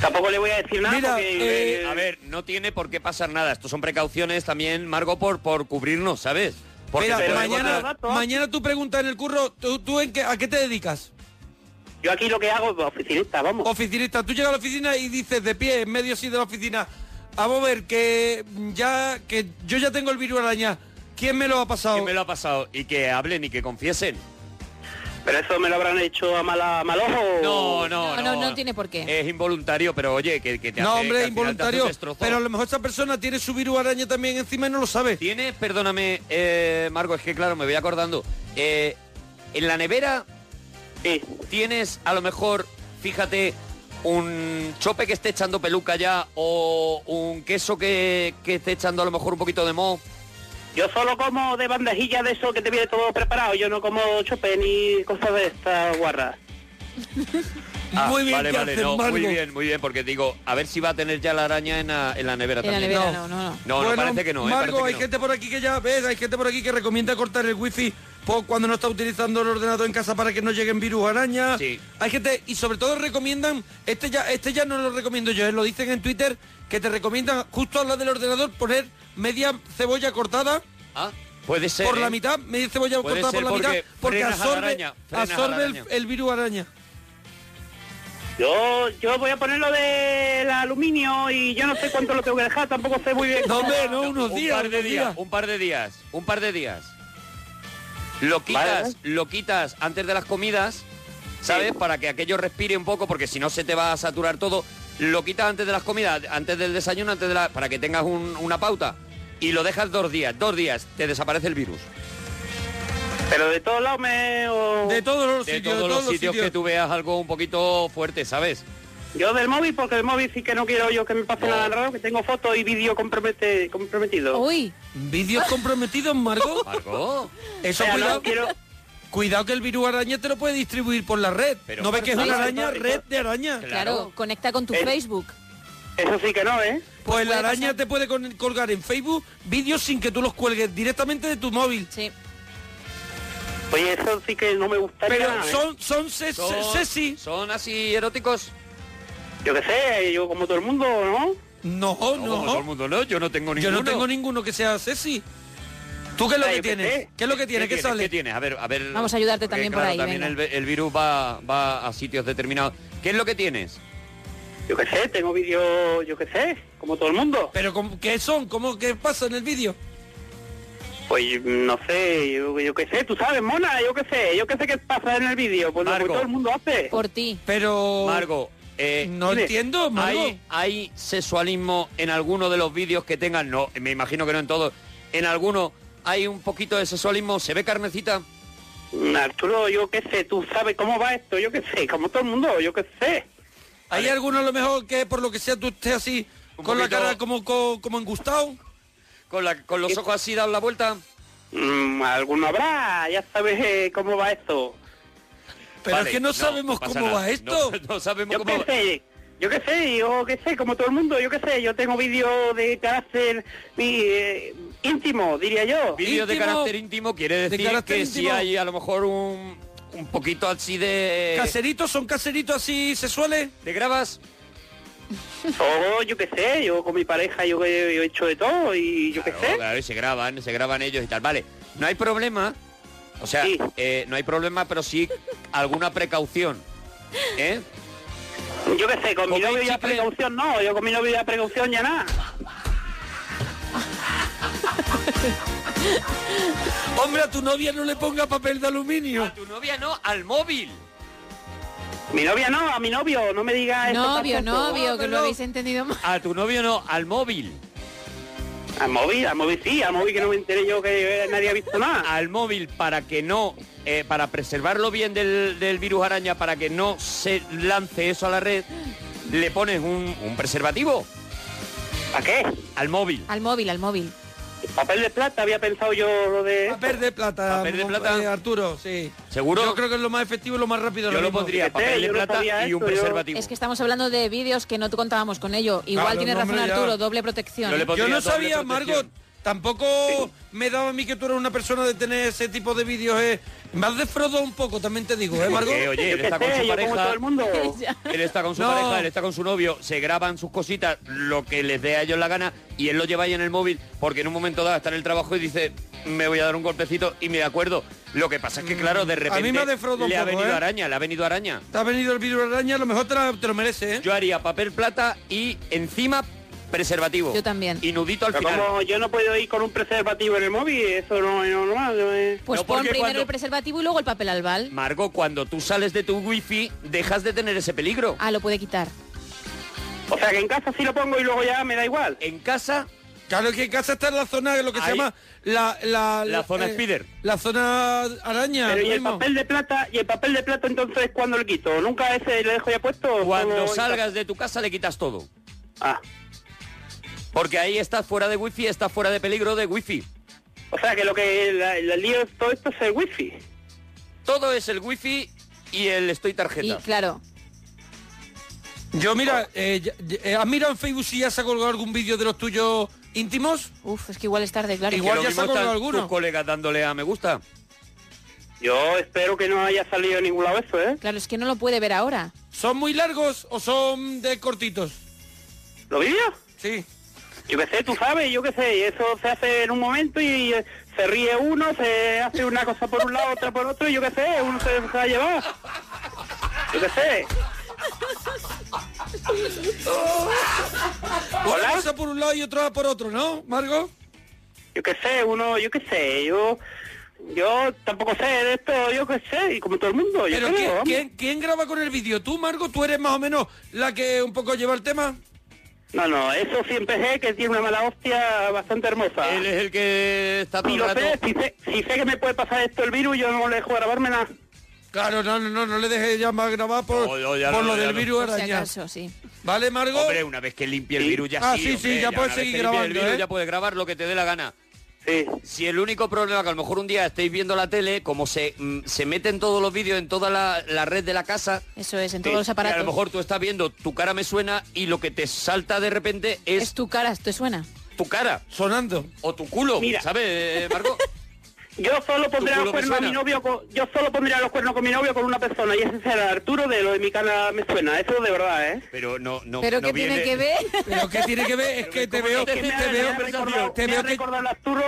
Speaker 6: Tampoco le voy a decir nada
Speaker 3: Mira,
Speaker 6: porque...
Speaker 3: eh,
Speaker 5: A ver, no tiene por qué pasar nada. Estos son precauciones también, Margo, por, por cubrirnos, ¿sabes? Porque
Speaker 3: Mira,
Speaker 5: te
Speaker 6: pero
Speaker 5: podemos
Speaker 6: bueno,
Speaker 3: mañana,
Speaker 5: dar-
Speaker 6: datos.
Speaker 3: mañana tú preguntas en el curro, ¿tú, tú en qué- a qué te dedicas?
Speaker 6: Yo aquí lo que hago es oficinista, vamos.
Speaker 3: Oficinista, tú llegas a la oficina y dices de pie, en medio así de la oficina, a ver, que ya, que yo ya tengo el virus araña, ¿quién me lo ha pasado?
Speaker 5: ¿Quién me lo ha pasado? Y que hablen y que confiesen.
Speaker 6: Pero eso me lo habrán hecho a, mala, a mal ojo.
Speaker 5: No, no,
Speaker 7: No,
Speaker 5: no.
Speaker 7: no, no tiene por qué.
Speaker 5: Es involuntario, pero oye, que, que te
Speaker 3: No,
Speaker 5: hace- que
Speaker 3: hombre,
Speaker 5: al final te hace un
Speaker 3: involuntario,
Speaker 5: destrozo.
Speaker 3: pero a lo mejor esa persona tiene su virus araña también encima y no lo sabe.
Speaker 5: Tienes, perdóname, eh, Margo, es que claro, me voy acordando. Eh, en la nevera
Speaker 6: Sí.
Speaker 5: tienes a lo mejor, fíjate, un chope que esté echando peluca ya o un queso que, que esté echando a lo mejor un poquito de moho.
Speaker 6: Yo solo como de bandejilla de eso que te viene todo preparado. Yo no como chope ni cosas de estas guarras.
Speaker 5: Ah,
Speaker 3: muy bien,
Speaker 5: vale,
Speaker 3: que
Speaker 5: vale,
Speaker 3: haces,
Speaker 5: no, muy
Speaker 3: Margo.
Speaker 5: bien, muy bien, porque digo, a ver si va a tener ya la araña en la, en la nevera
Speaker 7: En la
Speaker 5: también.
Speaker 7: nevera, no, no, no.
Speaker 5: No, no,
Speaker 3: Bueno,
Speaker 5: parece que no, ¿eh?
Speaker 3: Margo, hay
Speaker 5: parece que no.
Speaker 3: gente por aquí que ya ves, hay gente por aquí que recomienda cortar el wifi por cuando no está utilizando el ordenador en casa para que no lleguen virus araña.
Speaker 5: Sí.
Speaker 3: Hay gente y sobre todo recomiendan este ya este ya no lo recomiendo yo, eh, lo dicen en Twitter que te recomiendan justo al lado del ordenador poner media cebolla cortada
Speaker 5: Ah, puede ser.
Speaker 3: por
Speaker 5: ¿eh?
Speaker 3: la mitad, media cebolla
Speaker 5: Puede
Speaker 3: cortada
Speaker 5: ser
Speaker 3: por la
Speaker 5: porque
Speaker 3: mitad porque
Speaker 5: frenas a la
Speaker 3: absorbe,
Speaker 5: araña, frenas a la
Speaker 3: absorbe el,
Speaker 5: araña.
Speaker 3: el virus araña.
Speaker 6: Yo, yo voy a poner lo del aluminio y yo no sé cuánto lo tengo que dejar, tampoco sé muy bien.
Speaker 3: No,
Speaker 6: cómo-
Speaker 3: hombre, no, unos
Speaker 5: un
Speaker 3: días,
Speaker 5: par de
Speaker 3: unos
Speaker 5: días,
Speaker 3: días.
Speaker 5: un par de días, un par de días. Lo quitas,
Speaker 6: Vale.
Speaker 5: lo quitas antes de las comidas, ¿sabes? Para que aquello respire un poco, porque si no se te va a saturar todo. Lo quitas antes de las comidas, antes del desayuno, antes de la. para que tengas un- una pauta. Y lo dejas dos días, dos días, te desaparece el virus.
Speaker 6: Pero de todos lados me... o-
Speaker 3: De todos los
Speaker 5: de
Speaker 3: sitios,
Speaker 5: todos, los sitios, que tú veas algo un poquito fuerte, ¿sabes?
Speaker 6: Yo del móvil, porque del móvil sí que no quiero yo que me pase nada raro, que tengo fotos y vídeo compromete, comprometido.
Speaker 7: Uy,
Speaker 3: Vídeos comprometidos, Margo.
Speaker 5: Marco.
Speaker 3: Eso
Speaker 6: O sea,
Speaker 3: cuidado.
Speaker 6: no quiero...
Speaker 3: Cuidado que el virus araña te lo puede distribuir por la red.
Speaker 5: Pero-
Speaker 3: ¿No ves que es
Speaker 7: Sí,
Speaker 3: una
Speaker 7: sí,
Speaker 3: araña?
Speaker 6: sí.
Speaker 3: Red de araña.
Speaker 7: claro,
Speaker 5: Claro.
Speaker 7: conecta con tu
Speaker 6: Eh.
Speaker 7: Facebook.
Speaker 6: Eso sí que no, ¿eh?
Speaker 3: Pues la
Speaker 7: puede
Speaker 3: araña
Speaker 7: pasar.
Speaker 3: te puede con- colgar en Facebook vídeos sin que tú los cuelgues directamente de tu móvil.
Speaker 7: Sí.
Speaker 6: Oye, eso sí que no me gustaría
Speaker 3: Pero
Speaker 6: nada, ¿eh?
Speaker 3: son, son, se- se-
Speaker 5: Son-
Speaker 3: sexy.
Speaker 5: ¿Son así eróticos?
Speaker 6: Yo qué sé, yo como todo el mundo, ¿no?
Speaker 3: No,
Speaker 5: como todo el
Speaker 3: no.
Speaker 5: mundo no, yo no tengo
Speaker 3: Yo
Speaker 5: ninguno.
Speaker 3: no tengo ninguno que sea sexy. ¿Tú qué es lo
Speaker 6: Ay,
Speaker 3: que
Speaker 6: yo qué
Speaker 3: tienes?
Speaker 6: sé.
Speaker 3: ¿Qué es lo que tienes? ¿Qué
Speaker 5: tienes? ¿Qué
Speaker 3: sale?
Speaker 5: tienes? A ver, a ver.
Speaker 7: Vamos a ayudarte
Speaker 5: porque,
Speaker 7: también por
Speaker 5: claro,
Speaker 7: ahí,
Speaker 5: También
Speaker 7: venga.
Speaker 5: el, vi- el virus va, va a sitios determinados. ¿Qué es lo que tienes?
Speaker 6: Yo qué sé, tengo vídeo, yo qué sé, como todo el mundo.
Speaker 3: ¿Pero ¿cómo- qué son? ¿Cómo, ¿Qué pasa en el vídeo?
Speaker 6: Pues no sé, yo, yo qué sé, tú sabes, mona, yo qué sé, yo qué sé qué pasa en el vídeo, pues lo que
Speaker 5: Marco.
Speaker 6: todo el mundo hace.
Speaker 7: Por ti.
Speaker 3: Pero...
Speaker 5: Margo, eh,
Speaker 3: No
Speaker 6: Dime.
Speaker 3: Oh. entiendo, Margo.
Speaker 5: ¿hay, hay sexualismo en alguno de los vídeos que tengan? No, me imagino que no en todos. ¿En alguno hay un poquito de sexualismo? ¿Se ve carnecita?
Speaker 6: Mm, Arturo, yo qué sé, tú sabes cómo va esto, yo qué sé, como todo el mundo, yo qué sé.
Speaker 3: ¿Hay alguno a lo mejor que por lo que sea tú estés así
Speaker 5: Un
Speaker 3: con la
Speaker 5: poquito-
Speaker 3: cara como, co- como, engustado? Eh,
Speaker 5: con, la- con los ojos así dados la vuelta?
Speaker 6: Mm, alguno habrá, ya sabes eh, cómo va esto.
Speaker 3: Pero
Speaker 5: Vale,
Speaker 3: es que no, sabemos
Speaker 5: pasa
Speaker 3: cómo
Speaker 5: nada.
Speaker 3: va esto.
Speaker 5: No, no sabemos
Speaker 6: Yo
Speaker 5: cómo
Speaker 6: qué
Speaker 5: va.
Speaker 6: sé, yo qué sé, yo qué sé, como todo el mundo, yo qué sé, yo tengo vídeos de carácter mi, eh, íntimo, diría yo.
Speaker 5: Vídeo de
Speaker 3: Íntimo.
Speaker 5: carácter íntimo quiere
Speaker 3: De
Speaker 5: decir
Speaker 3: carácter
Speaker 5: que si
Speaker 3: íntimo.
Speaker 5: hay a lo mejor un, un poquito así de...
Speaker 3: ¿Caseritos son caseritos así sexuales?
Speaker 5: ¿Te grabas?
Speaker 6: O yo qué sé, yo con mi pareja yo, he- yo he hecho de todo y yo qué
Speaker 5: Claro,
Speaker 6: sé.
Speaker 5: Oh, claro, y se graban, se graban ellos y tal. Vale, no hay problema. O sea,
Speaker 6: Sí.
Speaker 5: eh, no hay problema, pero sí alguna precaución. ¿Eh?
Speaker 6: Yo qué sé, con mi
Speaker 5: Coméis
Speaker 6: novio ya
Speaker 5: chicle.
Speaker 6: precaución no, yo con mi novio ya precaución ya nada.
Speaker 3: Hombre, a tu novia no le ponga papel de aluminio.
Speaker 5: A tu novia no, al móvil.
Speaker 6: Mi novia no, a mi novio, no me diga eso.
Speaker 7: Novio,
Speaker 6: tampoco.
Speaker 7: novio, que lo habéis entendido mal.
Speaker 5: A tu novio no, al móvil.
Speaker 6: A móvil, a móvil sí, a móvil que no me enteré yo que eh, nadie ha visto nada.
Speaker 5: Al móvil para que no, eh, para preservarlo bien del, del virus araña, para que no se lance eso a la red, le pones un, un preservativo
Speaker 6: ¿Para qué?
Speaker 5: al móvil.
Speaker 7: Al móvil, al móvil.
Speaker 6: Papel de plata había pensado yo lo de...
Speaker 3: Papel de plata.
Speaker 5: ¿Eh? Papel de
Speaker 3: mo-
Speaker 5: plata.
Speaker 3: eh, Arturo, sí.
Speaker 5: ¿Seguro?
Speaker 3: Yo creo que es lo más efectivo y lo más rápido.
Speaker 5: Yo
Speaker 3: ahora
Speaker 5: lo
Speaker 3: mismo.
Speaker 5: pondría
Speaker 6: Fíjate,
Speaker 5: papel de
Speaker 6: yo no
Speaker 5: plata
Speaker 6: sabía
Speaker 5: y un
Speaker 6: esto, yo-
Speaker 5: preservativo.
Speaker 7: Es que estamos hablando de vídeos que no contábamos con ello. Igual
Speaker 3: Claro,
Speaker 7: tiene
Speaker 3: no,
Speaker 7: razón
Speaker 3: hombre, ya.
Speaker 7: Arturo, doble protección.
Speaker 5: No le
Speaker 7: ¿eh?
Speaker 5: pon-
Speaker 3: Yo no
Speaker 5: Podría doble
Speaker 3: sabía, Margot.
Speaker 5: protección.
Speaker 3: Tampoco me daba a mí que tú eras una persona de tener ese tipo de vídeos. eh. Me has defraudado un poco, también te digo, ¿eh, Margot?
Speaker 5: Porque, oye,
Speaker 6: Yo
Speaker 5: él
Speaker 6: qué
Speaker 5: está con
Speaker 6: sé, yo
Speaker 5: su
Speaker 6: como
Speaker 5: pareja.
Speaker 6: todo el mundo.
Speaker 7: Ya.
Speaker 5: Él está con su
Speaker 3: No.
Speaker 5: pareja, él está con su novio, se graban sus cositas, lo que les dé a ellos la gana, y él lo lleva ahí en el móvil, porque en un momento dado está en el trabajo y dice, me voy a dar un golpecito y me acuerdo. Lo que pasa es que, claro, de repente
Speaker 3: Mm, mí me ha defraudado un
Speaker 5: le ha
Speaker 3: poco,
Speaker 5: venido
Speaker 3: ¿eh?
Speaker 5: araña, le ha venido araña.
Speaker 3: Te ha venido el virus araña, a lo mejor te, la- te lo merece, ¿eh?
Speaker 5: Yo haría papel plata y encima preservativo.
Speaker 7: Yo también.
Speaker 5: Y nudito al
Speaker 6: Pero
Speaker 5: final.
Speaker 6: como yo no puedo ir con un preservativo en el móvil, eso no es normal. no es-
Speaker 7: Pues
Speaker 5: No,
Speaker 7: pon
Speaker 5: porque
Speaker 7: primero
Speaker 5: cuando-
Speaker 7: el preservativo y luego el papel albal.
Speaker 5: Margo, cuando tú sales de tu wifi, dejas de tener ese peligro.
Speaker 7: Ah, lo puede quitar.
Speaker 6: O sea, que en casa sí lo pongo y luego ya me da igual.
Speaker 5: En casa,
Speaker 3: Claro que en casa está en la zona, de lo que se
Speaker 5: Ahí.
Speaker 3: llama la, la, eh,
Speaker 5: La zona spider.
Speaker 3: La zona araña.
Speaker 6: Pero
Speaker 3: lo
Speaker 6: y el
Speaker 3: mismo.
Speaker 6: papel de plata, y el papel de plata entonces cuando lo quito, nunca ese le dejo ya puesto.
Speaker 5: cuando
Speaker 6: Solo-
Speaker 5: salgas de tu casa, le quitas todo.
Speaker 6: Ah,
Speaker 5: Porque ahí estás fuera de wifi, estás fuera de peligro de wifi.
Speaker 6: o sea que lo que la, la lío es todo esto es el wifi.
Speaker 5: Todo es el wifi y el estoy
Speaker 7: Y
Speaker 5: tarjeta. Oh.
Speaker 7: claro,
Speaker 3: Yo, mira, eh, ya- ya- eh, ¿has mirado en Facebook si ya se ha colgado algún vídeo de los tuyos íntimos?
Speaker 7: uff, es que igual es tarde, claro.
Speaker 3: Igual
Speaker 5: Que lo
Speaker 3: ya
Speaker 5: mismo
Speaker 3: se ha colgado
Speaker 5: están
Speaker 3: alguno.
Speaker 5: Tus colegas dándole a me gusta.
Speaker 6: Yo espero que no haya salido en ningún lado eso, ¿eh?
Speaker 7: Claro, es que no lo puede ver ahora.
Speaker 3: ¿Son muy largos o son de cortitos?
Speaker 6: ¿Lo vivió?
Speaker 3: Sí.
Speaker 6: Yo qué sé, tú sabes, yo qué sé, eso se hace en un momento y eh, se ríe uno, se hace una cosa por un lado, otra por otro, y yo qué sé, uno se, se va a llevar. Yo qué sé.
Speaker 3: Una cosa por un lado y otra por otro, ¿no, Margo?
Speaker 6: yo qué sé, uno, yo qué sé, yo yo tampoco sé de esto, yo qué sé, y como todo el mundo, yo
Speaker 3: Pero
Speaker 6: creo,
Speaker 3: ¿quién,
Speaker 6: vamos.
Speaker 3: quién- quién graba con el vídeo? ¿Tú, Margo? ¿Tú eres más o menos la que un poco lleva el tema?
Speaker 6: No, no, eso siempre sé que tiene una mala hostia bastante hermosa.
Speaker 5: Él es el que está todo
Speaker 6: Si
Speaker 5: el
Speaker 6: lo
Speaker 5: rato.
Speaker 6: sé, si sé, si sé que me puede pasar esto el virus, yo no le dejo grabarme nada.
Speaker 3: Claro, no, no, no, no le dejes ya más grabar por,
Speaker 5: No, no, ya
Speaker 3: por
Speaker 5: no,
Speaker 3: lo
Speaker 5: ya
Speaker 3: del
Speaker 5: no.
Speaker 3: virus
Speaker 7: Por si
Speaker 3: araña.
Speaker 7: acaso, sí.
Speaker 3: ¿Vale, Margo?
Speaker 5: Hombre, una vez que limpie el
Speaker 6: Sí.
Speaker 5: virus ya
Speaker 3: Ah,
Speaker 5: sí.
Speaker 3: sí, sí,
Speaker 5: hombre,
Speaker 3: ya puedes
Speaker 5: una
Speaker 3: seguir
Speaker 5: vez que limpie el
Speaker 3: grabando,
Speaker 5: virus,
Speaker 3: ¿eh?
Speaker 5: Ya puedes grabar lo que te dé la gana.
Speaker 6: Sí.
Speaker 5: Si el único problema que a lo mejor un día estéis viendo la tele, como se, mm, se meten todos los vídeos en toda la, la red de la casa,
Speaker 7: Eso es, en
Speaker 5: y
Speaker 7: todos los aparatos.
Speaker 5: a lo mejor tú estás viendo tu cara me suena y lo que te salta de repente es,
Speaker 7: Es tu cara, ¿te suena?
Speaker 5: tu cara
Speaker 3: Sonando.
Speaker 5: o tu culo,
Speaker 6: Mira.
Speaker 5: ¿sabes, eh, Marco?
Speaker 6: Yo solo pondré los
Speaker 5: culo me
Speaker 6: cuernos a mi
Speaker 5: suena.
Speaker 6: novio con, yo solo pondré a los cuernos con mi novio con una persona y ese será Arturo de lo de mi cara me suena, eso de verdad, ¿eh?
Speaker 5: Pero no, no,
Speaker 7: ¿Pero
Speaker 5: no
Speaker 7: qué
Speaker 5: viene-
Speaker 7: tiene que ver?
Speaker 3: ¿Pero qué tiene que ver? Es que te
Speaker 5: ¿Cómo
Speaker 3: veo,
Speaker 5: que
Speaker 3: te
Speaker 5: me
Speaker 6: Me ha, me ha recordado,
Speaker 3: veo, te
Speaker 6: me ha
Speaker 3: veo que
Speaker 6: recordado el Arturo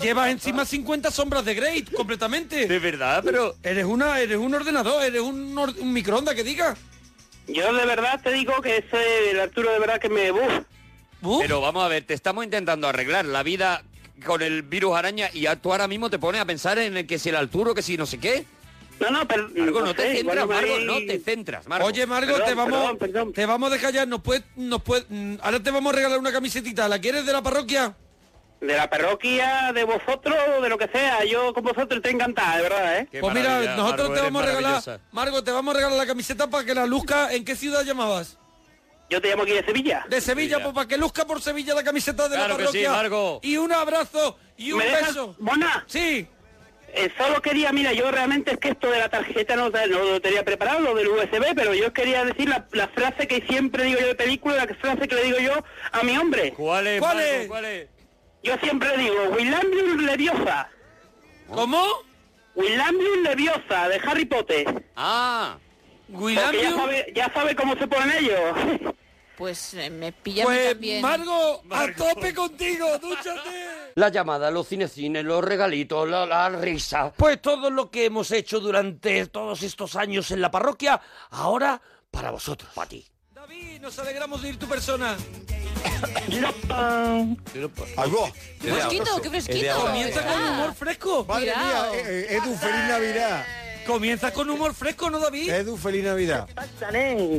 Speaker 3: llevas encima 50 sombras de Grey completamente.
Speaker 5: De verdad, pero
Speaker 3: Eres una, eres un ordenador, eres un, or- un microondas que diga.
Speaker 6: Yo de verdad te digo que ese, el Arturo de verdad que me... buf.
Speaker 3: Uf.
Speaker 5: Pero vamos a ver, te estamos intentando arreglar la vida con el virus araña y a- tú ahora mismo te pones a pensar en el que si el Arturo, que si no sé qué.
Speaker 6: No, no, pero...
Speaker 5: Margo, no te
Speaker 6: sé, igual
Speaker 5: centras,
Speaker 6: me
Speaker 5: Margo,
Speaker 6: voy-
Speaker 5: no te centras, Margo.
Speaker 3: Oye, Margo,
Speaker 6: Perdón,
Speaker 3: te vamos,
Speaker 6: perdón, perdón.
Speaker 3: te vamos a dejar ya. Nos puedes, nos puedes, mm, ahora te vamos a regalar una camisetita. ¿La quieres de la parroquia?
Speaker 6: De la parroquia, de vosotros, de lo que sea. Yo con vosotros estoy encantada, de verdad, ¿eh?
Speaker 5: Qué
Speaker 3: pues mira,
Speaker 5: maravilla,
Speaker 3: nosotros
Speaker 5: Margo,
Speaker 3: te
Speaker 5: eres
Speaker 3: vamos a regalar,
Speaker 5: maravillosa.
Speaker 3: Margo, te vamos a regalar la camiseta para que la luzca. ¿En qué ciudad llamabas?
Speaker 6: Yo te llamo aquí de Sevilla.
Speaker 3: De Sevilla, pues para que luzca por Sevilla la camiseta de
Speaker 4: Claro
Speaker 3: la
Speaker 4: que sí,
Speaker 3: parroquia.
Speaker 4: Margo.
Speaker 3: Y un abrazo y un
Speaker 6: ¿Me dejas?
Speaker 3: beso.
Speaker 6: Mona,
Speaker 3: Sí,
Speaker 6: eh, solo quería, mira, yo realmente es que esto de la tarjeta no, no lo tenía preparado, lo del USB, pero yo quería decir la, la frase que siempre digo yo de película, la frase que le digo yo a mi hombre.
Speaker 4: ¿Cuál es?
Speaker 3: ¿Cuál
Speaker 4: Marco?
Speaker 3: es?
Speaker 4: ¿Cuál es?
Speaker 6: Yo siempre digo, Willambium Leviosa,
Speaker 3: ¿cómo?
Speaker 6: Willambium Leviosa, de Harry Potter.
Speaker 4: Ah,
Speaker 6: Porque ya
Speaker 3: Willambium.
Speaker 6: sabe, ya sabe cómo se ponen ellos.
Speaker 7: Pues eh, me pilla a mí
Speaker 3: Pues
Speaker 7: también.
Speaker 3: Margo, a tope contigo, dúchate.
Speaker 5: La llamada, los cinecines, los regalitos, la, la risa. Pues todo lo que hemos hecho durante todos estos años en la parroquia, ahora para vosotros. Para ti.
Speaker 3: David, nos alegramos de ir tu persona.
Speaker 8: Ahí va.
Speaker 7: Fresquito, qué fresquito.
Speaker 3: Comienza con
Speaker 7: Ah,
Speaker 3: humor fresco.
Speaker 8: Madre
Speaker 7: Cuidado.
Speaker 8: mía, eh, eh, Edu, feliz Navidad.
Speaker 3: Comienza con humor fresco, ¿no, David?
Speaker 8: Edu, feliz Navidad.
Speaker 3: ¿Qué pasa, Ney?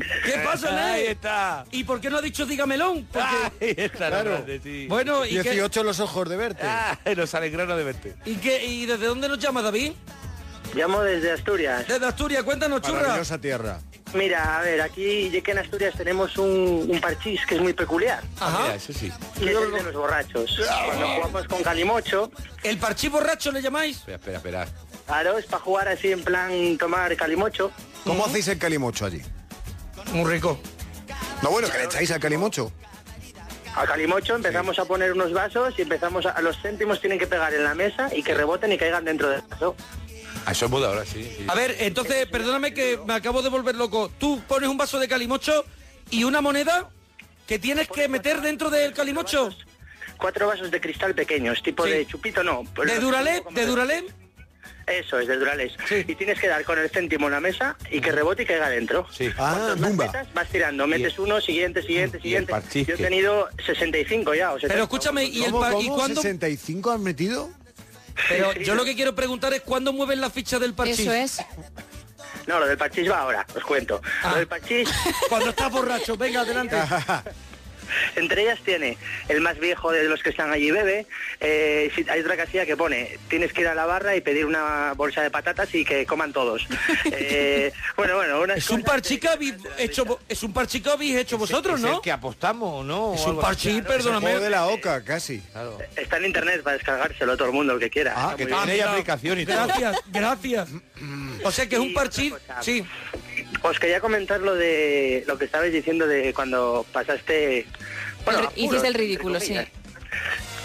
Speaker 4: ahí está.
Speaker 3: ¿Y por qué no ha dicho dígamelón? Porque...
Speaker 4: Ahí está,
Speaker 8: Claro.
Speaker 4: grande, sí.
Speaker 3: Bueno, ¿y, qué,
Speaker 8: 18 los ojos de verte.
Speaker 4: Ah, nos alegraron de verte.
Speaker 3: y, qué- y desde dónde nos llama David?
Speaker 9: Llamo desde Asturias.
Speaker 3: Desde Asturias, cuéntanos, churra.
Speaker 8: Maravillosa tierra.
Speaker 9: Mira, a ver, aquí ya que en Asturias tenemos un, un parchís que es muy peculiar,
Speaker 3: Ajá.
Speaker 4: eso sí.
Speaker 9: que es el de los borrachos. Cuando jugamos con calimocho,
Speaker 3: ¿El parchí borracho le llamáis?
Speaker 4: Espera, espera, espera.
Speaker 9: claro, es para jugar así en plan tomar calimocho.
Speaker 8: ¿Cómo hacéis el calimocho allí?
Speaker 3: Muy rico.
Speaker 8: No, bueno, que le echáis al calimocho.
Speaker 9: A calimocho empezamos a poner unos vasos y empezamos a, a los céntimos tienen que pegar en la mesa y que reboten y caigan dentro del vaso.
Speaker 8: Ah,
Speaker 4: eso es muda ahora, sí.
Speaker 3: A ver, entonces, perdóname que me acabo de volver loco. Tú pones un vaso de calimocho y una moneda que tienes que meter dentro del calimocho.
Speaker 9: Cuatro vasos de cristal pequeños, tipo
Speaker 3: Sí.
Speaker 9: de chupito no. pero
Speaker 3: De
Speaker 9: no,
Speaker 3: Duralé,
Speaker 9: como
Speaker 3: de Duralé.
Speaker 9: Eso es, de Duralés.
Speaker 3: Sí.
Speaker 9: Y tienes que dar con el céntimo en la mesa y que rebote y caiga dentro.
Speaker 8: Ah, Mm,
Speaker 9: Más
Speaker 8: bumba.
Speaker 9: metas, vas tirando, metes uno, siguiente, siguiente, siguiente.
Speaker 4: parchís
Speaker 9: Yo he
Speaker 4: que-
Speaker 9: tenido 65 ya, o sea,
Speaker 3: Pero escúchame, ¿y, el
Speaker 8: ¿Cómo,
Speaker 3: par- ¿y
Speaker 8: cómo?
Speaker 3: cuándo?
Speaker 8: ¿65 han metido?
Speaker 3: Pero yo lo que quiero preguntar es cuándo mueven la ficha del parchís.
Speaker 7: Eso es.
Speaker 9: No, lo del parchís va ahora, os cuento.
Speaker 3: Ah.
Speaker 9: Lo del parchís,
Speaker 3: Cuando estás borracho, venga, adelante.
Speaker 9: entre ellas tiene el más viejo de los que están allí bebe. eh, si- hay otra casilla que pone, tienes que ir a la barra y pedir una bolsa de patatas y que coman todos. Eh, bueno, bueno, una
Speaker 3: Es un parchís que habéis hecho, vo- es un parchís que habéis hecho vosotros, ¿no? que apostamos, ¿no? Es un parchís,
Speaker 8: O de
Speaker 3: perdóname.
Speaker 8: la oca, casi.
Speaker 9: Está en internet para descargárselo todo el mundo el que quiera.
Speaker 8: Ah,
Speaker 9: Está
Speaker 8: que
Speaker 9: muy
Speaker 8: tiene
Speaker 9: bien.
Speaker 8: ahí aplicación y todo.
Speaker 3: Gracias, gracias. O sea que es un
Speaker 9: Y otra
Speaker 3: parchís,
Speaker 9: cosa.
Speaker 3: sí.
Speaker 9: Os quería comentar lo de lo que estabais diciendo de cuando pasaste.
Speaker 7: El-
Speaker 9: apuros,
Speaker 7: hiciste el
Speaker 9: entre
Speaker 7: ridículo, sí.
Speaker 9: comillas.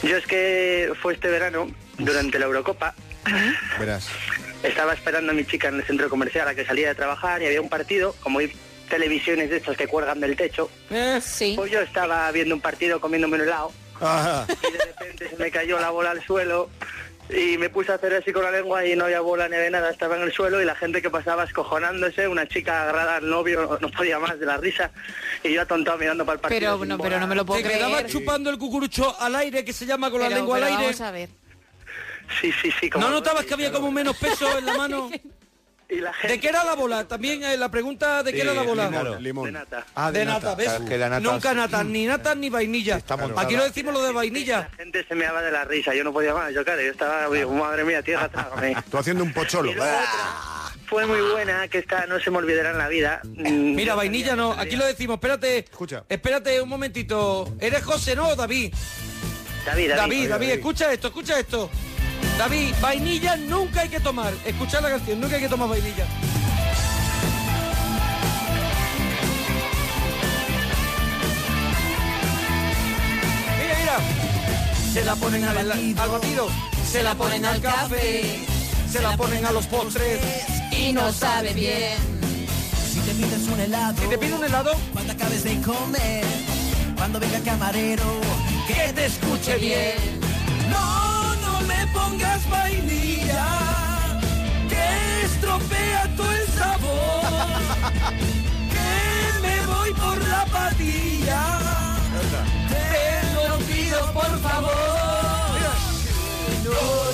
Speaker 9: Yo es que fue este verano, durante la Eurocopa,
Speaker 8: Verás.
Speaker 9: estaba esperando a mi chica en el centro comercial a que salía de trabajar y había un partido, como hay televisiones de estas que cuelgan del techo,
Speaker 3: Eh,
Speaker 7: Sí.
Speaker 9: pues yo estaba viendo un partido comiéndome un helado
Speaker 8: Ajá.
Speaker 9: y de repente se me cayó la bola al suelo y me puse a hacer así con la lengua y no había bola ni había nada, estaba en el suelo y la gente que pasaba escojonándose, una chica agarrada al novio no- no podía más de la risa y yo atontado mirando para el partido.
Speaker 7: Pero
Speaker 9: sin
Speaker 7: no,
Speaker 9: bola.
Speaker 7: pero no me lo puedo
Speaker 3: te quedabas
Speaker 7: creer.
Speaker 3: chupando el cucurucho al aire, que se llama con
Speaker 7: Pero-
Speaker 3: la lengua al
Speaker 7: pero
Speaker 3: aire.
Speaker 7: Vamos a ver.
Speaker 9: Sí, sí, sí. como-
Speaker 3: ¿No notabas que había como menos peso en la mano?
Speaker 9: Y la gente...
Speaker 3: ¿De qué era la bola? También eh, la pregunta de qué era la bola.
Speaker 8: Limón. limón.
Speaker 9: De nata.
Speaker 8: Ah,
Speaker 3: De nata, ¿ves?
Speaker 8: Claro, que la nata-
Speaker 3: Nunca nata, ni nata ni vainilla. Aquí no decimos lo de vainilla.
Speaker 9: La gente se me daba de la risa, yo no podía más, yo claro, yo estaba, digo, madre mía, tierra, trágame.
Speaker 8: Tú haciendo un pocholo.
Speaker 9: Y luego otra, Fue muy buena, que esta no se me olvidará en la vida. Mm,
Speaker 3: Mira,
Speaker 9: yo
Speaker 3: vainilla
Speaker 9: tenía-
Speaker 3: no, aquí lo decimos, espérate.
Speaker 8: Escucha.
Speaker 3: Espérate un momentito. ¿Eres José, no, David?
Speaker 9: David,
Speaker 3: David,
Speaker 9: David.
Speaker 3: David,
Speaker 8: David.
Speaker 3: escucha esto, escucha esto. David, vainilla nunca hay que tomar. Escucha la canción, nunca hay que tomar vainilla. Mira, mira. Se la ponen al, al batido, se la ponen al café, se la ponen a los postres.
Speaker 7: Y no sabe bien.
Speaker 1: Si te pides un helado,
Speaker 3: Si te pide un helado,
Speaker 1: cuando acabes de comer, cuando venga el camarero,
Speaker 3: que te escuche bien.
Speaker 1: no, no le pongas vainilla, que estropea todo el sabor, que me voy por la patilla, te lo pido por favor. No,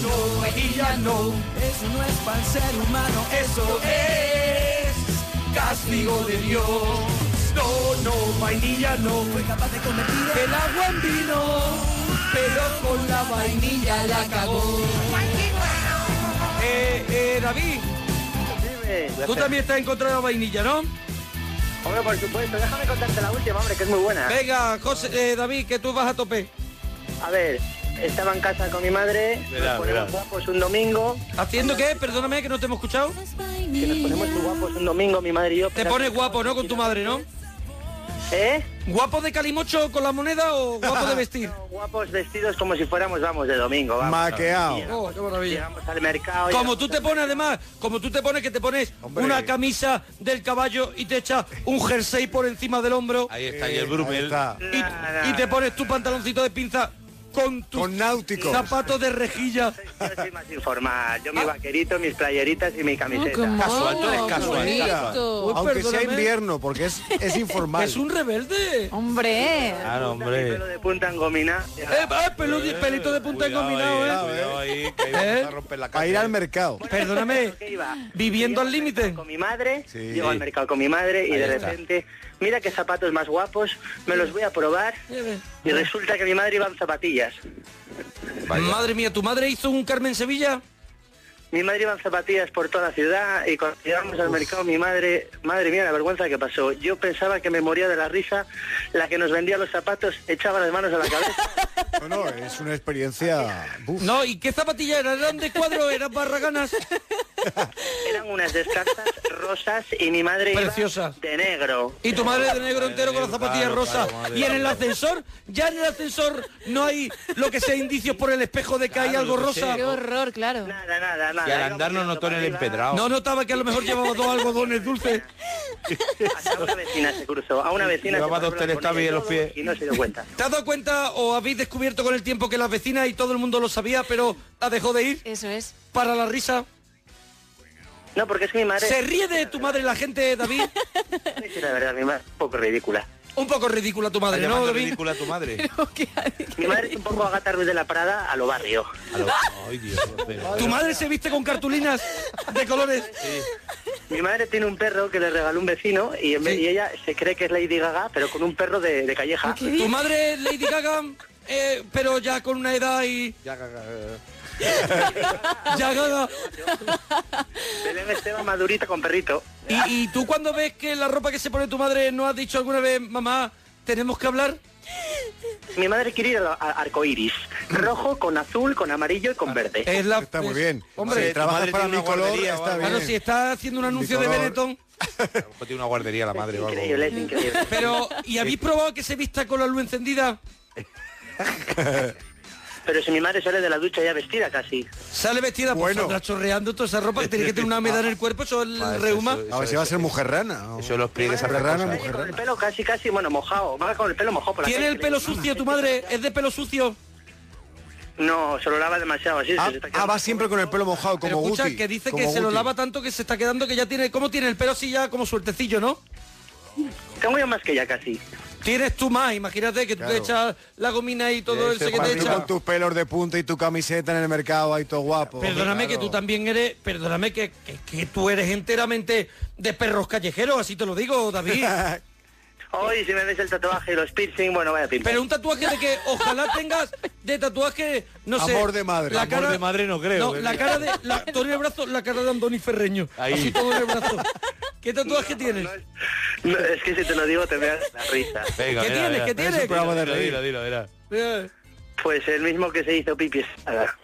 Speaker 1: no, vainilla no, eso no es para ser humano, eso es castigo de Dios. No, no, vainilla no, fue capaz de convertir el agua en vino, pero con la vainilla la cagó.
Speaker 3: Eh, eh, David,
Speaker 9: Dime.
Speaker 3: tú también estás en contra de la vainilla, ¿no?
Speaker 9: Hombre, por supuesto, déjame contarte la última, hombre, que es muy buena.
Speaker 3: Venga, José, eh, David, que tú vas a tope.
Speaker 9: A ver, estaba en casa con mi madre,
Speaker 3: Verá,
Speaker 9: nos ponemos
Speaker 3: verá.
Speaker 9: guapos un domingo.
Speaker 3: ¿Haciendo qué? Perdóname que no te hemos escuchado.
Speaker 9: Que nos ponemos muy guapos un domingo, mi madre y yo.
Speaker 3: Te pones guapo, ¿no? Con tu madre, ¿no?
Speaker 9: ¿Eh?
Speaker 3: ¿Guapo de calimocho con la moneda o guapo de vestir?
Speaker 9: Guapos vestidos como si fuéramos, vamos, de domingo, vamos.
Speaker 3: Maqueado.
Speaker 9: Llegamos-
Speaker 3: Oh, qué maravilla.
Speaker 9: Llegamos al mercado.
Speaker 3: Como
Speaker 9: llegamos-
Speaker 3: tú te pones además, como tú te pones que te pones una camisa del caballo y te echas un jersey por encima del hombro. Eh,
Speaker 10: Ahí está, y el Brumel.
Speaker 3: Y, y te pones tu pantaloncito de pinza con tus zapatos de rejilla.
Speaker 9: Informal, yo mi vaquerito, mis playeritas y mi camiseta.
Speaker 3: Ah. qué mono, Casual, tú eres qué casual, bonito. casual.
Speaker 8: Aunque sea
Speaker 3: Perdóname.
Speaker 8: invierno, porque es, es informal.
Speaker 3: Es un rebelde.
Speaker 7: Hombre.
Speaker 10: Claro, hombre.
Speaker 9: Pelo de punta engomina.
Speaker 3: Eh, Ah, eh, pelu- pelito de punta engominado, eh. Eh,
Speaker 8: Para ir al mercado.
Speaker 3: Perdóname, viviendo al límite.
Speaker 9: Con mi madre,
Speaker 8: Sí.
Speaker 9: llego al mercado con mi madre y
Speaker 8: Ahí
Speaker 9: de
Speaker 8: está.
Speaker 9: repente, mira qué zapatos más guapos, me los voy a probar
Speaker 3: Eh,
Speaker 9: y resulta que mi madre iba en zapatillas.
Speaker 3: Madre mía, ¿tu madre hizo un Carmen Sevilla?
Speaker 9: Mi madre iba en zapatillas por toda la ciudad y cuando llegamos al mercado mi madre, madre mía, la vergüenza que pasó. Yo pensaba que me moría de la risa, la que nos vendía los zapatos echaba las manos a la cabeza.
Speaker 8: Bueno, es una experiencia. Uf.
Speaker 3: No, ¿y qué zapatillas eran? ¿Eran de cuadro? ¿Eran barraganas?
Speaker 9: Eran unas descartas rosas y mi madre
Speaker 3: Preciosas.
Speaker 9: iba de negro.
Speaker 3: Y tu madre de negro entero con las zapatillas
Speaker 9: Claro,
Speaker 3: rosas.
Speaker 9: claro, madre.
Speaker 3: y en el ascensor, ya en el ascensor no hay lo que sea indicios por el espejo de que hay
Speaker 10: Claro,
Speaker 3: algo
Speaker 10: lo que
Speaker 3: rosa.
Speaker 10: sea. Qué
Speaker 7: horror, claro.
Speaker 9: Nada, nada, nada.
Speaker 10: Y al andar no notó en el empedrado.
Speaker 3: No notaba que a lo mejor llevaba dos algodones dulces.
Speaker 9: A una vecina se cruzó, a una vecina
Speaker 10: Llevaba
Speaker 9: se
Speaker 10: dos
Speaker 9: pasó por la
Speaker 10: telescabis en los
Speaker 9: cornilla y
Speaker 10: pies.
Speaker 9: todo Y no se dio cuenta.
Speaker 3: ¿Te has dado cuenta o habéis descubierto con el tiempo que las vecinas y todo el mundo lo sabía, pero la dejó de ir?
Speaker 7: Eso es.
Speaker 3: Para la risa.
Speaker 9: No, porque es mi madre.
Speaker 3: ¿Se ríe de tu madre la gente, David?
Speaker 9: Sí, la verdad, mi madre es un poco ridícula.
Speaker 3: Un poco ridícula tu madre, ¿no, David?
Speaker 10: ridícula tu madre.
Speaker 9: Mi madre es un poco Agatha Ruiz de la Prada a lo barrio.
Speaker 10: Ay, Dios. pero-
Speaker 3: ¿Tu madre se viste con cartulinas de colores?
Speaker 9: Mi madre tiene un perro que le regaló un vecino y, en vez- y ella se cree que es Lady Gaga, pero con un perro de, de calleja.
Speaker 3: ¿Tu madre es Lady Gaga? eh, pero ya con una edad y... Ya Gaga.
Speaker 9: Belén Esteban madurita con perrito.
Speaker 3: ¿Y, y tú cuando ves que la ropa que se pone tu madre no has dicho alguna vez, mamá, tenemos que hablar?
Speaker 9: Mi madre quiere ir al al arcoiris. Rojo, con azul, con amarillo y con verde.
Speaker 3: Es la, está muy
Speaker 8: bien.
Speaker 3: Hombre, Ah,
Speaker 8: Si trabajas para
Speaker 10: tiene una
Speaker 8: Nicolor,
Speaker 10: guardería o
Speaker 8: está
Speaker 10: algo.
Speaker 8: bien.
Speaker 3: Claro, si está haciendo un anuncio de
Speaker 10: Bicolor.
Speaker 3: Benetton,
Speaker 10: Tiene una guardería la madre o algo.
Speaker 9: Increíble, es increíble.
Speaker 3: pero ¿y habéis probado que se vista con la luz encendida?
Speaker 9: Pero si mi madre sale de la ducha ya vestida casi.
Speaker 3: Sale vestida por saldrá chorreando toda esa ropa que tiene que tener una meda en el cuerpo, eso es el reuma.
Speaker 8: A ver si va a ser mujerrana. Eso
Speaker 10: los pliegues
Speaker 8: a Mujerrana,
Speaker 9: Con el
Speaker 8: mujerrana.
Speaker 9: pelo casi, casi, bueno, mojado. Va con el pelo mojado por la
Speaker 3: ¿Tiene
Speaker 9: calle.
Speaker 3: el pelo sucio tu madre? ¿Es de pelo sucio?
Speaker 9: No, se lo lava demasiado así.
Speaker 8: Ah,
Speaker 9: se está quedando-
Speaker 8: ah, va siempre con el pelo mojado,
Speaker 3: Pero
Speaker 8: como
Speaker 3: escucha,
Speaker 8: Guti.
Speaker 3: que dice que
Speaker 8: como
Speaker 3: se lo
Speaker 8: Guti.
Speaker 3: lava tanto que se está quedando que ya tiene... ¿Cómo tiene el pelo así ya como suertecillo, no?
Speaker 9: Tengo yo más que ella casi.
Speaker 3: Tienes tú más, imagínate que tú
Speaker 8: Claro.
Speaker 3: te echas la gomina y todo el
Speaker 8: Ese
Speaker 3: que te
Speaker 8: Juanlu
Speaker 3: echa.
Speaker 8: con tus pelos de punta y tu camiseta en el mercado ahí todo guapo.
Speaker 3: Perdóname que tú también eres, perdóname que, que- que tú eres enteramente de perros callejeros, así te lo digo, David.
Speaker 9: Hoy si me ves el tatuaje y los piercing, bueno, vaya pinta.
Speaker 3: Pero un tatuaje de que ojalá tengas de tatuaje, no sé.
Speaker 8: Amor de madre. eh,
Speaker 3: La
Speaker 8: Amor
Speaker 3: cara,
Speaker 10: de madre no creo,
Speaker 3: No, eh,
Speaker 10: que
Speaker 3: la
Speaker 10: diga.
Speaker 3: cara de. La, todo en el brazo, la cara de Andoni Ferreño.
Speaker 10: Ahí.
Speaker 3: Así todo en el brazo. ¿Qué tatuaje tienes?
Speaker 9: No, es que si te lo digo te me das la risa.
Speaker 10: Venga,
Speaker 3: ¿Qué
Speaker 10: mira,
Speaker 3: tienes?
Speaker 10: mira.
Speaker 3: ¿Qué tienes?
Speaker 10: Dilo, dilo, dilo, dilo.
Speaker 3: Eh,
Speaker 9: Pues el mismo que se hizo Pipi Estrada.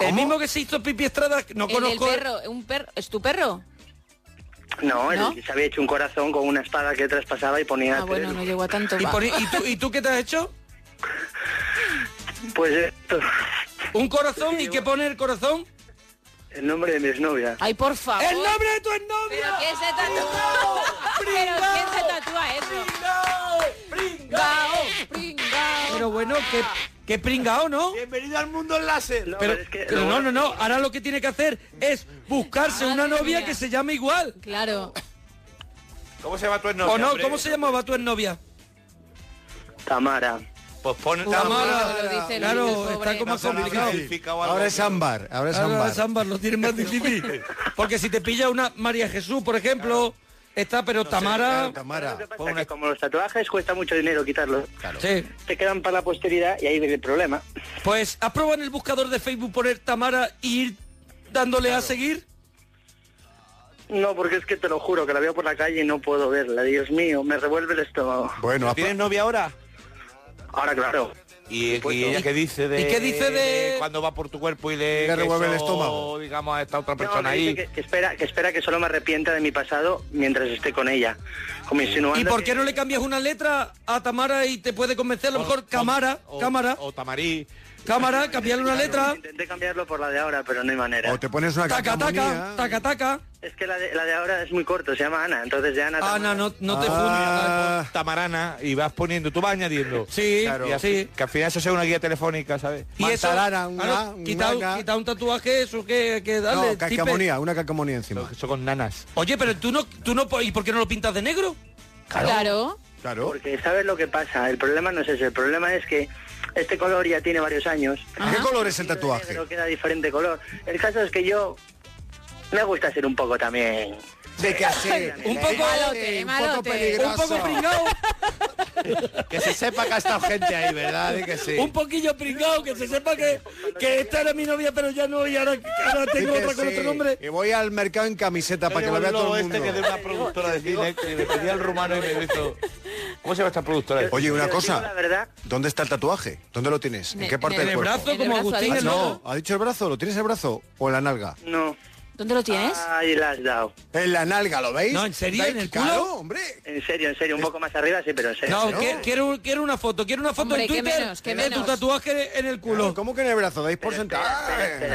Speaker 3: El mismo que se hizo Pipi Estrada, no
Speaker 7: El del
Speaker 3: conozco.
Speaker 7: perro, un perro, ¿es tu perro?
Speaker 9: No, el
Speaker 7: ¿No?
Speaker 9: que se había hecho un corazón con una espada que traspasaba y ponía...
Speaker 7: Ah, bueno,
Speaker 9: tres.
Speaker 7: no llegó a tanto.
Speaker 3: ¿Y,
Speaker 7: va.
Speaker 3: por- y tú, ¿Y tú qué te has hecho?
Speaker 9: Pues esto,
Speaker 3: ¿Un corazón? ¿Y qué pone el corazón?
Speaker 9: el nombre de mi exnovia.
Speaker 7: Ay, por favor.
Speaker 3: ¡El nombre de tu novia!
Speaker 7: ¿Pero quién se tatúa? ¿Pero quién se tatúa eso? ¡Pringao! ¡Pringao!
Speaker 3: Pero bueno, qué, qué pringao, ¿no?
Speaker 10: Bienvenido al mundo láser.
Speaker 9: No,
Speaker 3: Pero,
Speaker 9: pero es que
Speaker 3: pero
Speaker 9: lo
Speaker 3: no,
Speaker 9: bueno-
Speaker 3: no, no. Ahora lo que tiene que hacer es buscarse una
Speaker 7: Madre
Speaker 3: novia
Speaker 7: mía.
Speaker 3: que se llame igual.
Speaker 7: Claro.
Speaker 10: ¿Cómo se llama tu novia?
Speaker 3: ¿O no? ¿Cómo se llamaba tu novia?
Speaker 9: Tamara.
Speaker 10: Pues pon
Speaker 7: Tamara, lo dice Luis,
Speaker 3: claro,
Speaker 7: el pobre.
Speaker 3: está como
Speaker 10: No
Speaker 3: más
Speaker 10: será
Speaker 3: complicado.
Speaker 10: identificado algo.
Speaker 8: Ahora es ámbar, ahora es
Speaker 3: Ahora las
Speaker 8: ámbar.
Speaker 3: ambas lo tienen más difícil. Porque si te pilla una María Jesús, por ejemplo, está, pero Tamara...
Speaker 8: Claro, Tamara.
Speaker 9: Lo que pasa es que como los tatuajes cuesta mucho dinero quitarlos,
Speaker 3: Sí.
Speaker 9: te quedan para la posteridad y ahí viene el problema.
Speaker 3: Pues, ¿has probado en el buscador de Facebook poner Tamara y ir dándole a seguir?
Speaker 9: No, porque es que te lo juro, que la veo por la calle y no puedo verla. Dios mío, me revuelve el estómago.
Speaker 8: Bueno,
Speaker 6: ¿Tienes novia ahora?
Speaker 9: Ahora, claro.
Speaker 6: ¿Y, y ella qué dice de,
Speaker 9: ¿Y qué dice de-
Speaker 6: cuando va por tu cuerpo y le,
Speaker 9: Le
Speaker 6: que
Speaker 9: revuelve el
Speaker 6: eso,
Speaker 9: estómago?
Speaker 6: digamos a esta otra
Speaker 9: No,
Speaker 6: persona
Speaker 9: me dice
Speaker 6: ahí?
Speaker 9: que, que espera, que espera que solo me arrepienta de mi pasado mientras esté con ella. Como insinuando
Speaker 3: ¿Y por
Speaker 9: que-
Speaker 3: qué no le cambias una letra a Tamara y te puede convencer? A lo mejor Camara, Cámara.
Speaker 6: O Tamarí.
Speaker 3: Cámara, cambiarle una
Speaker 9: Claro,
Speaker 3: letra.
Speaker 9: Intenté cambiarlo por la de ahora, pero no hay manera.
Speaker 8: O te pones una
Speaker 3: Taca,
Speaker 8: cacamonía.
Speaker 3: taca, taca, taca.
Speaker 9: Es que la de, la de ahora es muy corto, se llama Ana, entonces de Ana... Ana,
Speaker 3: no,
Speaker 6: Ah, Tamarana y vas poniendo, tú vas añadiendo.
Speaker 3: Sí,
Speaker 6: Claro.
Speaker 3: sí.
Speaker 6: Que al final eso sea una guía telefónica, ¿sabes?
Speaker 3: Y eso,
Speaker 8: Manzanara,
Speaker 3: claro,
Speaker 8: una-
Speaker 3: quita, un-
Speaker 8: una-
Speaker 3: quita un tatuaje, eso que, que dale.
Speaker 8: No,
Speaker 3: tipe.
Speaker 8: cacamonía, una cacamonía encima.
Speaker 6: Eso con nanas.
Speaker 3: Oye, pero tú no, tú no, po- ¿y por qué no lo pintas de negro?
Speaker 9: Claro.
Speaker 8: Claro.
Speaker 9: Porque sabes lo que pasa, el problema no es ese, el problema es que este color ya tiene varios años.
Speaker 8: ¿Qué color es el tatuaje?
Speaker 9: Pero queda diferente color. El caso es que yo me gusta ser un poco también...
Speaker 8: De que así,
Speaker 1: Un poco- Malote, un poco malote. peligroso.
Speaker 3: Un poco pringao.
Speaker 6: Que se sepa que ha estado gente ahí, ¿verdad? Di que sí.
Speaker 3: Un poquillo pringao, que se sepa que, que esta era mi novia, pero ya no, y ahora, ahora tengo
Speaker 8: Dice,
Speaker 3: otra con
Speaker 8: sí,
Speaker 3: otro nombre.
Speaker 8: Y voy al mercado en camiseta para que
Speaker 6: Tengo
Speaker 8: lo vea
Speaker 6: el logo
Speaker 8: todo el mundo.
Speaker 6: este que de una productora de cine que le pedía al rumano y me hizo... ¿Cómo se llama esta productora?
Speaker 8: Oye, una
Speaker 6: Pero
Speaker 8: cosa.
Speaker 6: digo la
Speaker 8: ¿Dónde está el tatuaje? ¿Dónde lo tienes? ¿En
Speaker 7: En-
Speaker 8: qué parte
Speaker 7: en el
Speaker 8: del cuerpo?
Speaker 7: brazo, En el como brazo, ha Agustín,
Speaker 8: Ah,
Speaker 7: dicho.
Speaker 8: no, ha dicho el brazo. ¿Lo tienes en el brazo o en la nalga?
Speaker 9: No.
Speaker 7: ¿Dónde lo tienes?
Speaker 9: Ahí la has dado.
Speaker 8: En la nalga, ¿lo veis? ¿Veis? Claro, hombre.
Speaker 9: En serio, en serio, un poco más arriba, sí, pero en serio.
Speaker 3: No, que- quiero, quiero una foto, quiero una foto
Speaker 9: Hombre,
Speaker 3: en
Speaker 9: qué
Speaker 3: Twitter
Speaker 9: menos, qué
Speaker 3: de tu
Speaker 9: menos.
Speaker 3: tatuaje en el culo.
Speaker 8: ¿Cómo que en el brazo? ¿Dais por sentado?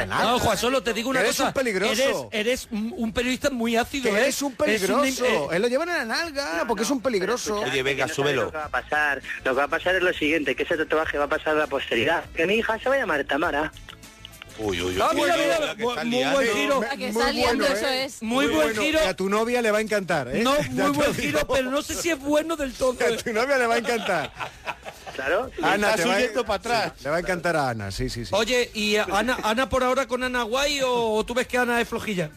Speaker 3: No, Juan, solo te digo una
Speaker 8: Eres
Speaker 3: cosa.
Speaker 8: un peligroso.
Speaker 3: Eres, eres un un periodista muy ácido,
Speaker 8: Que
Speaker 3: ¿eh?
Speaker 8: eres un peligroso.
Speaker 3: Es un- eh,
Speaker 8: Él lo lleva en la nalga porque es un peligroso.
Speaker 9: Oye, venga, súbelo. Lo que va a pasar, lo que va a pasar es lo siguiente, que ese tatuaje va a pasar a la posteridad. Que mi hija se va a llamar Tamara.
Speaker 6: Uy, uy,
Speaker 8: uy. Ah, mira, mira, mira,
Speaker 3: muy buen giro.
Speaker 7: A que está liando, eso es.
Speaker 3: Muy buen giro.
Speaker 8: ¿eh? Y a tu novia le va a encantar, ¿eh?
Speaker 3: No,
Speaker 8: Ya
Speaker 3: muy
Speaker 8: te
Speaker 3: buen
Speaker 8: lo digo.
Speaker 3: giro, pero no sé si es bueno del todo.
Speaker 8: A tu novia le va a encantar.
Speaker 9: Claro.
Speaker 8: Ana,
Speaker 3: Está
Speaker 8: te va a-
Speaker 3: subiendo para atrás.
Speaker 8: sí, Le va a encantar a Ana, sí, sí, sí.
Speaker 3: Oye, ¿y Ana, Ana por ahora con Ana Guay o, o tú ves que Ana es flojilla?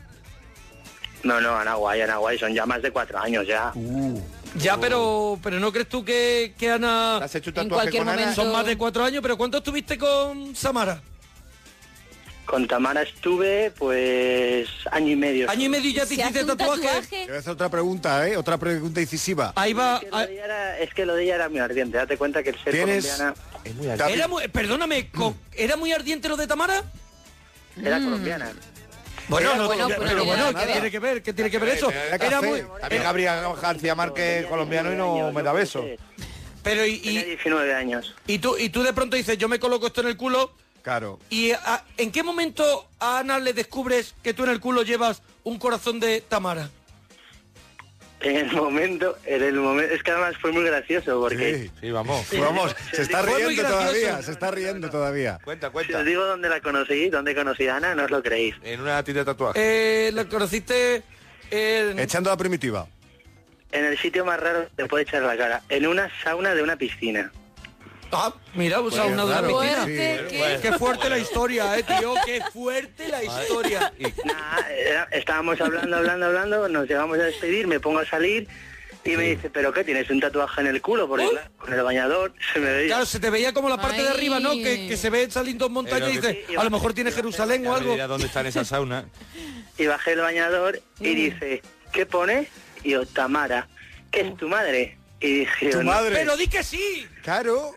Speaker 9: No, no, Anaguay, Anaguay, son ya más de cuatro años ya.
Speaker 3: Uh. Ya, pero pero ¿no crees tú que, que Ana... ¿Has
Speaker 6: hecho
Speaker 9: tatuaje cualquier con Ana? momento.
Speaker 3: Son más de cuatro años, pero ¿cuánto estuviste con Samara?
Speaker 9: Con Tamara estuve, pues, año y medio.
Speaker 3: Año y medio ya te hiciste tatuaje.
Speaker 8: Te voy a hacer otra pregunta, ¿eh? Otra pregunta incisiva.
Speaker 3: Ahí va.
Speaker 9: Es que, lo de ella era, es que lo de ella era muy ardiente, date cuenta que el ser
Speaker 8: Tienes-
Speaker 9: colombiana...
Speaker 3: Era muy- perdóname, co- ¿era muy ardiente lo de Tamara? Mm.
Speaker 9: Era colombiana.
Speaker 3: Bueno,
Speaker 6: Era
Speaker 3: no,
Speaker 6: colombiana,
Speaker 3: pero,
Speaker 6: pero
Speaker 3: bueno,
Speaker 6: nada.
Speaker 3: ¿qué tiene que ver? ¿Qué tiene que ver eso?
Speaker 6: Era
Speaker 3: Era
Speaker 6: café.
Speaker 3: muy...
Speaker 6: También Gabriel García Márquez colombiano y no me da beso.
Speaker 3: Pero y, y-
Speaker 9: 19 años.
Speaker 3: y tú, y tú de pronto dices, yo me coloco esto en el culo.
Speaker 8: Claro.
Speaker 3: ¿Y a- en qué momento a Ana le descubres que tú en el culo llevas un corazón de Tamara?
Speaker 9: En el momento, en el momento, es que además fue muy gracioso porque...
Speaker 6: Sí, vamos.
Speaker 8: Vamos, se está
Speaker 9: Fue muy
Speaker 8: riendo
Speaker 9: gracioso.
Speaker 8: todavía, se está riendo todavía.
Speaker 6: Cuenta,
Speaker 9: Si os digo dónde la conocí, dónde conocí a Ana, no os lo creéis.
Speaker 6: En una tienda de tatuaje.
Speaker 3: Eh, la conociste en...
Speaker 8: Echando la primitiva.
Speaker 9: En el sitio más raro que te puede echar la cara, en una sauna de una piscina.
Speaker 3: Ah, mira, o sea,
Speaker 9: Pues
Speaker 3: una de la
Speaker 9: claro,
Speaker 3: piscina.
Speaker 9: sí,
Speaker 3: qué,
Speaker 9: bueno.
Speaker 3: fuerte la historia, eh, tío, qué fuerte la historia.
Speaker 9: Ah, era- estábamos hablando, hablando, hablando, nos llegamos a despedir, me pongo a salir y me dice, ¿pero qué? ¿Tienes un tatuaje en el culo? Porque claro, con el bañador se me veía.
Speaker 3: ¿Oh? Claro, se te veía como la parte de arriba, ¿no? Que, que se ve saliendo montañas y
Speaker 6: Era que-
Speaker 3: dices, a lo mejor tiene Jerusalén o
Speaker 6: Ya me
Speaker 3: algo.
Speaker 6: dirá dónde están esas saunas.
Speaker 9: Y bajé el bañador
Speaker 3: Mm.
Speaker 9: y dice, ¿qué pone? Y yo, Tamara, ¿qué es tu madre? Y dije, yo, "No".
Speaker 3: Pero di que sí.
Speaker 8: Claro.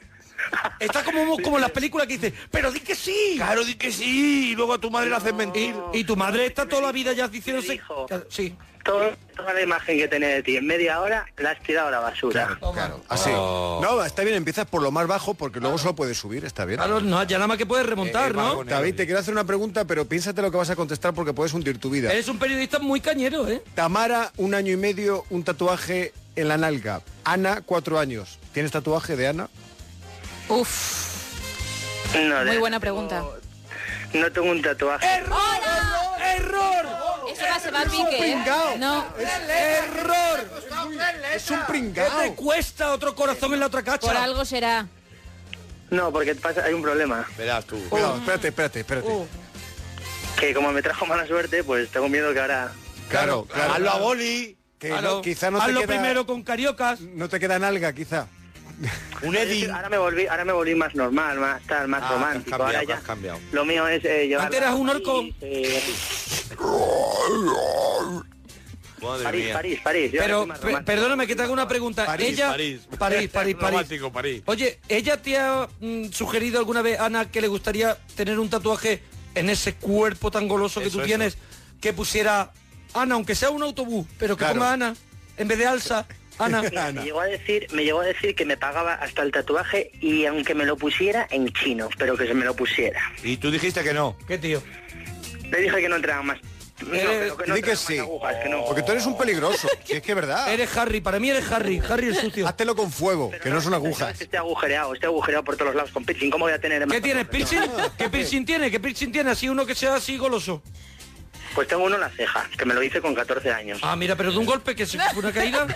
Speaker 3: Está como, como en las películas que dice, pero di que sí.
Speaker 6: Claro, di que sí. Y luego a tu madre la haces mentir.
Speaker 3: Y, tu madre está toda la vida ya diciéndose. Oh, Sí.
Speaker 9: Todo- toda la imagen que tenía de ti en media hora la has tirado a la basura.
Speaker 8: Claro, así.
Speaker 6: Oh.
Speaker 8: No, está bien, empiezas por lo más bajo porque luego solo puedes subir, está bien.
Speaker 3: Claro, no, ya nada más que puedes
Speaker 6: Eh,
Speaker 3: remontar, ¿no?
Speaker 8: David, te quiero hacer una pregunta, pero piénsate lo que vas a contestar porque puedes hundir tu vida.
Speaker 3: Eres un periodista muy cañero, ¿eh?
Speaker 8: Tamara, un año y medio, un tatuaje Eh, en la nalga. Ana, cuatro años. ¿Tienes tatuaje de Ana?
Speaker 7: Uf,
Speaker 9: No,
Speaker 7: muy
Speaker 9: de-
Speaker 7: buena pregunta.
Speaker 9: no tengo un tatuaje.
Speaker 3: Eh.
Speaker 7: ¡Error!
Speaker 3: ¡Error!
Speaker 7: Eso va, se va a
Speaker 1: Es un
Speaker 7: pique. ¿eh?
Speaker 1: pringao.
Speaker 7: No.
Speaker 3: ¡Error!
Speaker 8: Es un
Speaker 3: pringao. ¿Qué te cuesta otro corazón en la otra cacha?
Speaker 7: Por algo será.
Speaker 9: No, porque pasa, hay un problema.
Speaker 6: Verás tú.
Speaker 3: Uh.
Speaker 8: Cuidado, espérate, espérate, espérate.
Speaker 9: Que como me trajo mala suerte, pues tengo miedo que ahora...
Speaker 8: Claro, claro.
Speaker 6: Hazlo a boli.
Speaker 8: Que
Speaker 3: Hazlo-
Speaker 8: no, quizá no te
Speaker 3: hazlo
Speaker 8: queda-
Speaker 3: primero con cariocas.
Speaker 8: No te queda nalga, quizá.
Speaker 6: Un
Speaker 9: Eddie. Ahora me volví, ahora me volví más normal, más tal, más romántico. ahora ya
Speaker 6: cambiado.
Speaker 9: lo mío es eh, llevar.
Speaker 3: Antes eras un orco.
Speaker 9: Sí, sí, sí.
Speaker 5: Madre
Speaker 9: París,
Speaker 5: mía.
Speaker 9: París, París. Yo ahora
Speaker 3: Pero
Speaker 9: soy más
Speaker 3: pe-
Speaker 9: romántico.
Speaker 3: perdóname que te haga una pregunta.
Speaker 5: París,
Speaker 3: ella,
Speaker 5: París.
Speaker 3: París, París, París.
Speaker 5: Romántico, París.
Speaker 3: Oye, ¿ella te ha mm, sugerido alguna vez, Ana, que le gustaría tener un tatuaje en ese cuerpo tan goloso que
Speaker 5: Eso,
Speaker 3: tú
Speaker 5: eso.
Speaker 3: tienes? Que pusiera Ana, aunque sea un autobús, pero que
Speaker 9: Claro.
Speaker 3: ponga Ana en vez de Alsa. Ana.
Speaker 9: Mira, Me, llegó a decir, me llegó a decir que me pagaba hasta el tatuaje y aunque me lo pusiera en chino, pero que se me lo pusiera.
Speaker 5: Y tú dijiste que no.
Speaker 3: ¿Qué tío?
Speaker 9: Le dije que no entraban más. No, pero que no
Speaker 8: Di que
Speaker 9: entraban
Speaker 8: sí.
Speaker 9: más agujas, que no.
Speaker 8: Porque tú eres un peligroso, si es que es verdad.
Speaker 3: Eres Harry, para mí eres Harry, Harry el sucio.
Speaker 8: Háztelo con fuego, que no son agujas.
Speaker 9: Estoy agujereado, estoy agujereado por todos los lados con piercing. ¿Cómo voy a tener
Speaker 3: ¿Qué
Speaker 9: más
Speaker 3: tienes?
Speaker 9: tatuajes?
Speaker 3: ¿Piercing? ¿Qué piercing tiene? ¿Qué piercing tiene? Así uno que sea así goloso.
Speaker 9: Pues tengo uno en la ceja, que me lo hice con 14 años.
Speaker 3: Ah, mira, pero de un golpe que se fue una caída.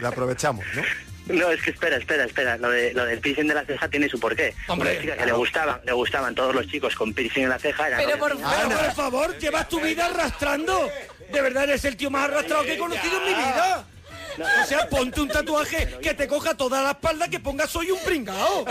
Speaker 8: La aprovechamos, ¿no?
Speaker 9: No, es que espera, espera, espera. Lo, de, lo del piercing de la ceja tiene su porqué.
Speaker 3: Hombre,
Speaker 9: Una chica que le
Speaker 3: claro.
Speaker 9: gustaban, le gustaban todos los chicos con piercing en la ceja. Era
Speaker 11: Pero por
Speaker 3: Pero, por favor, llevas tu vida arrastrando. De verdad eres el tío más arrastrado que he conocido en mi vida. O sea, ponte un tatuaje que te coja toda la espalda, que ponga soy un pringao.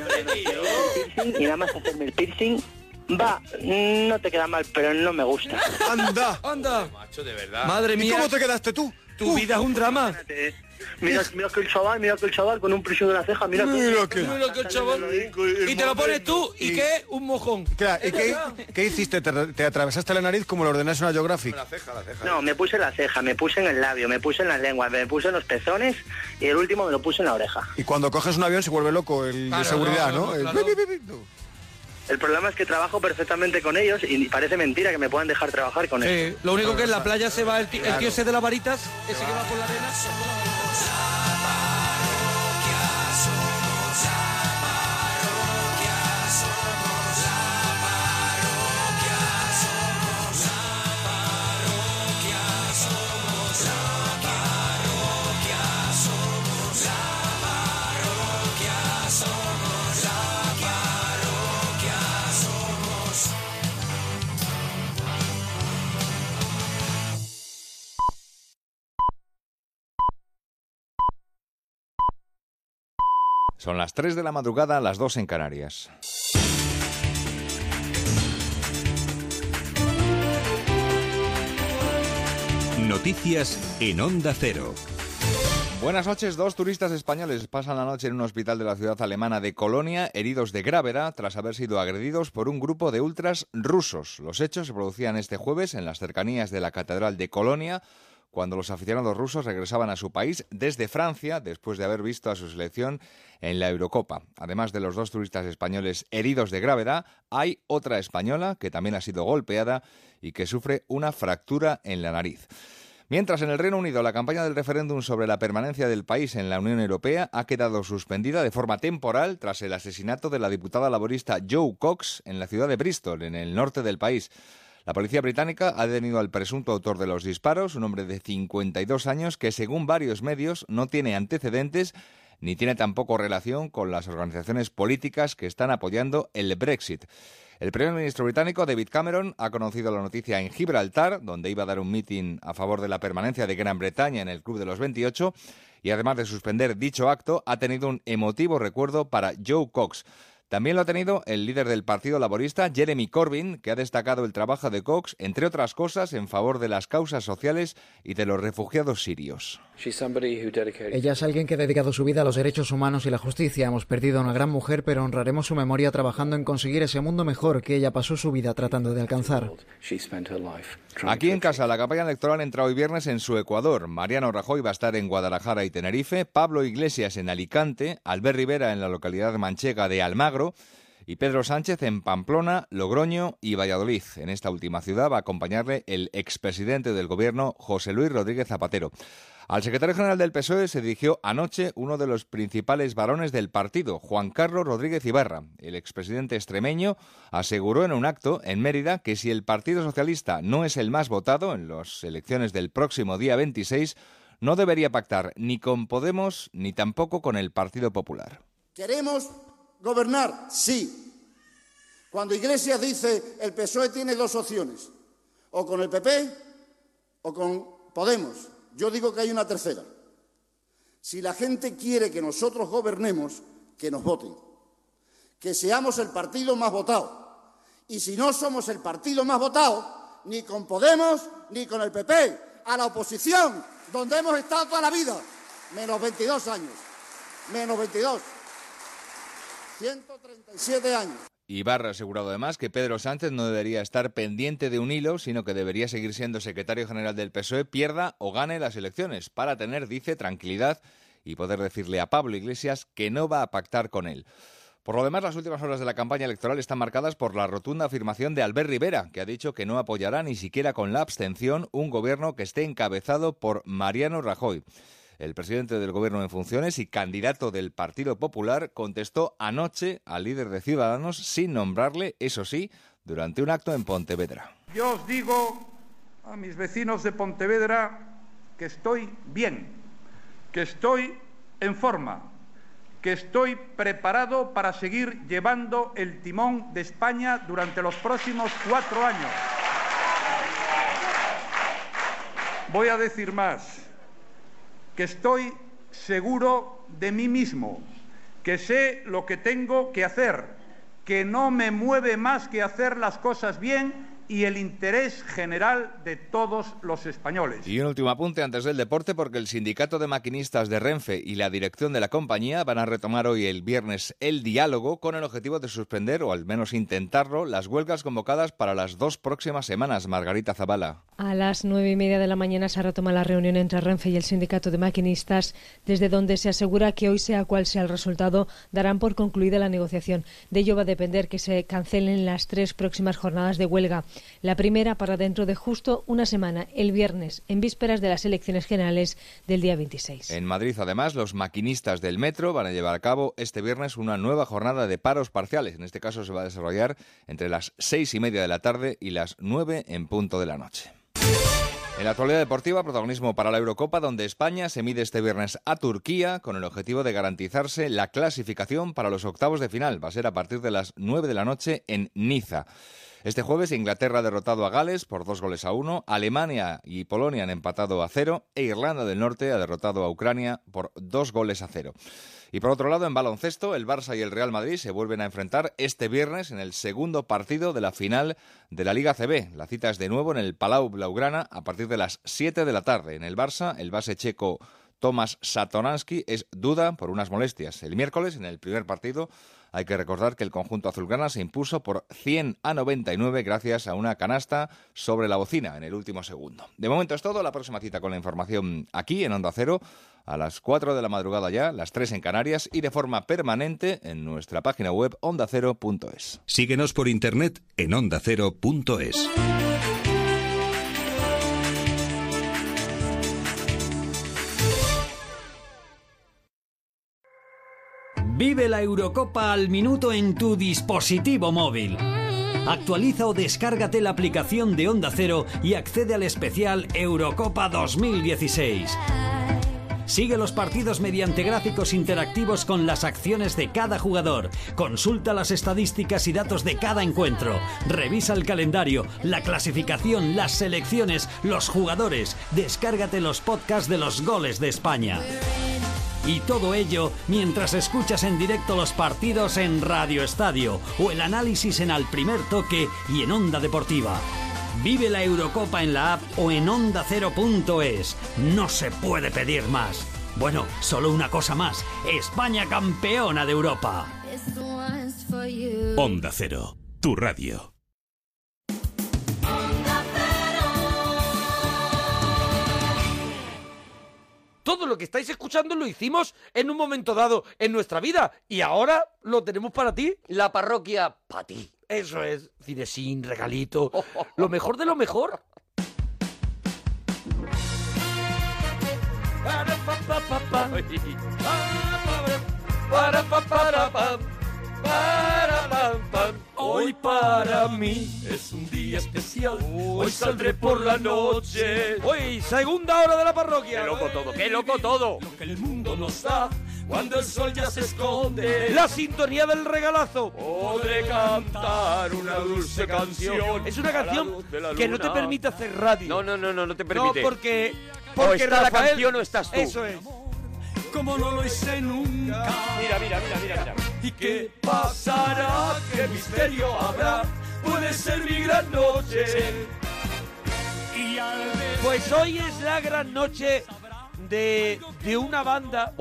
Speaker 9: piercing y nada más hacerme el piercing. Va, no te queda mal, pero no me gusta.
Speaker 8: ¡Anda!
Speaker 3: Anda.
Speaker 5: Macho, de verdad.
Speaker 3: Madre
Speaker 8: ¿Y
Speaker 3: mía,
Speaker 8: cómo te quedaste tú?
Speaker 3: tu vida es un drama.
Speaker 9: Imagínate, ¿eh? Mira, mira que el chaval, mira que el chaval con un piercing de la ceja, mira,
Speaker 8: Mira que-
Speaker 3: Mira que el chaval- Y te lo pones tú y que un mojón.
Speaker 8: Claro, ¿y qué, qué hiciste? ¿Te, te atravesaste la nariz como lo ordenás en una Geographic?
Speaker 5: La ceja, la ceja.
Speaker 3: eh.
Speaker 9: No, me puse en la ceja, me puse en el labio, me puse en las lenguas, me puse en los pezones y el último me lo puse en la oreja.
Speaker 8: Y cuando coges un avión se vuelve loco el
Speaker 3: Claro,
Speaker 8: de seguridad,
Speaker 3: no,
Speaker 8: ¿no?
Speaker 3: no,
Speaker 8: El
Speaker 3: claro.
Speaker 8: pi, pi, pi, pi, tú.
Speaker 9: El problema es que trabajo perfectamente con ellos y parece mentira que me puedan dejar trabajar con ellos.
Speaker 3: Sí, lo único que en la playa se va el tío, el tío ese de las varitas, ese que va por la arena.
Speaker 10: Son las 3 de la madrugada, las 2 en Canarias.
Speaker 12: Noticias en Onda Cero.
Speaker 10: Buenas noches. Dos turistas españoles pasan la noche en un hospital de la ciudad alemana de Colonia, heridos de gravedad tras haber sido agredidos por un grupo de ultras rusos. Los hechos se producían este jueves en las cercanías de la Catedral de Colonia, cuando los aficionados rusos regresaban a su país desde Francia después de haber visto a su selección en la Eurocopa. Además de los dos turistas españoles heridos de gravedad, hay otra española que también ha sido golpeada y que sufre una fractura en la nariz. Mientras en el Reino Unido la campaña del referéndum sobre la permanencia del país en la Unión Europea ha quedado suspendida de forma temporal tras el asesinato de la diputada laborista Joe Cox en la ciudad de Bristol, en el norte del país. La policía británica ha detenido al presunto autor de los disparos, un hombre de 52 años que, según varios medios, no tiene antecedentes ni tiene tampoco relación con las organizaciones políticas que están apoyando el Brexit. El primer ministro británico David Cameron ha conocido la noticia en Gibraltar, donde iba a dar un mitin a favor de la permanencia de Gran Bretaña en el Club de los 28, y además de suspender dicho acto, ha tenido un emotivo recuerdo para Joe Cox. También lo ha tenido el líder del Partido Laborista, Jeremy Corbyn, que ha destacado el trabajo de Cox, entre otras cosas, en favor de las causas sociales y de los refugiados sirios.
Speaker 13: Ella es alguien que ha dedicado su vida a los derechos humanos y la justicia. Hemos perdido a una gran mujer, pero honraremos su memoria trabajando en conseguir ese mundo mejor que ella pasó su vida tratando de alcanzar.
Speaker 10: Aquí en casa, la campaña electoral entra hoy viernes en su Ecuador. Mariano Rajoy va a estar en Guadalajara y Tenerife, Pablo Iglesias en Alicante, Albert Rivera en la localidad manchega de Almagro y Pedro Sánchez en Pamplona, Logroño y Valladolid. En esta última ciudad va a acompañarle el expresidente del gobierno, José Luis Rodríguez Zapatero. Al secretario general del PSOE E se dirigió anoche uno de los principales varones del partido, Juan Carlos Rodríguez Ibarra. El expresidente extremeño aseguró en un acto en Mérida que si el Partido Socialista no es el más votado en las elecciones del próximo día 26, no debería pactar ni con Podemos ni tampoco con el Partido Popular.
Speaker 14: ¿Queremos gobernar? Sí. Cuando Iglesias dice el PSOE E tiene dos opciones, o con el PP o con Podemos, yo digo que hay una tercera. Si la gente quiere que nosotros gobernemos, que nos voten, que seamos el partido más votado. Y si no somos el partido más votado, ni con Podemos, ni con el PP, a la oposición, donde hemos estado toda la vida, menos 22 años, menos 22, 137 años.
Speaker 10: Ibarra ha asegurado además que Pedro Sánchez no debería estar pendiente de un hilo, sino que debería seguir siendo secretario general del PSOE, pierda o gane las elecciones, para tener, dice, tranquilidad y poder decirle a Pablo Iglesias que no va a pactar con él. Por lo demás, las últimas horas de la campaña electoral están marcadas por la rotunda afirmación de Albert Rivera, que ha dicho que no apoyará ni siquiera con la abstención un gobierno que esté encabezado por Mariano Rajoy. El presidente del gobierno en funciones y candidato del Partido Popular contestó anoche al líder de Ciudadanos sin nombrarle, eso sí, durante un acto en Pontevedra.
Speaker 15: Yo os digo a mis vecinos de Pontevedra que estoy bien, que estoy en forma, que estoy preparado para seguir llevando el timón de España durante los próximos cuatro años. Voy a decir más, que estoy seguro de mí mismo, que sé lo que tengo que hacer, que no me mueve más que hacer las cosas bien y el interés general de todos los españoles.
Speaker 10: Y un último apunte antes del deporte porque el sindicato de maquinistas de Renfe y la dirección de la compañía van a retomar hoy el viernes el diálogo con el objetivo de suspender o al menos intentarlo las huelgas convocadas para las dos próximas semanas. Margarita Zavala.
Speaker 16: A las nueve y media de la mañana se retoma la reunión entre Renfe y el sindicato de maquinistas, desde donde se asegura que hoy, sea cual sea el resultado, darán por concluida la negociación. De ello va a depender que se cancelen las tres próximas jornadas de huelga. La primera para dentro de justo una semana, el viernes, en vísperas de las elecciones generales del día 26.
Speaker 10: En Madrid, además, los maquinistas del metro van a llevar a cabo este viernes una nueva jornada de paros parciales. En este caso se va a desarrollar entre las seis y media de la tarde y las nueve en punto de la noche. En la actualidad deportiva, protagonismo para la Eurocopa, donde España se mide este viernes a Turquía con el objetivo de garantizarse la clasificación para los octavos de final. Va a ser a partir de las 9 de la noche en Niza. Este jueves Inglaterra ha derrotado a Gales por dos goles a uno, Alemania y Polonia han empatado a cero e Irlanda del Norte ha derrotado a Ucrania por dos goles a cero. Y por otro lado, en baloncesto, el Barça y el Real Madrid se vuelven a enfrentar este viernes en el segundo partido de la final de la Liga CB. La cita es de nuevo en el Palau Blaugrana a partir de las 7 de la tarde. En el Barça, el base checo Tomás Satoransky es duda por unas molestias. El miércoles, en el primer partido, hay que recordar que el conjunto azulgrana se impuso por 100 a 99 gracias a una canasta sobre la bocina en el último segundo. De momento es todo. La próxima cita con la información aquí en Onda Cero a las 4 de la madrugada ya, las 3 en Canarias y de forma permanente en nuestra página web ondacero.es.
Speaker 17: Síguenos por internet en ondacero.es.
Speaker 18: Vive la Eurocopa al minuto en tu dispositivo móvil. Actualiza o descárgate la aplicación de Onda Cero y accede al especial Eurocopa 2016. Sigue los partidos mediante gráficos interactivos con las acciones de cada jugador. Consulta las estadísticas y datos de cada encuentro. Revisa el calendario, la clasificación, las selecciones, los jugadores. Descárgate los podcasts de los goles de España. Y todo ello mientras escuchas en directo los partidos en Radio Estadio o el análisis en Al Primer Toque y en Onda Deportiva. Vive la Eurocopa en la app o en ondacero.es. No se puede pedir más. Bueno, solo una cosa más. España campeona de Europa.
Speaker 17: Onda Cero, tu radio.
Speaker 3: Todo lo que estáis escuchando lo hicimos en un momento dado en nuestra vida y ahora lo tenemos para ti. La parroquia para ti. Eso es, cine sin regalito, lo mejor de lo mejor.
Speaker 1: Hoy para mí es un día especial. Hoy saldré por la noche.
Speaker 2: Hoy, segunda hora de la parroquia.
Speaker 3: Qué loco todo, qué loco todo.
Speaker 1: Lo que el mundo nos da cuando el sol ya se esconde.
Speaker 2: La sintonía del regalazo.
Speaker 1: Podré cantar una dulce canción.
Speaker 2: Es una
Speaker 1: a la
Speaker 2: canción
Speaker 1: luz de la
Speaker 2: que no te
Speaker 1: luna.
Speaker 2: permite hacer radio.
Speaker 5: No, no, no, no, no te
Speaker 2: No,
Speaker 5: permite.
Speaker 2: porque.
Speaker 5: O
Speaker 2: Porque
Speaker 5: está la
Speaker 2: Rafael-
Speaker 5: canción o estás tú.
Speaker 2: Eso es.
Speaker 1: Como no lo hice nunca.
Speaker 5: Mira, mira, mira, mira, mira.
Speaker 1: ¿Y qué pasará? ¿Qué misterio habrá? Puede ser mi gran noche. Y
Speaker 3: Pues hoy es la gran noche de, de una banda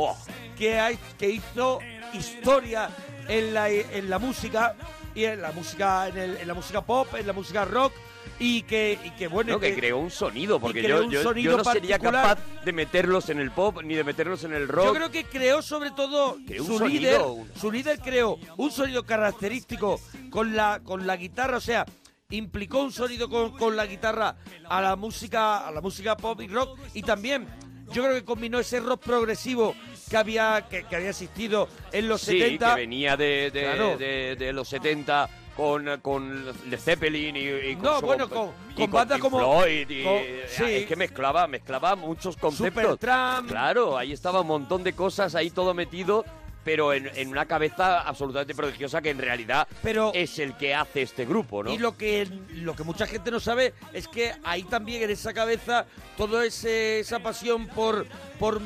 Speaker 3: que, ha- que hizo historia en la, en la música y en la música en, el- en la música pop, en la música rock y que, y que bueno
Speaker 5: No, que creó un sonido, porque
Speaker 3: y creó
Speaker 5: yo,
Speaker 3: un
Speaker 5: yo- yo
Speaker 3: sonido
Speaker 5: no sería
Speaker 3: particular.
Speaker 5: capaz de meterlos en el pop ni de meterlos en el rock.
Speaker 3: Yo creo que creó sobre todo
Speaker 5: Creó un
Speaker 3: su
Speaker 5: sonido,
Speaker 3: líder,
Speaker 5: un-
Speaker 3: su líder creó un sonido característico con la con la guitarra, o sea, implicó un sonido con, con la guitarra a la música a la música pop y rock y también yo creo que combinó ese rock progresivo que había que, que había existido en los
Speaker 5: sí,
Speaker 3: 70
Speaker 5: que venía de, de-
Speaker 3: Claro.
Speaker 5: de- de los 70 con, con The Zeppelin y, y con,
Speaker 3: No,
Speaker 5: su-
Speaker 3: bueno, con-
Speaker 5: y
Speaker 3: con bandas
Speaker 5: Pink
Speaker 3: como-
Speaker 5: Floyd y-
Speaker 3: con-
Speaker 5: ah,
Speaker 3: sí.
Speaker 5: es que mezclaba, mezclaba muchos conceptos.
Speaker 3: Supertramp.
Speaker 5: Claro, ahí estaba un montón de cosas, ahí todo metido, pero en, en una cabeza absolutamente prodigiosa que en realidad
Speaker 3: Pero-
Speaker 5: es el que hace este grupo, ¿no?
Speaker 3: Y lo que, lo que mucha gente no sabe es que ahí también en esa cabeza toda esa pasión por, por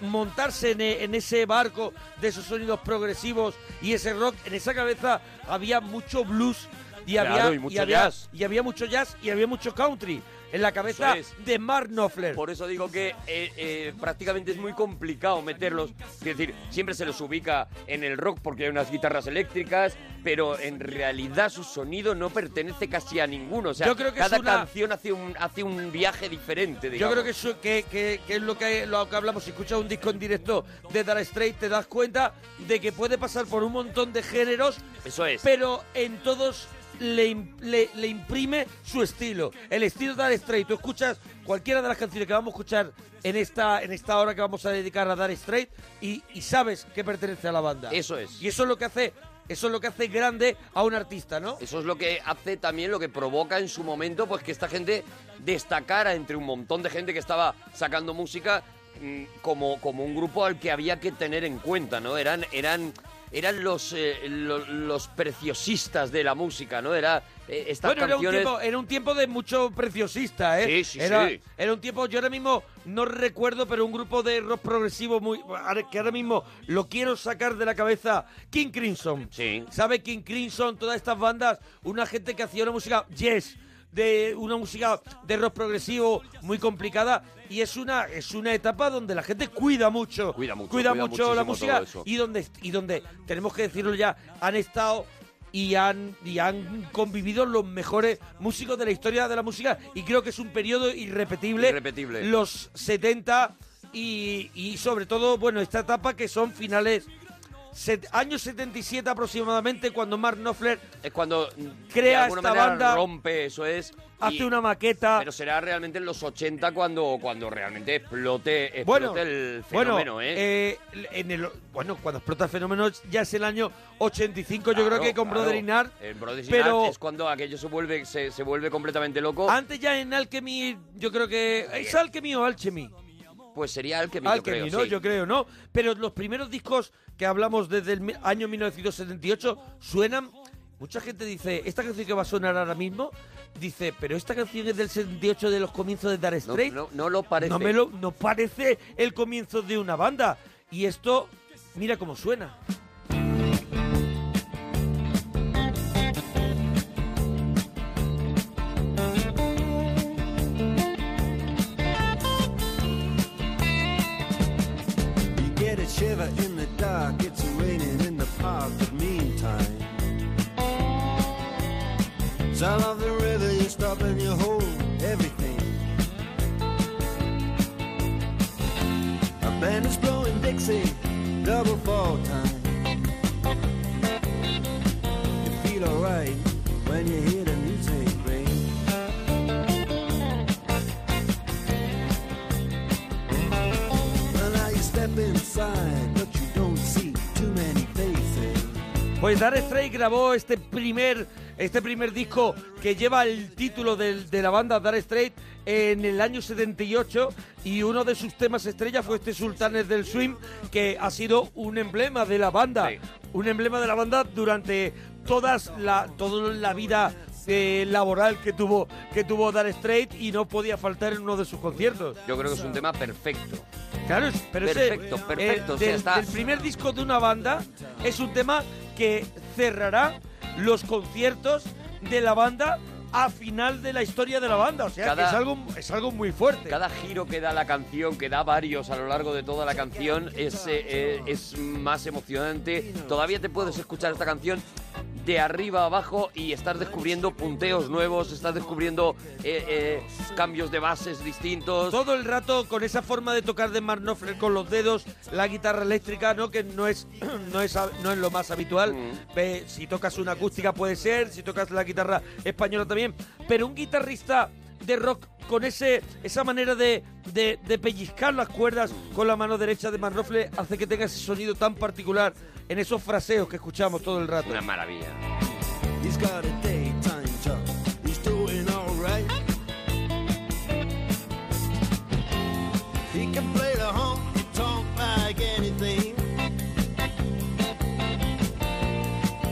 Speaker 3: montarse en, e- en ese barco de esos sonidos progresivos y ese rock, en esa cabeza había mucho blues y
Speaker 5: Claro,
Speaker 3: había
Speaker 5: y mucho
Speaker 3: había-
Speaker 5: jazz.
Speaker 3: y había mucho jazz y había mucho country en la cabeza
Speaker 5: Eso
Speaker 3: de Mark Knopfler.
Speaker 5: Por eso digo que eh, eh, prácticamente es muy complicado meterlos. Es decir, siempre se los ubica en el rock porque hay unas guitarras eléctricas, pero en realidad su sonido no pertenece casi a ninguno. O sea,
Speaker 3: Yo creo que es
Speaker 5: cada
Speaker 3: una-
Speaker 5: canción hace un, hace un viaje diferente,
Speaker 3: Yo
Speaker 5: digamos.
Speaker 3: creo que eso que, que- que es lo que, lo que hablamos. Si escuchas un disco en directo de Dar Straight, te das cuenta de que puede pasar por un montón de géneros.
Speaker 5: Eso es.
Speaker 3: Pero en todos le, im- le- le imprime su estilo. El estilo de Dar Straight. Tú escuchas cualquiera de las canciones que vamos a escuchar en esta, en esta hora que vamos a dedicar a Dar Straight y, y sabes que pertenece a la banda.
Speaker 5: Eso es.
Speaker 3: Y eso es lo que hace. Eso es lo que hace grande a un artista, ¿no?
Speaker 5: Eso es lo que hace también, lo que provoca en su momento, pues que esta gente destacara entre un montón de gente que estaba sacando música mm, como, como un grupo al que había que tener en cuenta, ¿no? Eran, eran, eran los, eh, lo- los, preciosistas de la música, ¿no? Era eh, estas
Speaker 3: bueno, era un,
Speaker 5: canciones-
Speaker 3: tiempo, era un tiempo de mucho preciosista, ¿eh?
Speaker 5: Sí, sí,
Speaker 3: era,
Speaker 5: sí.
Speaker 3: era un tiempo, yo ahora mismo no recuerdo, pero un grupo de rock progresivo muy ahora- que ahora mismo lo quiero sacar de la cabeza, King Crimson.
Speaker 5: Sí.
Speaker 3: ¿Sabe King Crimson? Todas estas bandas, una gente que hacía una música yes, de una música de rock progresivo muy complicada y es una es una etapa donde la gente cuida mucho, cuida mucho,
Speaker 5: cuida
Speaker 3: mucho la
Speaker 5: muchísimo
Speaker 3: música
Speaker 5: todo eso.
Speaker 3: y donde y donde tenemos que decirlo ya han estado y han y han convivido los mejores músicos de la historia de la música y creo que es un periodo irrepetible
Speaker 5: Irrepetible.
Speaker 3: los 70 y, y sobre todo bueno esta etapa que son finales set- año 77 aproximadamente cuando Mark Knopfler
Speaker 5: es cuando de
Speaker 3: crea
Speaker 5: alguna
Speaker 3: esta
Speaker 5: manera
Speaker 3: banda
Speaker 5: rompe, eso es.
Speaker 3: hace
Speaker 5: y-
Speaker 3: una maqueta
Speaker 5: Pero será realmente en los 80 cuando, cuando realmente explote, explote
Speaker 3: Bueno,
Speaker 5: el
Speaker 3: bueno,
Speaker 5: fenómeno, ¿eh?
Speaker 3: eh, en el, bueno, cuando explota el fenómeno ya es el año 85, yo creo
Speaker 5: Claro,
Speaker 3: que con
Speaker 5: claro.
Speaker 3: Brother in Art,
Speaker 5: En Brothers in
Speaker 3: pero
Speaker 5: Art es cuando aquello se vuelve, se, se vuelve completamente loco.
Speaker 3: antes ya en Alchemy, yo creo que... ¿Es Alchemy o Alchemy?
Speaker 5: Pues sería Alchemy, yo
Speaker 3: Alchemy,
Speaker 5: creo,
Speaker 3: ¿no?
Speaker 5: sí.
Speaker 3: Yo creo, ¿no? Pero los primeros discos que hablamos desde el mi- año 1978 suenan... Mucha gente dice, esta canción que va a sonar ahora mismo, dice, pero esta canción es del 78 de los comienzos de Dar
Speaker 5: No,
Speaker 3: Straits.
Speaker 5: no- no lo parece.
Speaker 3: No me lo, no parece el comienzo de una banda. Y esto, mira cómo suena.
Speaker 19: You get a shiver in the dark, it's raining in the park, but meantime. Sound of the river, you stop and you hold everything. A band is blowing Dixie, double fall time. You feel alright when you hear the music ring. Well, now you step inside, but you don't see too many faces.
Speaker 3: Pues Dar Straits grabó este primer, este primer disco que lleva el título del- de la banda Dar Straits en el año 78 y uno de sus temas estrella fue este Sultanes del Swim que ha sido un emblema de la banda, un emblema de la banda durante todas la, toda la vida eh, laboral que tuvo que tuvo Dar Straits y no podía faltar en uno de sus conciertos.
Speaker 5: Yo creo que es un tema perfecto.
Speaker 3: Claro, es- pero ese, eh,
Speaker 5: Perfecto, perfecto, o sea,
Speaker 3: del-
Speaker 5: está-
Speaker 3: del primer disco de una banda es un tema que cerrará los conciertos de la banda a final de la historia de la banda. O sea, que
Speaker 5: Cada-
Speaker 3: es algo, es algo muy fuerte.
Speaker 5: Cada giro que da la canción, que da varios a lo largo de toda la canción, es, eh, eh, es más emocionante. Todavía te puedes escuchar esta canción de arriba a abajo y estás descubriendo punteos nuevos, estás descubriendo eh, eh, cambios de bases distintos.
Speaker 3: Todo el rato con esa forma de tocar de Mark Knopfler con los dedos, la guitarra eléctrica, ¿no? Que no es, no es, hab- no es lo más habitual.
Speaker 5: Mm.
Speaker 3: Ve, si tocas una acústica puede ser, si tocas la guitarra española también. Pero un guitarrista de rock con ese, esa manera de, de- de pellizcar las cuerdas
Speaker 5: Mm.
Speaker 3: con la mano derecha de Mark Knopfler hace que tenga ese sonido tan particular en esos fraseos que escuchamos todo el rato.
Speaker 5: Una maravilla.
Speaker 19: He's got a daytime job. He's doing alright. He can play the honky tonk like anything.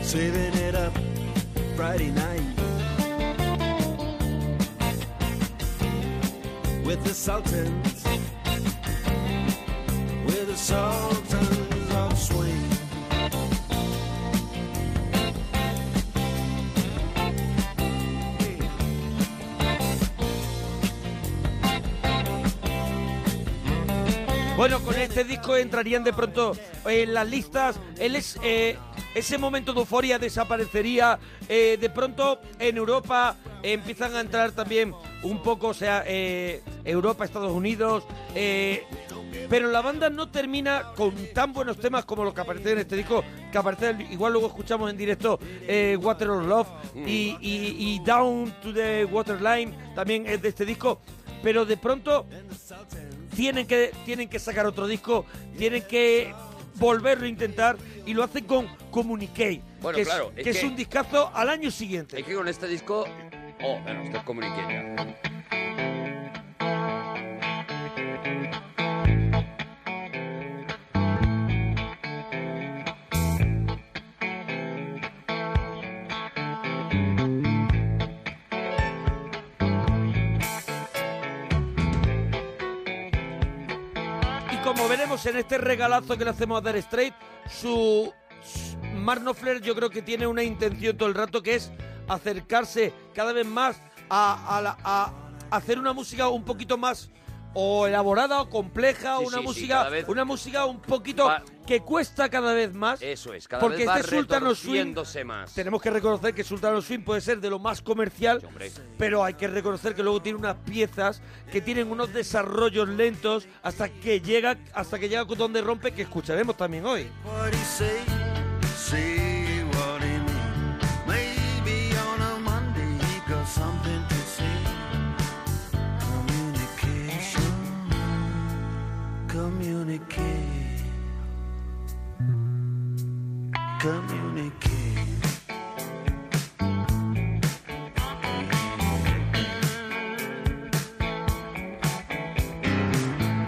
Speaker 19: Saving it up Friday night. With the Sultans. With the Sultans of Swing.
Speaker 3: Bueno, con este disco entrarían de pronto en las listas. Él es, eh, ese momento de euforia desaparecería. eh, de pronto en Europa empiezan a entrar también un poco, o sea, eh, Europa, Estados Unidos. eh, pero la banda no termina con tan buenos temas como los que aparecen en este disco, que aparecen, igual luego escuchamos en directo eh, Water of Love y, y- y Down to the Waterline, también es de este disco. Pero de pronto tienen que, tienen que sacar otro disco, tienen que volverlo a intentar y lo hacen con Communique,
Speaker 5: Bueno,
Speaker 3: que,
Speaker 5: claro,
Speaker 3: es,
Speaker 5: es
Speaker 3: que es
Speaker 5: que-
Speaker 3: un discazo al año siguiente.
Speaker 5: Es que con este disco... Oh, bueno, esto es comuniqueña.
Speaker 3: Y como veremos en este regalazo que le hacemos a Dar Straight, su, su- Mark Knopfler yo creo que tiene una intención todo el rato que es acercarse cada vez más a, a la- a hacer una música un poquito más o elaborada o compleja,
Speaker 5: Sí,
Speaker 3: una
Speaker 5: sí, sí,
Speaker 3: música,
Speaker 5: cada vez-
Speaker 3: una música un poquito que cuesta cada vez más.
Speaker 5: Eso es, cada
Speaker 3: porque
Speaker 5: vez va
Speaker 3: este Sultan Swing
Speaker 5: retorciéndose más.
Speaker 3: tenemos que reconocer que Sultano Swing puede ser de lo más comercial, pero hay que reconocer que luego tiene unas piezas que tienen unos desarrollos lentos hasta que llega hasta que llega donde rompe que escucharemos también hoy.
Speaker 19: What he say? See what he mean. Maybe on a Monday he got something to say. Communication, communicate, communicate.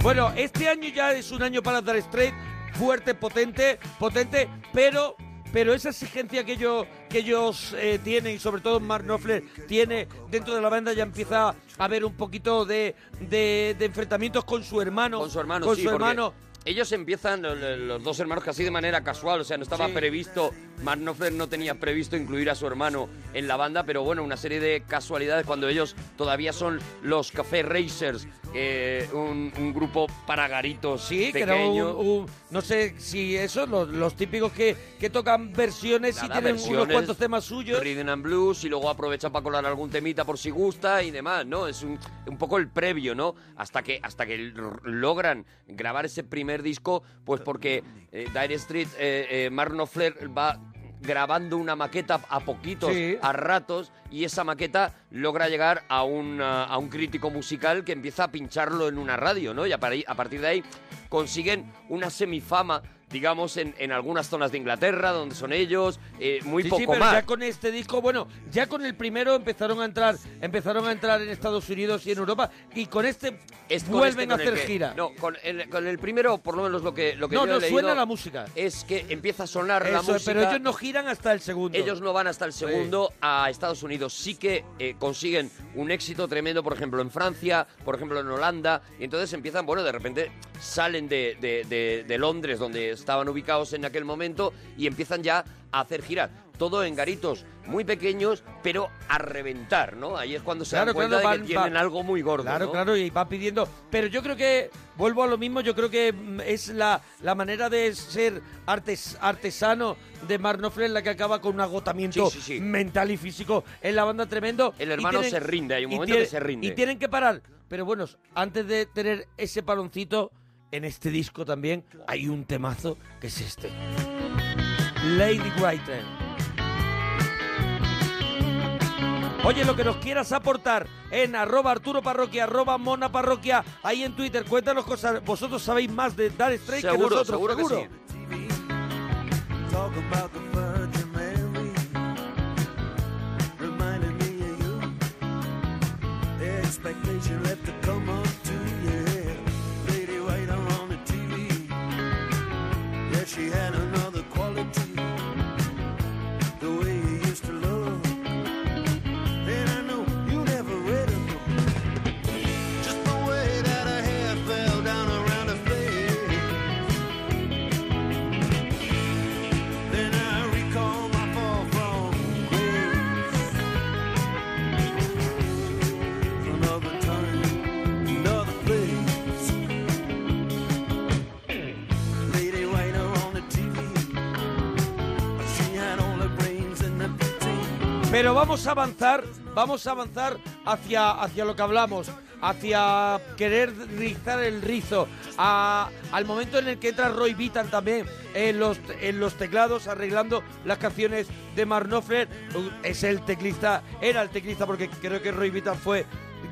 Speaker 3: Bueno, este año ya es un año para Dar Straight fuerte, potente, potente, pero pero esa exigencia que ellos que ellos eh, tienen y sobre todo Mark Knopfler tiene dentro de la banda ya empieza a haber un poquito de, de- de enfrentamientos con su hermano, con su hermano, con
Speaker 5: sí,
Speaker 3: su
Speaker 5: porque
Speaker 3: hermano.
Speaker 5: Ellos empiezan, lo- lo- los dos hermanos, casi de manera casual, o sea, no estaba
Speaker 3: Sí.
Speaker 5: previsto, Mark Knopfler no tenía previsto incluir a su hermano en la banda, pero bueno, una serie de casualidades cuando ellos todavía son los Café Racers, eh, un, un grupo para garitos
Speaker 3: Sí, que era un,
Speaker 5: pequeño.
Speaker 3: un- no sé si eso, los, los típicos que, que tocan versiones y
Speaker 5: Nada,
Speaker 3: tienen unos
Speaker 5: versiones,
Speaker 3: cuantos temas suyos.
Speaker 5: Rhythm and Blues y luego aprovecha para colar algún temita por si gusta y demás, ¿no? Es un, un poco el previo, ¿no? Hasta que, hasta que l- logran grabar ese primer disco, pues porque eh, Dire Street, eh, eh, Mark Knopfler va grabando una maqueta a poquitos,
Speaker 3: Sí.
Speaker 5: a ratos, y esa maqueta logra llegar a un, ah, a un crítico musical que empieza a pincharlo en una radio, ¿no? Y a, pari- a partir de ahí consiguen una semifama, digamos, en, en algunas zonas de Inglaterra, donde son ellos, eh, muy
Speaker 3: Sí,
Speaker 5: poco
Speaker 3: sí, pero
Speaker 5: más.
Speaker 3: ya con este disco, bueno, ya con el primero empezaron a entrar, empezaron a entrar en Estados Unidos y en Europa y con este
Speaker 5: Es con
Speaker 3: vuelven a
Speaker 5: este con el
Speaker 3: hacer
Speaker 5: que-
Speaker 3: gira.
Speaker 5: No, con el, con el primero, por lo menos lo que, lo que
Speaker 3: no,
Speaker 5: yo he
Speaker 3: no,
Speaker 5: leído
Speaker 3: suena la música.
Speaker 5: Es que empieza a sonar la
Speaker 3: Eso es, pero
Speaker 5: música.
Speaker 3: ellos no giran hasta el segundo.
Speaker 5: Ellos no van hasta el segundo a Estados Unidos. Sí que eh, consiguen un éxito tremendo, por ejemplo, en Francia, por ejemplo, en Holanda. Y entonces empiezan, bueno, de repente salen de, de- de- de Londres, donde estaban ubicados en aquel momento, y empiezan ya a hacer giras. todo en garitos muy pequeños, pero a reventar, ¿no? Ahí es cuando se dan cuenta de
Speaker 3: van-
Speaker 5: que tienen
Speaker 3: va-
Speaker 5: algo muy gordo.
Speaker 3: Claro,
Speaker 5: ¿no?
Speaker 3: claro, y va pidiendo. Pero yo creo que, vuelvo a lo mismo, yo creo que mm, es la, la manera de ser artes, artesano de Mark Knopfler la que acaba con un agotamiento
Speaker 5: Sí, sí, sí.
Speaker 3: mental y físico en la banda tremendo.
Speaker 5: El
Speaker 3: Y
Speaker 5: hermano
Speaker 3: tienen-
Speaker 5: se rinde, hay un
Speaker 3: y
Speaker 5: momento
Speaker 3: tiene-
Speaker 5: que se rinde.
Speaker 3: Y tienen que parar. Pero bueno, antes de tener ese paloncito, en este disco también hay un temazo que es este. Lady White Train. Oye, lo que nos quieras aportar en arroba Arturo Parroquia, arroba Mona Parroquia, ahí en Twitter, cuéntanos cosas. Vosotros sabéis más de Dar Straits que
Speaker 5: Seguro,
Speaker 3: nosotros,
Speaker 5: seguro que
Speaker 19: Talk about the Virgin Mary. Reminded me of you. Expectation left to come up to you. Lady waiter on the TV. Yeah, she had another quality. The way you used to love. And I know you never read a book. Just the way that her hair fell down around her face. Then I recall my fall from grace. Another time, another place. Lady waiter on the TV. She had all the brains and the beauty.
Speaker 3: Pero vamos a avanzar, vamos a avanzar hacia, hacia lo que hablamos, hacia querer rizar el rizo, a- al momento en el que entra Roy Vitan también en los, en los teclados arreglando las canciones de Mark Knopfler. Uh, Es el teclista, era el teclista porque creo que Roy Vitan fue...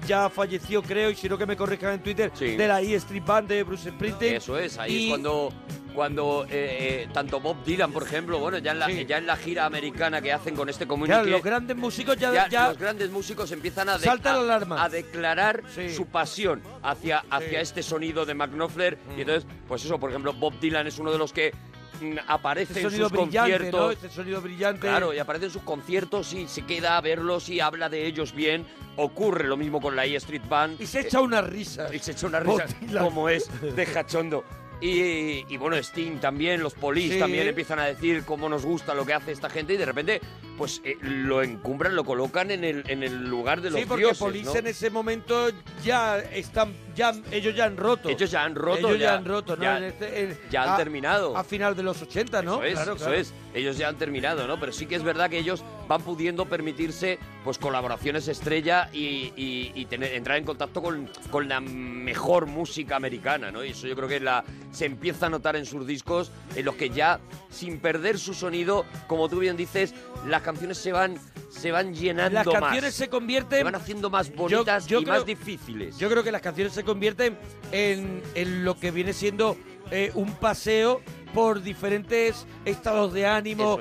Speaker 3: Ya falleció, creo, y si no que me corrijan en Twitter, de la E Street Band de Bruce Springsteen.
Speaker 5: Eso es, ahí
Speaker 3: Y-
Speaker 5: es cuando, cuando eh, eh, tanto Bob Dylan, por ejemplo, bueno, ya en, la, ya en la gira americana que hacen con este comunique...
Speaker 3: Claro, los grandes músicos ya,
Speaker 5: ya
Speaker 3: ya-
Speaker 5: los grandes músicos empiezan a, de-
Speaker 3: Salta la
Speaker 5: a-
Speaker 3: alarma.
Speaker 5: a declarar su pasión hacia, hacia este sonido de Mac Knopfler.
Speaker 3: Mm.
Speaker 5: Y entonces, pues eso, por ejemplo, Bob Dylan es uno de los que mm, aparece
Speaker 3: este
Speaker 5: en
Speaker 3: sonido
Speaker 5: sus
Speaker 3: brillante, ¿no?
Speaker 5: conciertos.
Speaker 3: Este sonido brillante.
Speaker 5: Claro, y aparece en sus conciertos y se queda a verlos y habla de ellos bien. Ocurre lo mismo con la E Street Band.
Speaker 3: Y se
Speaker 5: Eh,
Speaker 3: echa una risa.
Speaker 5: y se echa una risa
Speaker 3: Bob Dylan.
Speaker 5: como es de cachondo. Y, y bueno, Sting también, los polis
Speaker 3: Sí.
Speaker 5: también empiezan a decir cómo nos gusta lo que hace esta gente y de repente pues eh, lo encumbran, lo colocan en el, en el lugar de los
Speaker 3: Sí, porque
Speaker 5: dioses,
Speaker 3: Police
Speaker 5: ¿no?
Speaker 3: en ese momento ya están, ya ellos ya han roto.
Speaker 5: Ellos ya han roto,
Speaker 3: Ellos ya,
Speaker 5: ya-
Speaker 3: han roto, ¿no?
Speaker 5: ya-
Speaker 3: En este- en-
Speaker 5: ya han
Speaker 3: a-
Speaker 5: terminado.
Speaker 3: A final de los 80, ¿no?
Speaker 5: Eso es,
Speaker 3: Claro,
Speaker 5: eso
Speaker 3: claro.
Speaker 5: es. Ellos ya han terminado, ¿no? Pero sí que es verdad que ellos van pudiendo permitirse pues colaboraciones estrella y, y- y tener- entrar en contacto con, con la mejor música americana, ¿no? Y eso yo creo que la, se empieza a notar en sus discos, en los que ya, sin perder su sonido, como tú bien dices, las canciones se van, se van llenando
Speaker 3: Las
Speaker 5: más.
Speaker 3: canciones se convierten.
Speaker 5: Se van haciendo más bonitas y más difíciles.
Speaker 3: Yo creo que las canciones se convierten en, en lo que viene siendo eh, un paseo por diferentes estados de ánimo,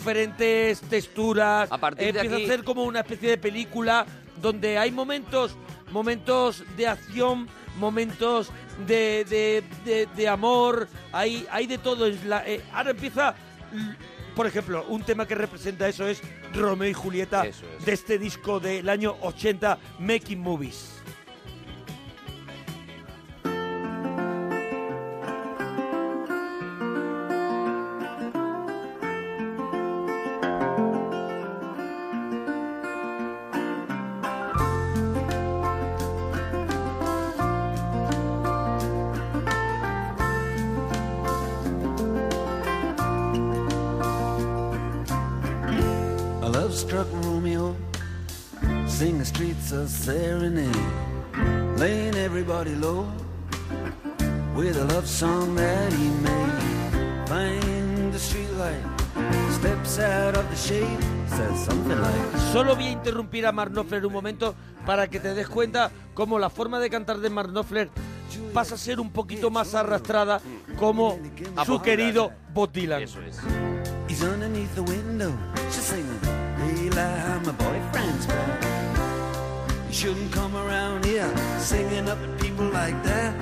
Speaker 3: diferentes texturas. A
Speaker 5: partir de
Speaker 3: empieza
Speaker 5: aquí-
Speaker 3: a ser como una especie de película donde hay momentos, momentos de acción, momentos de, de- de- de amor, hay, hay de todo. Es la- eh, ahora empieza, l- por ejemplo, un tema que representa eso es Romeo y Julieta de este disco del año 80, Making Movies.
Speaker 19: A love struck Romeo, sing the streets a serenade, laying everybody low with a love song that he made. Find the streetlight, steps out of the shade, says something like.
Speaker 3: Solo voy a interrumpir a Mark Knopfler un momento para que te des cuenta cómo la forma de cantar de Mark Knopfler pasa a ser un poquito más arrastrada como
Speaker 19: A
Speaker 3: su
Speaker 19: Bob
Speaker 3: querido
Speaker 19: Dylan.
Speaker 3: Bob Dylan.
Speaker 19: He's underneath the window. She's singing, Hey, la, my boyfriend's back. You shouldn't come around here singing up at people like that.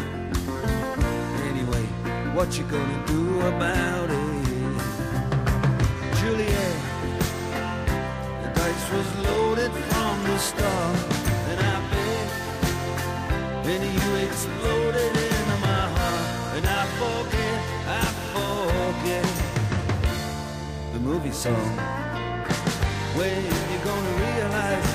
Speaker 19: Anyway, what you gonna do about it? Juliet, the dice was loaded from the start. And I bet when you exploded into my heart. And I forget, I forget the movie song way, you're gonna realize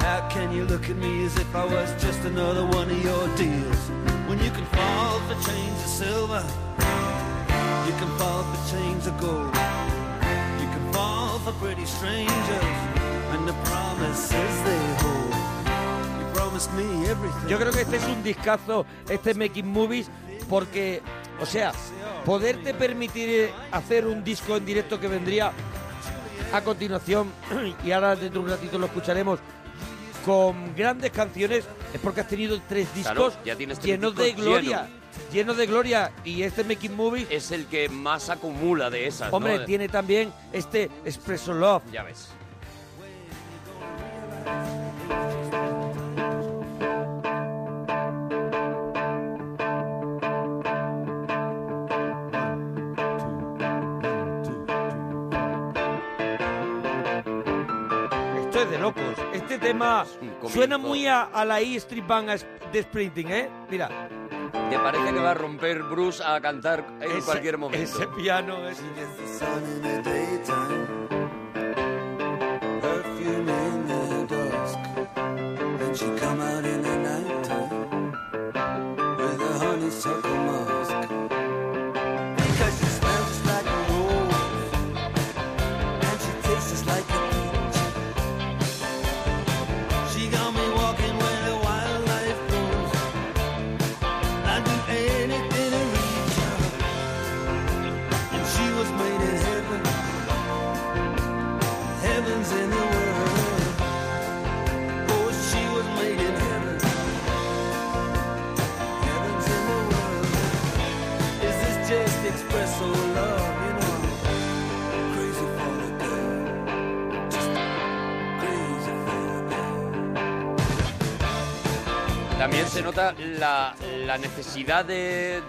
Speaker 19: How can you look at me as if I was just another one of your deals? When you can fall for chains of silver, you can fall for chains of gold, you can fall for pretty strangers, and the promises they hold. You promised me everything.
Speaker 3: Yo creo que este es un discazo, este Making Movies, porque, o sea, poderte permitir eh, hacer un disco en directo que vendría a continuación, y ahora dentro de un ratito lo escucharemos, con grandes canciones, es porque has tenido tres discos
Speaker 5: Claro, ya este tienes tres
Speaker 3: llenos de
Speaker 5: discos
Speaker 3: gloria.
Speaker 5: llenos.
Speaker 3: Llenos de gloria y este Making Movies
Speaker 5: es el que más acumula de esas. ¿no? Eh,
Speaker 3: Hombre, tiene también este Expresso Love.
Speaker 5: Ya ves.
Speaker 3: Esto es de locos. Este tema suena muy a, a la E Street Band a es- de Sprinting, ¿eh? Mira.
Speaker 5: Te parece que va a romper Bruce a cantar en
Speaker 3: Ese-
Speaker 5: cualquier momento.
Speaker 3: ese piano es-
Speaker 19: perfume in the dusk. And she come out in the nighttime with a honeysuckle mask. Because she smells like a rose. And she tastes like a peach. She got me walking where the wildlife goes. I'd do anything to reach her. And she was made in heaven. Heaven's in the world. Oh, she was made in heaven. Heaven's in the world. Is this just expresso love? You know, crazy for the girl. Just crazy for the
Speaker 5: También se nota la, la necesidad de,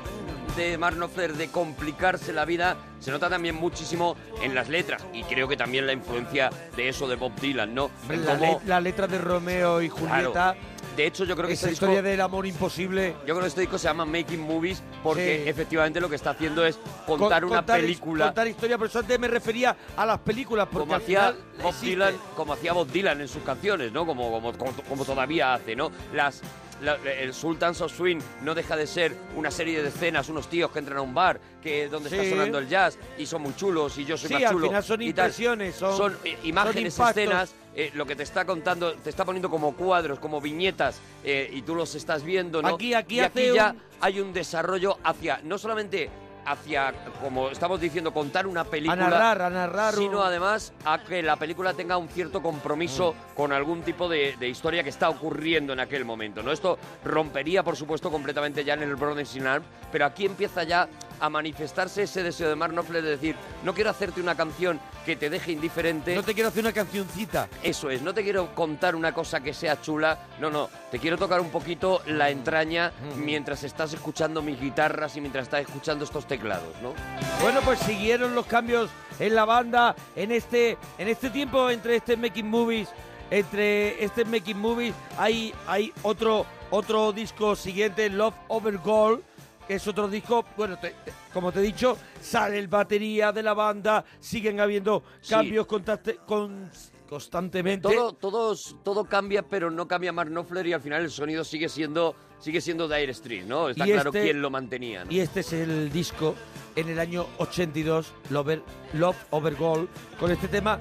Speaker 5: de Marnofer de complicarse la vida. Se nota también muchísimo en las letras. Y creo que también la influencia de eso de Bob Dylan, ¿no? En
Speaker 3: La,
Speaker 5: cómo-
Speaker 3: le- la letra de Romeo y Julieta.
Speaker 5: Claro. De hecho, yo creo que
Speaker 3: esa
Speaker 5: este disco-
Speaker 3: historia del amor imposible.
Speaker 5: Yo creo que este disco se llama Making Movies porque
Speaker 3: Sí.
Speaker 5: efectivamente lo que está haciendo es
Speaker 3: Con-
Speaker 5: contar una
Speaker 3: his-
Speaker 5: película
Speaker 3: Contar historia, pero eso antes me refería a las películas. Porque
Speaker 5: como
Speaker 3: al
Speaker 5: hacía,
Speaker 3: final
Speaker 5: Bob
Speaker 3: existe.
Speaker 5: Dylan, como hacía Bob Dylan en sus canciones, ¿no? Como, como, como, como todavía hace, ¿no? Las, la- el Sultans of Swing no deja de ser una serie de escenas, unos tíos que entran a un bar, que donde
Speaker 3: Sí.
Speaker 5: está sonando el jazz y son muy chulos y yo soy
Speaker 3: Sí,
Speaker 5: más
Speaker 3: al
Speaker 5: chulo.
Speaker 3: final son
Speaker 5: y tal.
Speaker 3: impresiones, son-
Speaker 5: eh,
Speaker 3: son
Speaker 5: imágenes,
Speaker 3: impactos.
Speaker 5: escenas, eh, lo que te está contando, te está poniendo como cuadros, como viñetas eh, y tú los estás viendo, ¿no?
Speaker 3: Aquí- aquí
Speaker 5: Y
Speaker 3: hace
Speaker 5: ya
Speaker 3: un-
Speaker 5: hay un desarrollo hacia no solamente hacia como estamos diciendo contar una película
Speaker 3: narrar, a narrar un-
Speaker 5: sino además a que la película tenga un cierto compromiso
Speaker 3: Mm.
Speaker 5: con algún tipo de, de historia que está ocurriendo en aquel momento. ¿no? Esto rompería, por supuesto, completamente ya en el Brothers in Arms, pero aquí empieza ya a manifestarse ese deseo de Mark Knopfler de decir, no quiero hacerte una canción que te deje indiferente.
Speaker 3: No te quiero hacer una cancioncita.
Speaker 5: Eso es, no te quiero contar una cosa que sea chula, no, no, te quiero tocar un poquito
Speaker 3: Mm.
Speaker 5: la entraña mientras estás escuchando mis guitarras y mientras estás escuchando estos teclados, ¿no?
Speaker 3: Bueno, pues siguieron los cambios en la banda en este en este tiempo entre este Making Movies, entre este Making Movies hay hay otro otro disco siguiente Love Over Gold, que es otro disco, bueno, te- te- como te he dicho, sale el batería de la banda, siguen habiendo
Speaker 5: Sí.
Speaker 3: cambios contaste- con- constantemente.
Speaker 5: Todo, todos, todo cambia, pero no cambia Mark Knopfler y al final el sonido sigue siendo, sigue siendo Dire Street, ¿no? Está
Speaker 3: Y
Speaker 5: claro
Speaker 3: este-
Speaker 5: quién lo mantenía, ¿no?
Speaker 3: Y este es el disco en el año 82, Lover- Love Over Gold, con este tema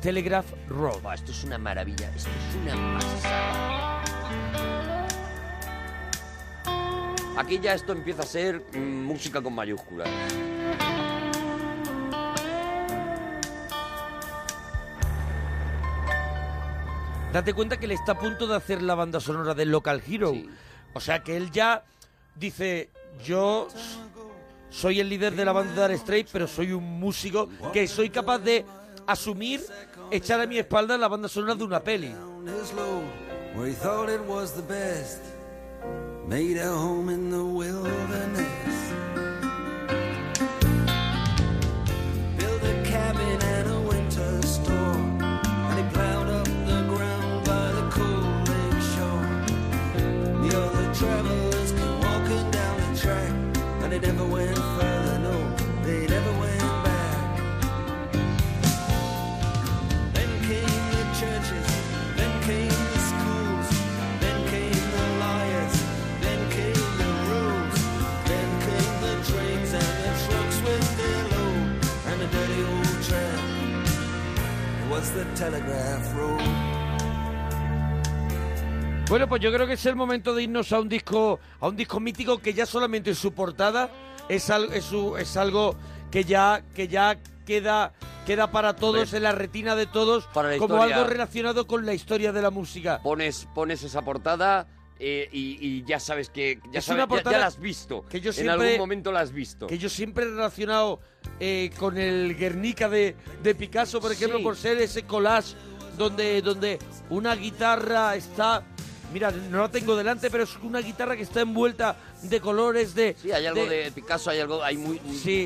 Speaker 3: Telegraph Road.
Speaker 5: esto es una maravilla, esto es una pasada. Aquí ya esto empieza a ser mm, música con mayúsculas.
Speaker 3: Date cuenta que le está a punto de hacer la banda sonora de Local Hero. O sea que él ya dice, yo soy el líder de la banda de Dire Straits, pero soy un músico que soy capaz de asumir echar a mi espalda la banda sonora de una peli.
Speaker 19: his load where he thought it was the best. Made a home in the wilderness. Built a cabin and a winter store. And he plowed up the ground by the cold lake shore. The other travelers came walking down the track. And they never went further, no, they never went back. Then came the churches, then came the schools, then came the liars, then came the rules, then came the trains and the trucks with their load and the dirty old track. It was the telegraph road.
Speaker 3: Bueno, pues yo creo que es el momento de irnos a un disco, a un disco mítico que ya solamente en su portada es algo, es, su- es algo que ya, que ya queda, queda para todos, en la retina de todos,
Speaker 5: la
Speaker 3: como
Speaker 5: historia.
Speaker 3: algo relacionado con la historia de la música.
Speaker 5: Pones, pones esa portada eh, y, y ya sabes que ya,
Speaker 3: Es
Speaker 5: sabes-
Speaker 3: una
Speaker 5: ya- ya
Speaker 3: portada
Speaker 5: la has visto.
Speaker 3: que yo
Speaker 5: en
Speaker 3: siempre-
Speaker 5: algún momento la has visto.
Speaker 3: Que yo siempre he relacionado eh, con el Guernica de, de Picasso, por ejemplo,
Speaker 5: Sí.
Speaker 3: por ser ese collage donde, donde una guitarra está. Mira, no la tengo delante, pero es una guitarra que está envuelta de colores de.
Speaker 5: Sí, hay algo de, Picasso, hay algo, hay muy,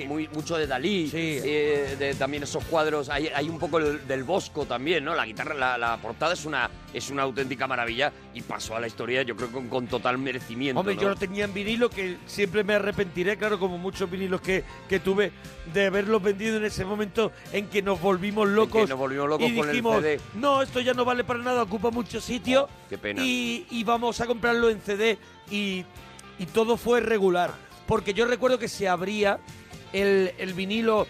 Speaker 5: muy- mucho de Dalí, eh, de- también esos cuadros, hay, hay un poco el- del Bosco también, ¿no? La guitarra, la, la portada es una, es una auténtica maravilla y pasó a la historia, yo creo, con, con total merecimiento.
Speaker 3: Hombre,
Speaker 5: ¿no?
Speaker 3: yo lo tenía en vinilo, que siempre me arrepentiré, claro, como muchos vinilos que, que tuve, de haberlos vendido en ese momento en que nos volvimos locos.
Speaker 5: nos volvimos locos
Speaker 3: y
Speaker 5: con el
Speaker 3: dijimos,
Speaker 5: CD.
Speaker 3: no, esto ya no vale para nada, ocupa mucho sitio.
Speaker 5: Oh, qué pena.
Speaker 3: Y, y vamos a comprarlo en CD. Y, y todo fue regular. Porque yo recuerdo que se abría el, el vinilo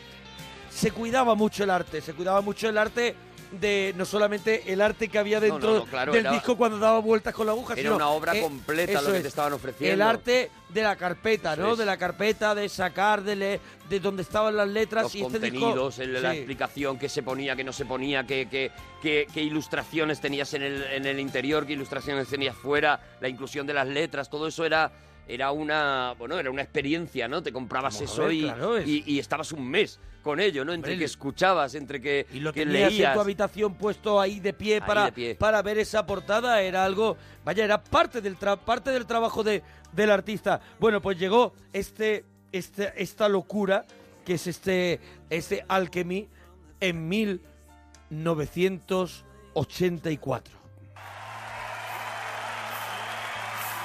Speaker 3: se cuidaba mucho el arte, se cuidaba mucho el arte de no solamente el arte que había dentro
Speaker 5: no, no, claro,
Speaker 3: del
Speaker 5: era-
Speaker 3: disco cuando daba vueltas con la aguja,
Speaker 5: era
Speaker 3: sino,
Speaker 5: una obra completa lo
Speaker 3: Eh, eso
Speaker 5: que te estaban ofreciendo.
Speaker 3: El arte de la carpeta,
Speaker 5: Eso
Speaker 3: ¿no?
Speaker 5: es.
Speaker 3: De la carpeta, de sacar, de leer, de donde estaban las letras
Speaker 5: los
Speaker 3: y este disco-
Speaker 5: contenidos, el- la
Speaker 3: Sí.
Speaker 5: explicación que se ponía, que no se ponía, qué que, que- qué ilustraciones tenías en el, en el interior, qué ilustraciones tenías fuera, la inclusión de las letras, todo eso era era una bueno era una experiencia no te comprabas
Speaker 3: Vamos a
Speaker 5: eso
Speaker 3: ver,
Speaker 5: y,
Speaker 3: claro, es-
Speaker 5: y- y estabas un mes con ello no entre
Speaker 3: Hombre,
Speaker 5: que escuchabas entre que, que
Speaker 3: tenías en tu
Speaker 5: leías
Speaker 3: habitación puesto ahí de pie
Speaker 5: Ahí
Speaker 3: para
Speaker 5: de pie.
Speaker 3: para ver esa portada era algo vaya era parte del tra- parte del trabajo de del artista bueno pues llegó este este esta locura que es este este alchemy en 1984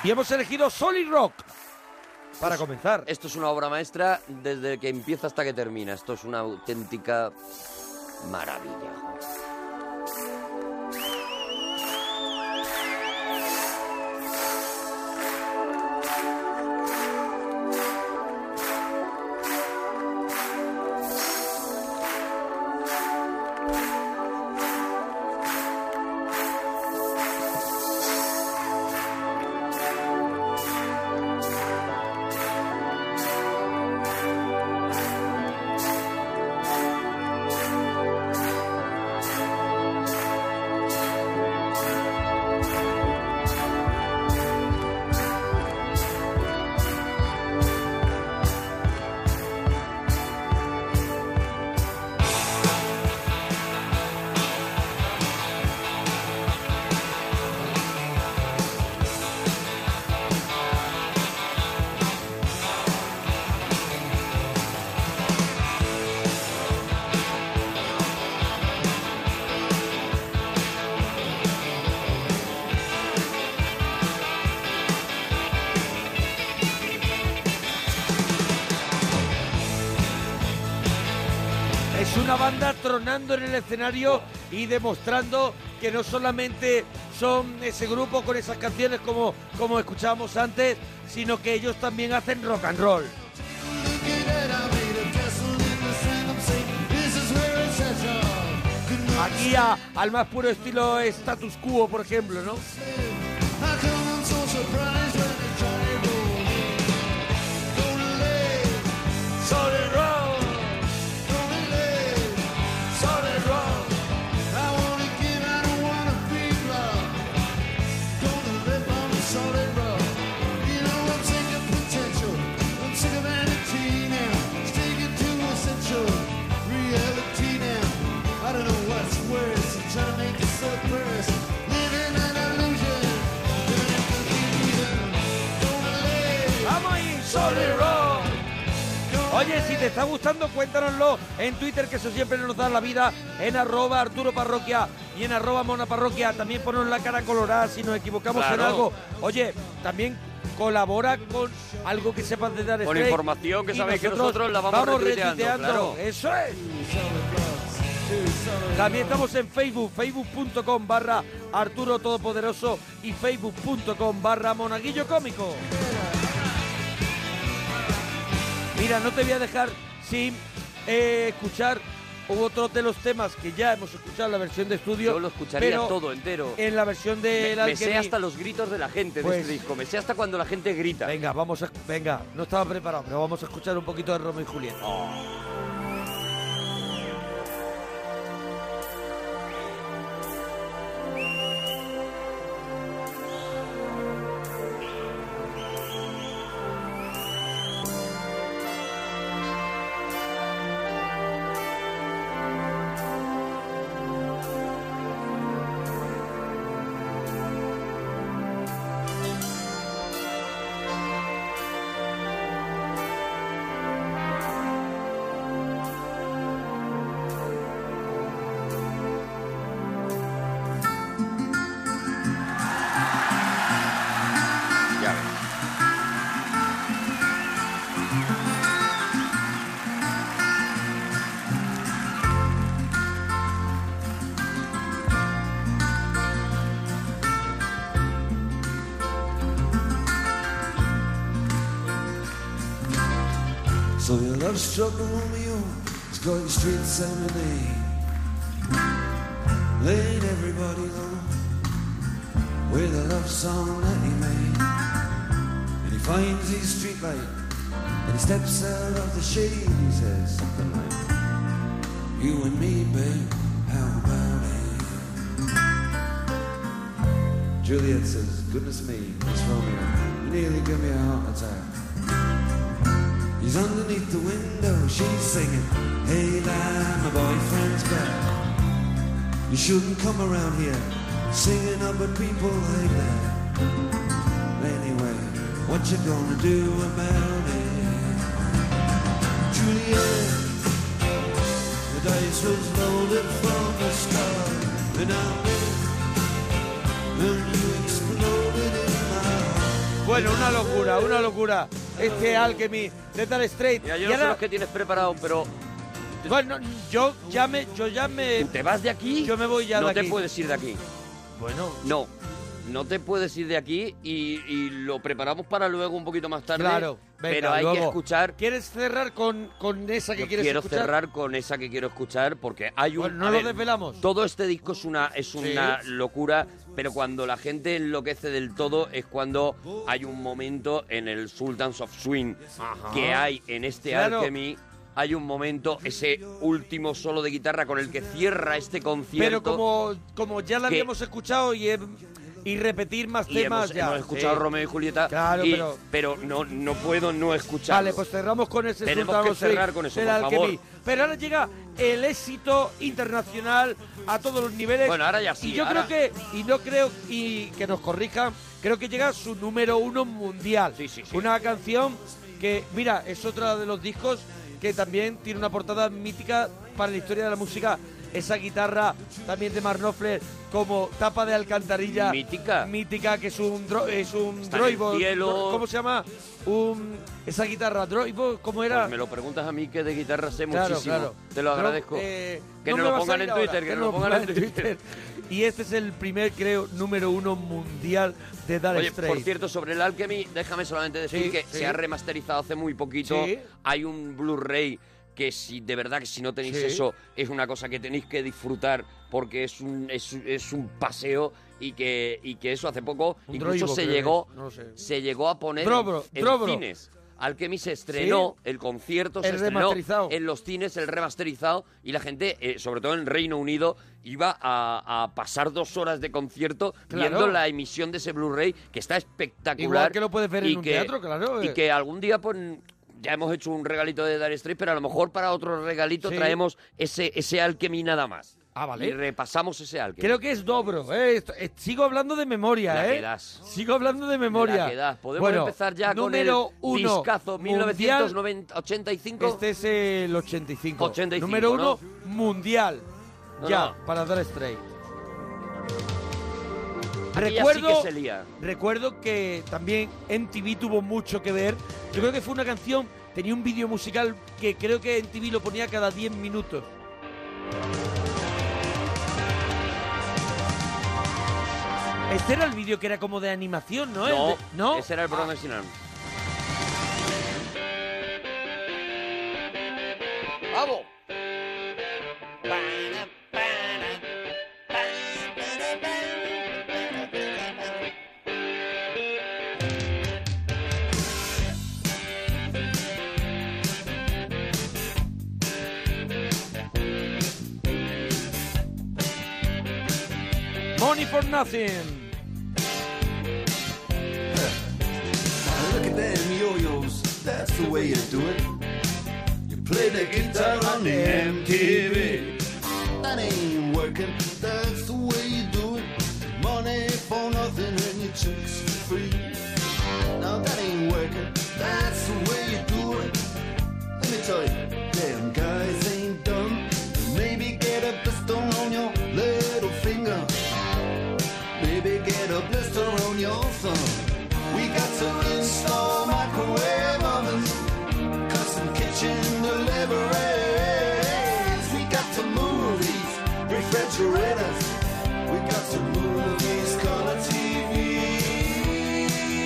Speaker 3: y hemos elegido Solid Rock para comenzar
Speaker 5: esto es una obra maestra desde que empieza hasta que termina esto es una auténtica maravilla
Speaker 3: Es una banda tronando en el escenario y demostrando que no solamente son ese grupo con esas canciones como, como escuchábamos antes, sino que ellos también hacen rock and roll. Aquí a- al más puro estilo status quo, por ejemplo, ¿no?
Speaker 19: Reality now, I don't
Speaker 3: Oye, si te está gustando, cuéntanoslo en Twitter, que eso siempre nos da la vida, en arroba Arturo Parroquia y en arroba Mona Parroquia. También ponos la cara colorada si nos equivocamos en
Speaker 5: Claro.
Speaker 3: algo. Oye, también colabora con algo que sepas de dar
Speaker 5: Con
Speaker 3: straight.
Speaker 5: información que
Speaker 3: Y
Speaker 5: sabéis que nosotros la vamos retuiteando, claro.
Speaker 3: Eso es. También estamos en Facebook, facebook.com barra Arturo Todopoderoso y facebook.com barra Monaguillo Cómico. Mira, no te voy a dejar sin eh, escuchar otro de los temas que ya hemos escuchado en la versión de estudio.
Speaker 5: Yo lo escucharía
Speaker 3: pero
Speaker 5: todo entero.
Speaker 3: En la versión
Speaker 5: Me,
Speaker 3: de la
Speaker 5: me sé hasta los gritos de la gente de
Speaker 3: Pues-
Speaker 5: este disco. Me sé hasta cuando la gente grita.
Speaker 3: Venga, vamos a... Venga, no estaba preparado, pero vamos a escuchar un poquito de Romeo y Julieta.
Speaker 5: Oh.
Speaker 10: Ya ves.
Speaker 19: So your love struck a Romeo is going straight to San Rene. Laying everybody low with a love song that he made. And he finds his streetlight and he steps out of the shade and he says something like, You and me, babe, how about it? Juliet says, Goodness me, Miss Romeo, you nearly give me a heart attack. He's underneath the window, she's singing, Hey la, my boyfriend's back. You shouldn't come around here singing up at people like that. Anyway, what you gonna do about it? Juliet, the dice was loaded from the start, and I knew, and you exploded in my heart.
Speaker 3: Bueno, una locura, una locura. Este Alchemy de Tal Straight.
Speaker 5: Mira, yo no sé los que tienes preparado, pero
Speaker 3: Bueno, yo ya me... Yo ya me...
Speaker 5: ¿Te vas de aquí?
Speaker 3: Yo me voy ya
Speaker 5: no
Speaker 3: de
Speaker 5: te
Speaker 3: aquí.
Speaker 5: puedes ir de aquí.
Speaker 3: Bueno.
Speaker 5: No, no te puedes ir de aquí y, y lo preparamos para luego un poquito más tarde.
Speaker 3: Claro, venga,
Speaker 5: pero hay que
Speaker 3: luego.
Speaker 5: escuchar.
Speaker 3: ¿Quieres cerrar con, con esa que
Speaker 5: Yo
Speaker 3: quieres
Speaker 5: quiero
Speaker 3: escuchar?
Speaker 5: cerrar con esa que quiero escuchar porque hay un.
Speaker 3: Bueno, no
Speaker 5: a
Speaker 3: lo desvelamos.
Speaker 5: Todo este disco es una es una
Speaker 3: Sí.
Speaker 5: locura, pero cuando la gente enloquece del todo es cuando hay un momento en el Sultans of Swing que hay en este
Speaker 3: Claro.
Speaker 5: Alchemy. Hay un momento, ese último solo de guitarra con el que cierra este concierto.
Speaker 3: Pero como, como ya la
Speaker 5: que-
Speaker 3: habíamos escuchado y, he- y repetir más
Speaker 5: y
Speaker 3: temas
Speaker 5: hemos,
Speaker 3: ya.
Speaker 5: hemos escuchado
Speaker 3: Sí.
Speaker 5: Romeo y Julieta.
Speaker 3: Claro,
Speaker 5: y-
Speaker 3: pero-
Speaker 5: no, no puedo no escuchar.
Speaker 3: Vale, pues cerramos con ese
Speaker 5: Tenemos
Speaker 3: Sultan
Speaker 5: que
Speaker 3: of Swing
Speaker 5: cerrar con eso,
Speaker 3: del
Speaker 5: por favor.
Speaker 3: Alchemy. Pero ahora llega el éxito internacional a todos los niveles.
Speaker 5: Bueno, ahora ya sí,
Speaker 3: Y yo
Speaker 5: ahora-
Speaker 3: creo que, y no creo, y que nos corrijan, creo que llega su número uno mundial. Una canción que, mira, es otra de los discos que también tiene una portada mítica para la historia de la música. Esa guitarra también de Marnofler como tapa de alcantarilla. Mítica. Mítica, que es un, dro- es un
Speaker 5: Está en el
Speaker 3: Droidbot,
Speaker 5: cielo.
Speaker 3: ¿Cómo se llama? Un, esa guitarra, Droidbot, ¿cómo era?
Speaker 5: Pues me lo preguntas a mí que de guitarra sé
Speaker 3: Claro,
Speaker 5: muchísimo.
Speaker 3: claro.
Speaker 5: Te lo
Speaker 3: Dro-
Speaker 5: agradezco.
Speaker 3: eh,
Speaker 5: que
Speaker 3: no
Speaker 5: no,
Speaker 3: me
Speaker 5: lo
Speaker 3: vas a
Speaker 5: pongan
Speaker 3: ir
Speaker 5: en
Speaker 3: ahora,
Speaker 5: Twitter, que no lo pongan en Twitter.
Speaker 3: Y este es el primer, creo, número uno mundial de Dar
Speaker 5: Oye,
Speaker 3: Straits.
Speaker 5: por cierto, sobre el Alchemy, déjame solamente decir
Speaker 3: Sí,
Speaker 5: que
Speaker 3: sí.
Speaker 5: se ha remasterizado hace muy poquito.
Speaker 3: Sí.
Speaker 5: Hay un Blu-ray que si de verdad que si no tenéis
Speaker 3: Sí.
Speaker 5: eso es una cosa que tenéis que disfrutar porque es un es, es un paseo y que y que eso hace poco
Speaker 3: Un
Speaker 5: incluso
Speaker 3: Droibo,
Speaker 5: se
Speaker 3: creo
Speaker 5: llegó
Speaker 3: que es, no lo sé.
Speaker 5: se llegó a poner
Speaker 3: Drobro,
Speaker 5: en
Speaker 3: Drobro.
Speaker 5: cines. Alchemy se estrenó, el concierto se
Speaker 3: El
Speaker 5: estrenó
Speaker 3: remasterizado.
Speaker 5: en los cines, el remasterizado, y la gente, eh, sobre todo en Reino Unido, iba a, a pasar dos horas de concierto
Speaker 3: Claro.
Speaker 5: viendo la emisión de ese Blu-ray, que está espectacular.
Speaker 3: Igual que lo puedes ver en
Speaker 5: y
Speaker 3: un teatro, claro,
Speaker 5: Y
Speaker 3: eh.
Speaker 5: que algún día, pues, ya hemos hecho un regalito de Dire Straits, pero a lo mejor para otro regalito
Speaker 3: Sí.
Speaker 5: traemos ese, ese Alchemy nada más.
Speaker 3: Ah, vale.
Speaker 5: Y repasamos ese álbum.
Speaker 3: Creo que es Dobro, ¿eh? Esto- eh, Sigo hablando de memoria,
Speaker 5: La
Speaker 3: ¿eh?
Speaker 5: que das.
Speaker 3: Sigo hablando de memoria.
Speaker 5: La que da. Podemos
Speaker 3: Bueno,
Speaker 5: empezar ya con el
Speaker 3: número uno,
Speaker 5: discazo
Speaker 3: mundial.
Speaker 5: 1985.
Speaker 3: Este es el 85.
Speaker 5: 85,
Speaker 3: Número uno,
Speaker 5: ¿no?
Speaker 3: mundial.
Speaker 5: No,
Speaker 3: ya,
Speaker 5: no.
Speaker 3: para dar straight.
Speaker 5: Aquí ya sí
Speaker 3: Recuerdo,
Speaker 5: que se lía.
Speaker 3: recuerdo que también MTV tuvo mucho que ver. Yo creo que fue una canción, tenía un vídeo musical que creo que MTV lo ponía cada 10 minutos. Este era el vídeo que era como de animación, ¿no? El
Speaker 5: No,
Speaker 3: de- ¿no? Ah,
Speaker 5: ese era el programa de Sinan. ¡Vamos!
Speaker 3: Money for nothing.
Speaker 19: Look at them yo-yos, that's the way you do it. You play the guitar on the MTV. That ain't working, that's the way you do it. Money for nothing and your chicks for free. Now that ain't working, that's the way you do it. Let me tell you, damn guys ain't dumb. Maybe get a pistol on your little finger. Maybe get a blister on your thumb. We got to install microwave ovens, custom kitchen deliveries. We got to movies, refrigerators. We got to movies, color TV.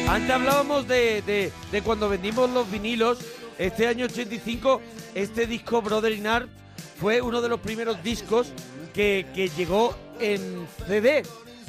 Speaker 3: Antes hablábamos de, de- de cuando vendimos los vinilos. Este año 85, este disco Brother in Art fue uno de los primeros discos que, que llegó en CD,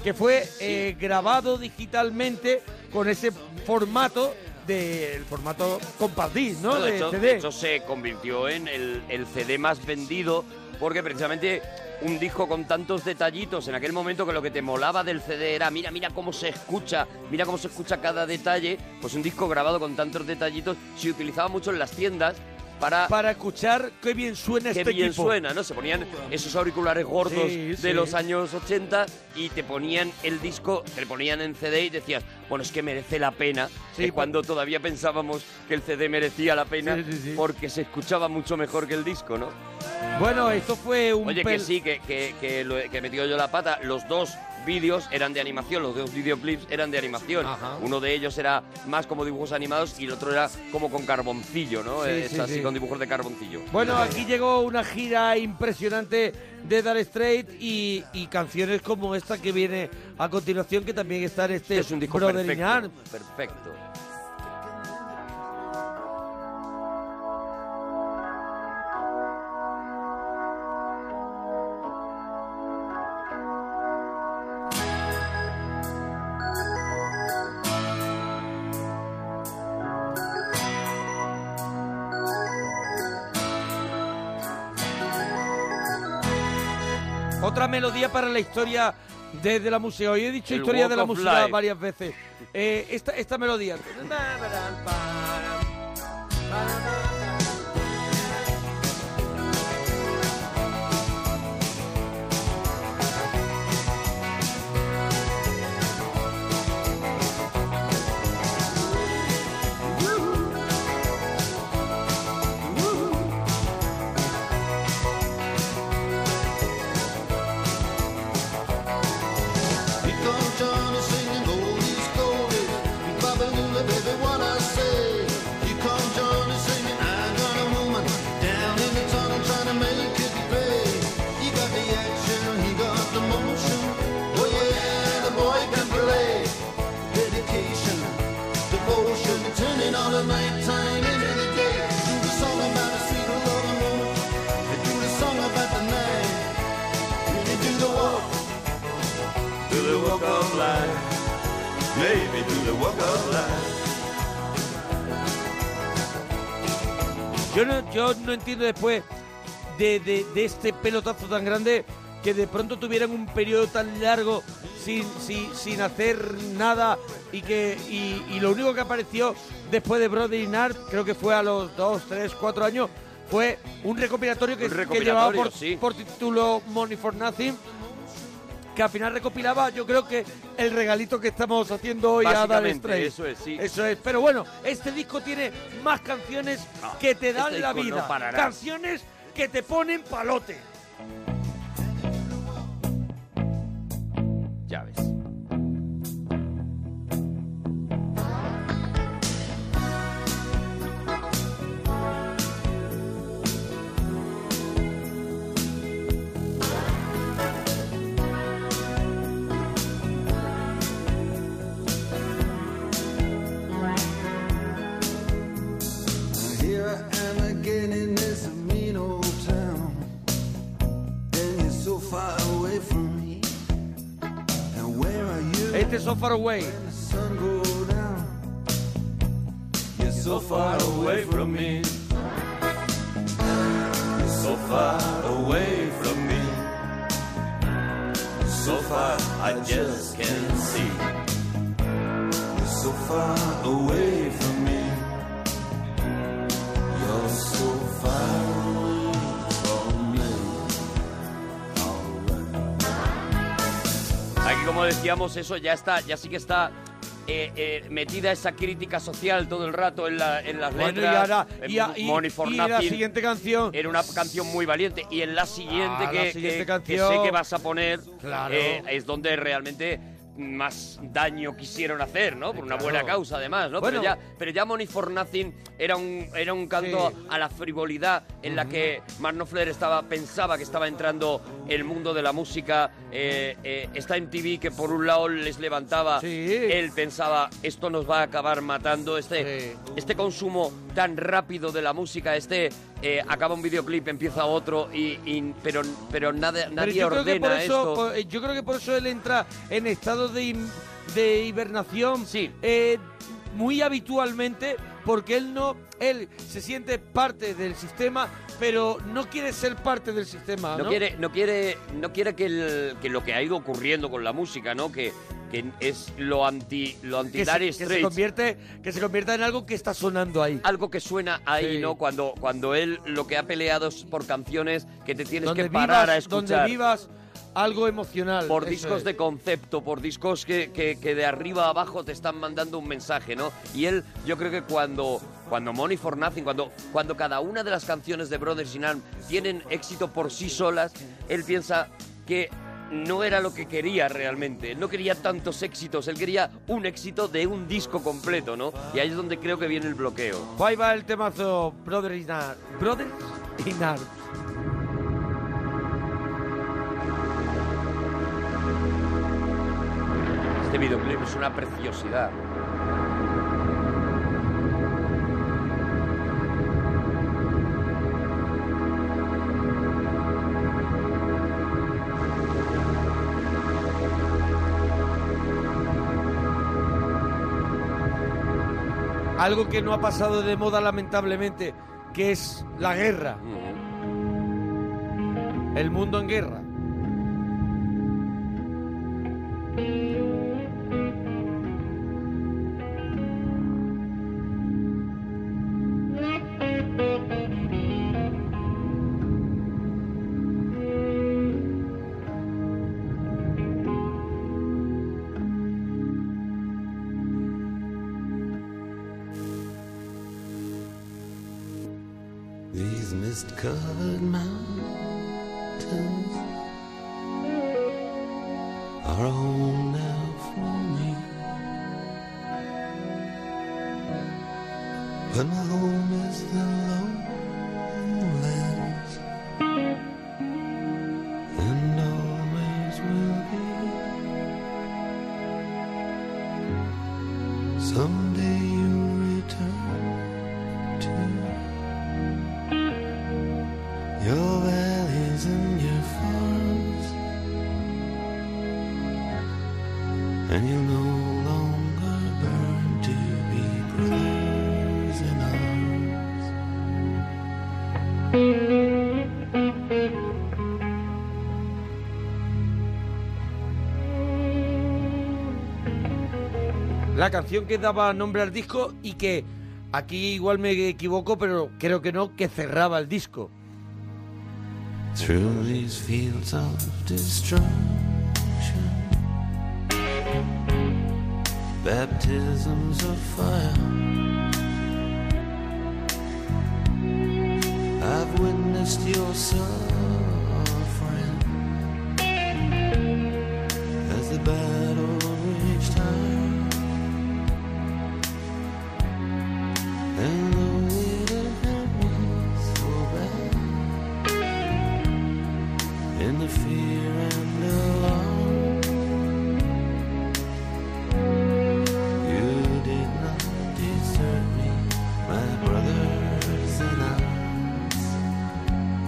Speaker 3: que fue eh, grabado digitalmente con ese formato de- el formato compartir, ¿no?
Speaker 5: No,
Speaker 3: de
Speaker 5: de, hecho,
Speaker 3: CD.
Speaker 5: de hecho se convirtió en el, el CD más vendido porque precisamente un disco con tantos detallitos en aquel momento que lo que te molaba del CD era mira, mira cómo se escucha, mira cómo se escucha cada detalle, pues un disco grabado con tantos detallitos se utilizaba mucho en las tiendas para...
Speaker 3: Para escuchar qué bien suena
Speaker 5: Qué
Speaker 3: este
Speaker 5: bien
Speaker 3: equipo.
Speaker 5: suena, ¿no? Se ponían esos auriculares gordos
Speaker 3: Sí,
Speaker 5: de
Speaker 3: sí.
Speaker 5: los años 80 y te ponían el disco, te lo ponían en CD y decías, bueno, es que merece la pena.
Speaker 3: Sí,
Speaker 5: Que cuando todavía pensábamos que el CD merecía la pena
Speaker 3: Sí, sí, sí.
Speaker 5: porque se escuchaba mucho mejor que el disco, ¿no?
Speaker 3: Bueno, esto fue un
Speaker 5: Oye, que
Speaker 3: pel-
Speaker 5: sí, que, que, que lo he- que he metido yo la pata. Los dos vídeos eran de animación, los dos videoclips eran de animación. Uno de ellos era más como dibujos animados y el otro era como con carboncillo, ¿no?
Speaker 3: Sí,
Speaker 5: Es
Speaker 3: sí,
Speaker 5: así
Speaker 3: sí.
Speaker 5: con dibujos de carboncillo.
Speaker 3: Bueno, aquí llegó una gira impresionante de Dar Straight y, y canciones como esta que viene a continuación, que también está en este
Speaker 5: es un disco
Speaker 3: Brother in
Speaker 5: perfecto,
Speaker 3: Arms.
Speaker 5: perfecto.
Speaker 3: Otra melodía para la historia de, de la música. Hoy he dicho
Speaker 5: El
Speaker 3: historia
Speaker 5: Walk
Speaker 3: de la
Speaker 5: of
Speaker 3: música
Speaker 5: Life.
Speaker 3: varias veces. Eh, esta, esta melodía.
Speaker 19: Here comes Johnny singing oldies goldies. He's bobbing in the baby what I say. Here comes Johnny singing I got a woman down in the tunnel trying to make it pay. He got the action, he got the motion. Oh yeah, the boy can play. Dedication, devotion, turning all the nighttime into the day. Do the song about the sweet love of the moon. And do the song about the night. Really do the walk do the walk of life. Maybe do the walk of life.
Speaker 3: Yo no, yo no entiendo después de, de- de este pelotazo tan grande que de pronto tuvieran un periodo tan largo sin, sin, sin hacer nada y que y, y lo único que apareció después de Brody Nart, creo que fue a los 2, 3, 4 años, Fue un recopilatorio que,
Speaker 5: Un
Speaker 3: que
Speaker 5: recopilatorio,
Speaker 3: llevaba por,
Speaker 5: sí.
Speaker 3: por título Money for Nothing, que al final recopilaba, yo creo que el regalito que estamos haciendo hoy a Dar
Speaker 5: Básicamente,
Speaker 3: Straits.
Speaker 5: eso es, sí.
Speaker 3: Eso es. Pero bueno, este disco tiene más canciones que te dan
Speaker 5: este
Speaker 3: la
Speaker 5: disco no
Speaker 3: vida.
Speaker 5: parará.
Speaker 3: canciones que te ponen palote.
Speaker 5: Ya ves.
Speaker 19: Here I am again in this mean old town. And you're so far away from me. And where are you?
Speaker 3: Este es So Far Away.
Speaker 19: The sun go down. You're so far
Speaker 1: away from me. So far away from me. So far I just can't see. You're so far away from me. You're so far away from me.
Speaker 5: Aquí, como decíamos, eso ya está, ya sí que está eh, eh, metida esa crítica social todo el rato en, la- en las
Speaker 3: Bueno, y
Speaker 5: letras.
Speaker 3: ahora-
Speaker 5: en
Speaker 3: y a- y-
Speaker 5: Money for
Speaker 3: y la
Speaker 5: Nothing.
Speaker 3: siguiente canción.
Speaker 5: Era una canción muy valiente. Y en la siguiente,
Speaker 3: Ah,
Speaker 5: que,
Speaker 3: la
Speaker 5: que-
Speaker 3: siguiente
Speaker 5: que
Speaker 3: canción.
Speaker 5: sé que vas a poner,
Speaker 3: Claro.
Speaker 5: eh, es donde realmente más daño quisieron hacer, ¿no? Por una
Speaker 3: Eh, Claro.
Speaker 5: buena causa, además, ¿no?
Speaker 3: Bueno.
Speaker 5: Pero, ya, pero ya Money for Nothing era un, era un canto
Speaker 3: Sí.
Speaker 5: a la frivolidad en la que Marno Flair estaba, pensaba que estaba entrando el mundo de la música. Eh, eh, está en TV que por un lado les levantaba. Él pensaba, esto nos va a acabar matando. Este, este consumo tan rápido de la música, este eh, acaba un videoclip, empieza otro, y, y- pero, pero nada,
Speaker 3: Pero
Speaker 5: nadie
Speaker 3: yo creo
Speaker 5: ordena
Speaker 3: que por eso,
Speaker 5: esto.
Speaker 3: por- eh, yo creo que por eso él entra en estado de, hi- de hibernación eh, muy habitualmente, porque él no, él se siente parte del sistema, pero no quiere ser parte del sistema. No,
Speaker 5: no quiere no quiere no quiere que, el- que lo que ha ido ocurriendo con la música no que, que es lo anti lo anti
Speaker 3: que se,
Speaker 5: Dire
Speaker 3: que se
Speaker 5: Straits.
Speaker 3: convierte, que se convierta en algo que está sonando ahí.
Speaker 5: algo que suena ahí
Speaker 3: Sí.
Speaker 5: no cuando cuando él lo que ha peleado es por canciones que te tienes
Speaker 3: donde
Speaker 5: que parar
Speaker 3: vivas,
Speaker 5: a escuchar
Speaker 3: Donde vivas algo emocional.
Speaker 5: por
Speaker 3: eso
Speaker 5: discos
Speaker 3: es.
Speaker 5: de concepto, por discos que, que- que de arriba a abajo te están mandando un mensaje, ¿no? Y él, yo creo que cuando, cuando Money for Nothing, cuando, cuando cada una de las canciones de Brothers in Arms tienen éxito por sí solas, él piensa que no era lo que quería realmente. Él no quería tantos éxitos, él quería un éxito de un disco completo, ¿no? Y ahí es donde creo que viene el bloqueo.
Speaker 3: Pues ahí va el temazo Brother in Arms. Brother in Arms.
Speaker 5: Este videoclip es una preciosidad.
Speaker 3: Algo que no ha pasado de moda lamentablemente, que es la guerra. El mundo en guerra.
Speaker 19: These mist covered mountains are home now for me. But my home is the lowlands and always will be. Someday you'll return to. Your valleys and your farms, and you'll no longer burn to be brothers in arms.
Speaker 3: La canción que daba nombre al disco y que Aquí igual me equivoco, pero creo que no, que cerraba el disco.
Speaker 19: Through these fields of destruction, baptisms of fire. I've witnessed your suffering as the battle reached high. And the weight of heavens fell back in the fear and alarm. You did not desert me, my brothers in arms.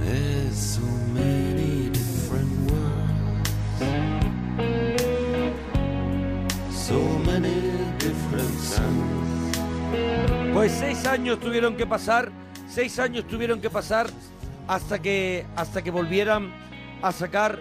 Speaker 19: There's so many different words, so many different sounds.
Speaker 3: Pues seis años tuvieron que pasar, seis años tuvieron que pasar hasta que hasta que volvieran a sacar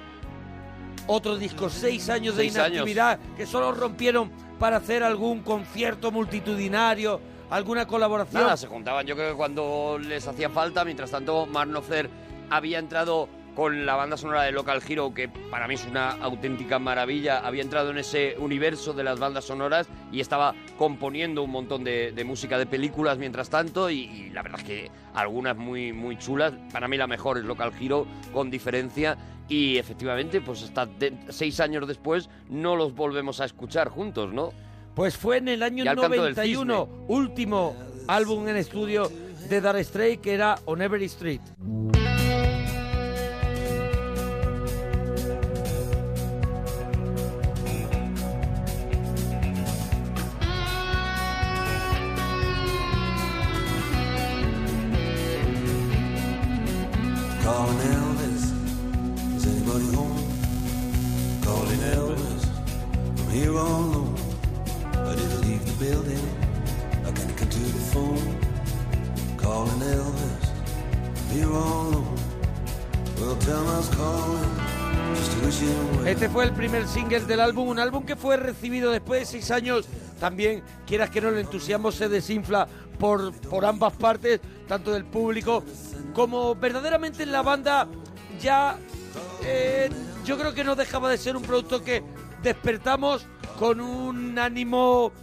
Speaker 3: otro disco. Seis años de
Speaker 5: Seis años.
Speaker 3: inactividad que solo rompieron para hacer algún concierto multitudinario, alguna colaboración.
Speaker 5: Nada, se juntaban. Yo creo que cuando les hacía falta, mientras tanto, Marnocer había entrado con la banda sonora de Local Hero, que para mí es una auténtica maravilla. Había entrado en ese universo de las bandas sonoras y estaba componiendo un montón de, de música de películas mientras tanto. Y, y la verdad es que algunas muy, muy chulas. Para mí la mejor es Local Hero, con diferencia. Y efectivamente, pues hasta de- seis años después no los volvemos a escuchar juntos, ¿no?
Speaker 3: Pues fue en el año
Speaker 5: Y al canto del
Speaker 3: 91, último álbum en estudio de Dar Stray, que era On Every Street.
Speaker 19: Calling Elvis, is anybody home? Calling Elvis, I'm here all alone. I didn't leave the building, I gotta get to the phone. Calling Elvis, I'm here all alone. Well, tell him I was calling, just to wish him well.
Speaker 3: Este fue el primer single del álbum, un álbum que fue recibido después de seis años. También, quieras que no, el entusiasmo se desinfla por, por ambas partes, tanto del público como verdaderamente en la banda ya... eh, yo creo que no dejaba de ser un producto que despertamos con un ánimo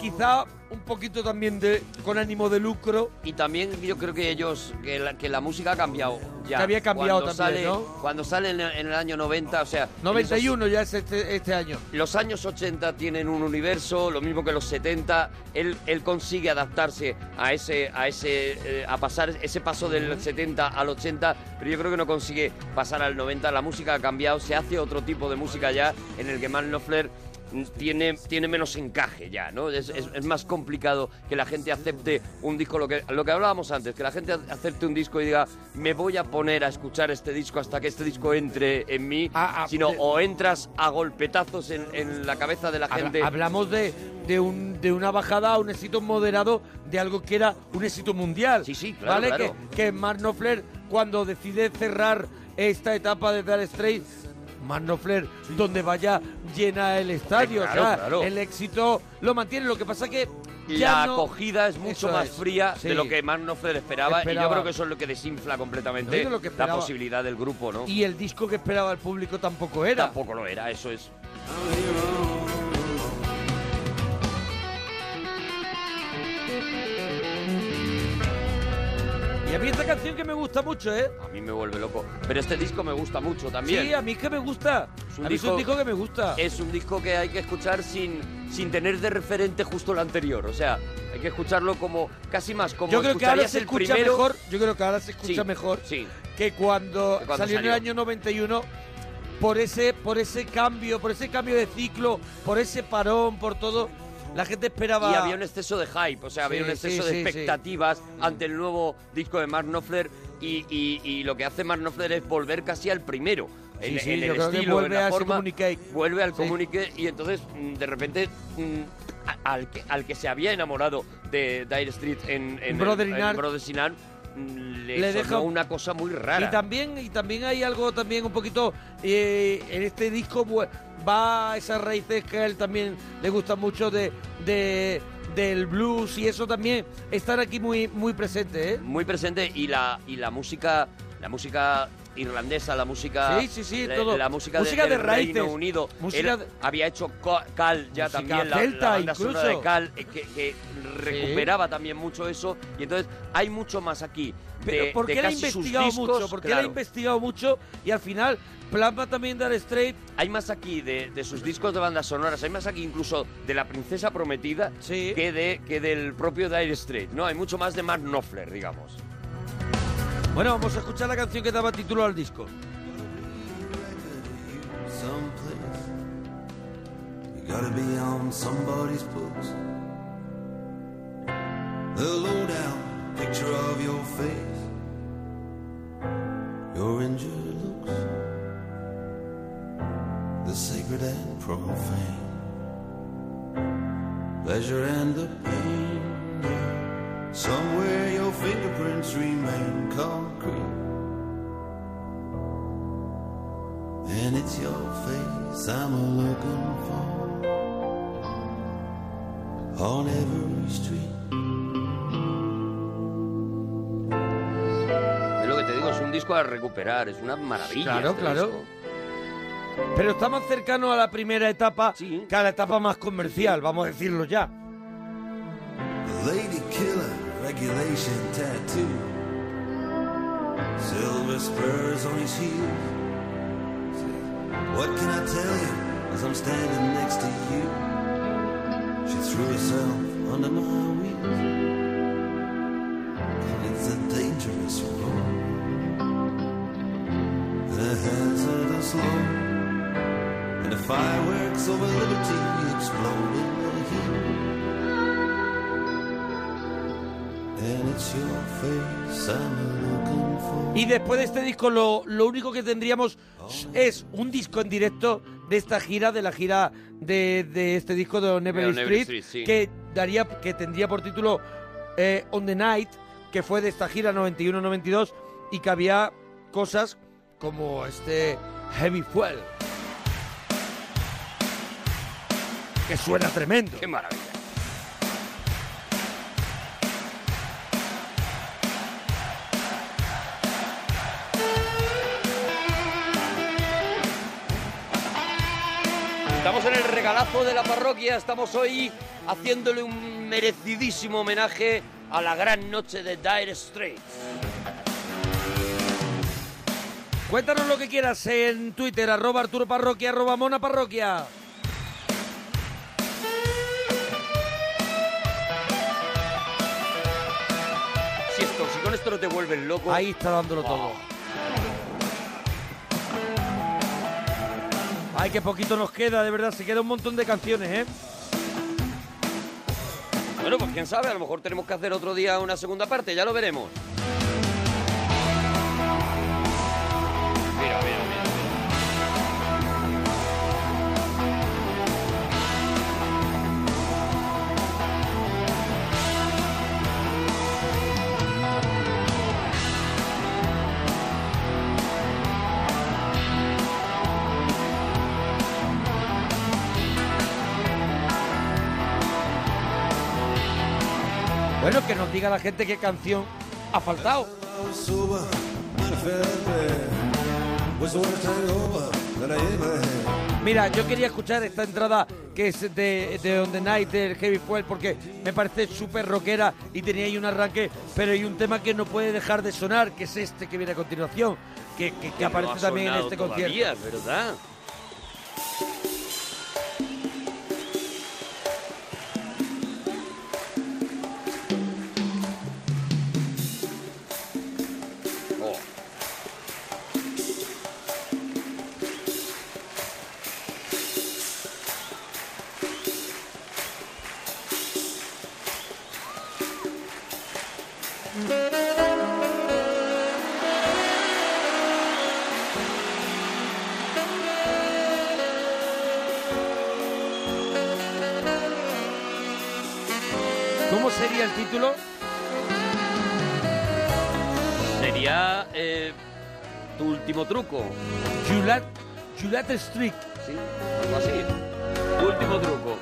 Speaker 3: quizá un poquito también de con ánimo de lucro
Speaker 5: y también yo creo que ellos que la, que la música ha cambiado ya
Speaker 3: Que había cambiado
Speaker 5: Cuando
Speaker 3: también,
Speaker 5: sale-
Speaker 3: ¿no?
Speaker 5: cuando sale en el, en el año 90 o sea en
Speaker 3: 91 ya es este, este año
Speaker 5: esos- los años 80 tienen un universo lo mismo que los 70 él, él consigue adaptarse a ese a ese eh, a pasar ese paso del 70 al 80 pero yo creo que no consigue pasar al 90 la música ha cambiado se hace otro tipo de música ya en el que Man Lofler mm, tiene, tiene menos encaje ya, ¿no? Es, es- es más complicado que la gente acepte un disco, lo que, lo que hablábamos antes, que la gente acepte un disco y diga, me voy a poner a escuchar este disco hasta que este disco entre en mí, sino
Speaker 3: Ah, de-
Speaker 5: o entras a golpetazos en, en la cabeza de la
Speaker 3: Habla-
Speaker 5: gente.
Speaker 3: hablamos de, de, un, de una bajada a un éxito moderado de algo que era un éxito mundial. Sí, sí,
Speaker 5: claro,
Speaker 3: ¿Vale?
Speaker 5: claro.
Speaker 3: Que, que Mark Knopfler, cuando decide cerrar esta etapa de Dire Straits, Mark Knopfler, donde vaya, llena el estadio.
Speaker 5: Eh, claro,
Speaker 3: o sea,
Speaker 5: claro.
Speaker 3: el éxito lo mantiene. Lo que pasa que.
Speaker 5: la
Speaker 3: ya no-
Speaker 5: acogida es mucho
Speaker 3: Eso
Speaker 5: más
Speaker 3: es,
Speaker 5: fría
Speaker 3: sí.
Speaker 5: de lo que Marnofer esperaba, y
Speaker 3: Esperaba.
Speaker 5: yo creo que eso es lo que desinfla
Speaker 3: No
Speaker 5: completamente
Speaker 3: digo lo que
Speaker 5: la
Speaker 3: esperaba.
Speaker 5: posibilidad del grupo, ¿no?
Speaker 3: Y el disco que esperaba el público tampoco era.
Speaker 5: Tampoco lo era, eso es.
Speaker 3: Y a mí esta canción que me gusta mucho, ¿eh?
Speaker 5: A mí me vuelve loco. Pero este disco me gusta mucho también.
Speaker 3: Sí, a mí es que me gusta. a mí es un disco que me gusta.
Speaker 5: Es un disco que hay que escuchar sin, sin tener de referente justo el anterior. O sea, hay que escucharlo como casi más como
Speaker 3: Yo creo que ahora
Speaker 5: escucharías
Speaker 3: se
Speaker 5: el
Speaker 3: escucha
Speaker 5: primero.
Speaker 3: mejor. Yo creo que ahora se escucha
Speaker 5: Sí,
Speaker 3: mejor
Speaker 5: sí.
Speaker 3: que cuando,
Speaker 5: Que cuando
Speaker 3: salió, en el
Speaker 5: salió.
Speaker 3: año 91 por ese por ese cambio, por ese cambio de ciclo, por ese parón, por todo. La gente esperaba
Speaker 5: Y había un exceso de hype, o sea, había
Speaker 3: Sí,
Speaker 5: un exceso
Speaker 3: sí,
Speaker 5: de
Speaker 3: sí, sí.
Speaker 5: expectativas ante el nuevo disco de Mark Knopfler y, y- y lo que hace Mark Knopfler es volver casi al primero.
Speaker 3: Sí,
Speaker 5: en,
Speaker 3: sí,
Speaker 5: en
Speaker 3: yo
Speaker 5: el
Speaker 3: creo que
Speaker 5: estilo,
Speaker 3: vuelve
Speaker 5: en la
Speaker 3: a ese
Speaker 5: forma,
Speaker 3: comuniqué.
Speaker 5: Vuelve al
Speaker 3: Sí.
Speaker 5: comunique y entonces mm, de repente mm, a- al, que, al que se había enamorado de Dire Street en, en el-
Speaker 3: Brother in
Speaker 5: en
Speaker 3: Arms.
Speaker 5: Brother in Arms, mm, le,
Speaker 3: Le
Speaker 5: sonó
Speaker 3: deja-
Speaker 5: una cosa muy rara.
Speaker 3: Y también, y también hay algo también un poquito eh, en este disco bu- va a esas raíces que a él también le gusta mucho de, de- del blues y eso también estar aquí muy muy presente, ¿eh?
Speaker 5: muy presente y la y la música la música irlandesa la música
Speaker 3: Sí, sí, sí,
Speaker 5: la,
Speaker 3: todo.
Speaker 5: la música,
Speaker 3: Música de
Speaker 5: del
Speaker 3: raíces.
Speaker 5: Reino Unido
Speaker 3: Música
Speaker 5: Él
Speaker 3: de-
Speaker 5: había hecho Co- Cal ya
Speaker 3: Música
Speaker 5: también la,
Speaker 3: celta,
Speaker 5: la banda sonora
Speaker 3: incluso.
Speaker 5: de Cal eh, que, que recuperaba también mucho eso y entonces hay mucho más aquí de,
Speaker 3: Pero porque
Speaker 5: de
Speaker 3: él ha
Speaker 5: casi sus
Speaker 3: investigado
Speaker 5: discos,
Speaker 3: mucho, porque él ha
Speaker 5: claro.
Speaker 3: investigado mucho y al final plasma también Dar Straight.
Speaker 5: Hay más aquí de, de sus discos de bandas sonoras, hay más aquí incluso de La Princesa Prometida que, de, que del propio Dire Straits, ¿no? Hay mucho más de Mark Knopfler, digamos.
Speaker 3: Bueno, vamos a escuchar la canción que daba título al disco.
Speaker 19: someplace. You gotta be on somebody's books. The lowdown picture of your face, your injured looks, the sacred and profane, pleasure and the pain. Somewhere your fingerprints remain concrete. And it's your face I'm a looking for on every street.
Speaker 5: Es lo que te digo, es un disco a recuperar, es una maravilla.
Speaker 3: Claro,
Speaker 5: este
Speaker 3: claro.
Speaker 5: disco.
Speaker 3: Pero está más cercano a la primera etapa que a la etapa más comercial, vamos a decirlo ya.
Speaker 19: Lady killer regulation tattoo. Silver spurs on his heels. What can I tell you as I'm standing next to you? She threw herself under my wheels. And it's a dangerous road. The hazard are slow. And the fireworks over liberty explode in the heat. And it's your face I'm looking for.
Speaker 3: Y después de este disco lo, lo único que tendríamos es un disco en directo de esta gira, de la gira de, de este disco de On Every
Speaker 5: De On Every
Speaker 3: Street,
Speaker 5: Street, sí.
Speaker 3: que daría, que tendría por título eh, On the Night, que fue de esta gira 91-92 y que había cosas como este Heavy Fuel. Que suena tremendo.
Speaker 5: Qué maravilla. Estamos en el regalazo de la parroquia, estamos hoy haciéndole un merecidísimo homenaje a la gran noche de Dire Straits.
Speaker 3: Cuéntanos lo que quieras en Twitter, arroba Arturo Parroquia, arroba Mona Parroquia.
Speaker 5: Si, esto, si con esto no te vuelves loco...
Speaker 3: Ahí está dándolo todo. Ay, qué poquito nos queda, de verdad, se queda un montón de canciones, ¿eh?
Speaker 5: Bueno, pues quién sabe, a lo mejor tenemos que hacer otro día una segunda parte, ya lo veremos. Mira, mira, mira.
Speaker 3: Bueno, que nos diga la gente qué canción ha faltado.
Speaker 19: I was sober when I fell bad. Was the worst hangover that I ever had.
Speaker 3: Mira, yo quería escuchar esta entrada que es de, de On The Night, del Heavy Fuel, porque me parece súper rockera y tenía ahí un arranque, pero hay un tema que no puede dejar de sonar, que es este que viene a continuación, que, que- que
Speaker 5: no
Speaker 3: aparece
Speaker 5: ha
Speaker 3: también en
Speaker 5: sonado
Speaker 3: este
Speaker 5: todavía,
Speaker 3: concierto.
Speaker 5: es ¿verdad? Oh.
Speaker 3: ¿Cómo sería el título?
Speaker 5: Sería eh, tu último truco.
Speaker 3: Julat, Julat Street.
Speaker 5: Sí, algo así. Tu último truco.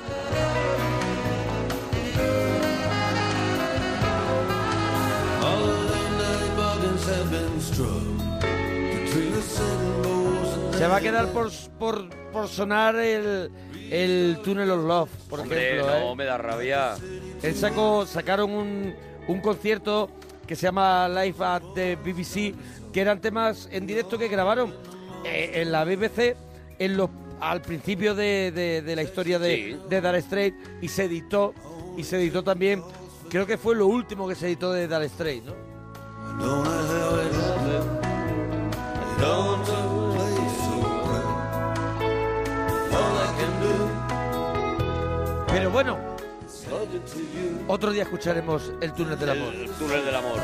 Speaker 19: All the night bargains have been struck between the symbols and
Speaker 3: Se va a quedar por, por, por sonar el, el Tunnel of Love, por
Speaker 5: Hombre,
Speaker 3: ejemplo.
Speaker 5: no,
Speaker 3: ¿eh?
Speaker 5: me da rabia.
Speaker 3: Él sacó, sacaron un, un concierto que se llama Live at the BBC, que eran temas en directo que grabaron eh, en la BBC en los, al principio de, de- de la historia de, de Dire Straits y se editó, y se editó también, creo que fue lo último que se editó de Dire Straits, ¿no?
Speaker 19: it all took place so well. All I can do
Speaker 3: Pero bueno,
Speaker 19: is hug it to you.
Speaker 3: otro día escucharemos el túnel del amor.
Speaker 5: El túnel del amor.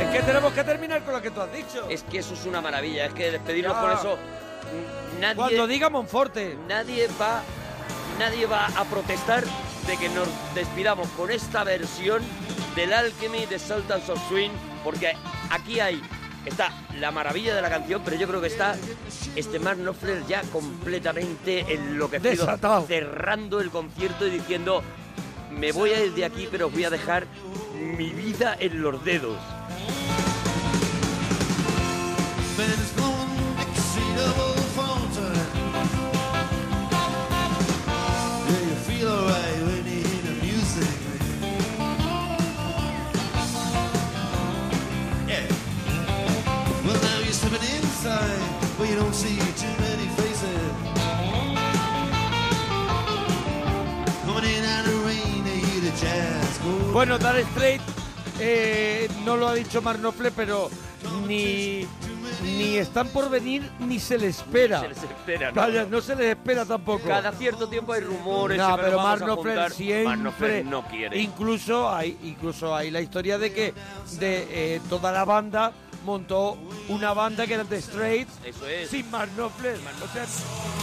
Speaker 3: Es que tenemos que terminar con lo que tú has dicho.
Speaker 5: Es que eso es una maravilla. Es que despedirnos
Speaker 3: Ya.
Speaker 5: con eso. Nadie,
Speaker 3: Cuando diga Monforte.
Speaker 5: Nadie va, nadie va a protestar de que nos despidamos con esta versión del Alchemy de Sultans of Swing, porque aquí hay. Está la maravilla de la canción, pero yo creo que está este Mark Knopfler ya completamente enloquecido,
Speaker 3: Desatado.
Speaker 5: cerrando el concierto y diciendo: Me voy a ir de aquí, pero os voy a dejar mi vida en los dedos.
Speaker 19: Man's going Dixie double phone time. Yeah, you feel alright when you hear the music. Yeah. Well, now you're stepping inside, but you don't see too many faces. Coming in out of rain, they hear the jazz go.
Speaker 3: Bueno, Dar Straight eh, no lo ha dicho Mark Knopfler, pero ni, ni están por venir ni se les espera.
Speaker 5: Se les espera, ¿no?
Speaker 3: Vaya, no se les espera tampoco.
Speaker 5: Cada cierto tiempo hay rumores.
Speaker 3: No,
Speaker 5: y nos
Speaker 3: pero
Speaker 5: vamos
Speaker 3: Mark
Speaker 5: a
Speaker 3: Knopfler
Speaker 5: juntar.
Speaker 3: siempre.
Speaker 5: Mark Knopfler no quiere.
Speaker 3: Incluso hay, incluso hay la historia de que de eh, toda la banda montó una banda que era The Straits
Speaker 5: Eso es.
Speaker 3: sin Mark Knopfler. O sea,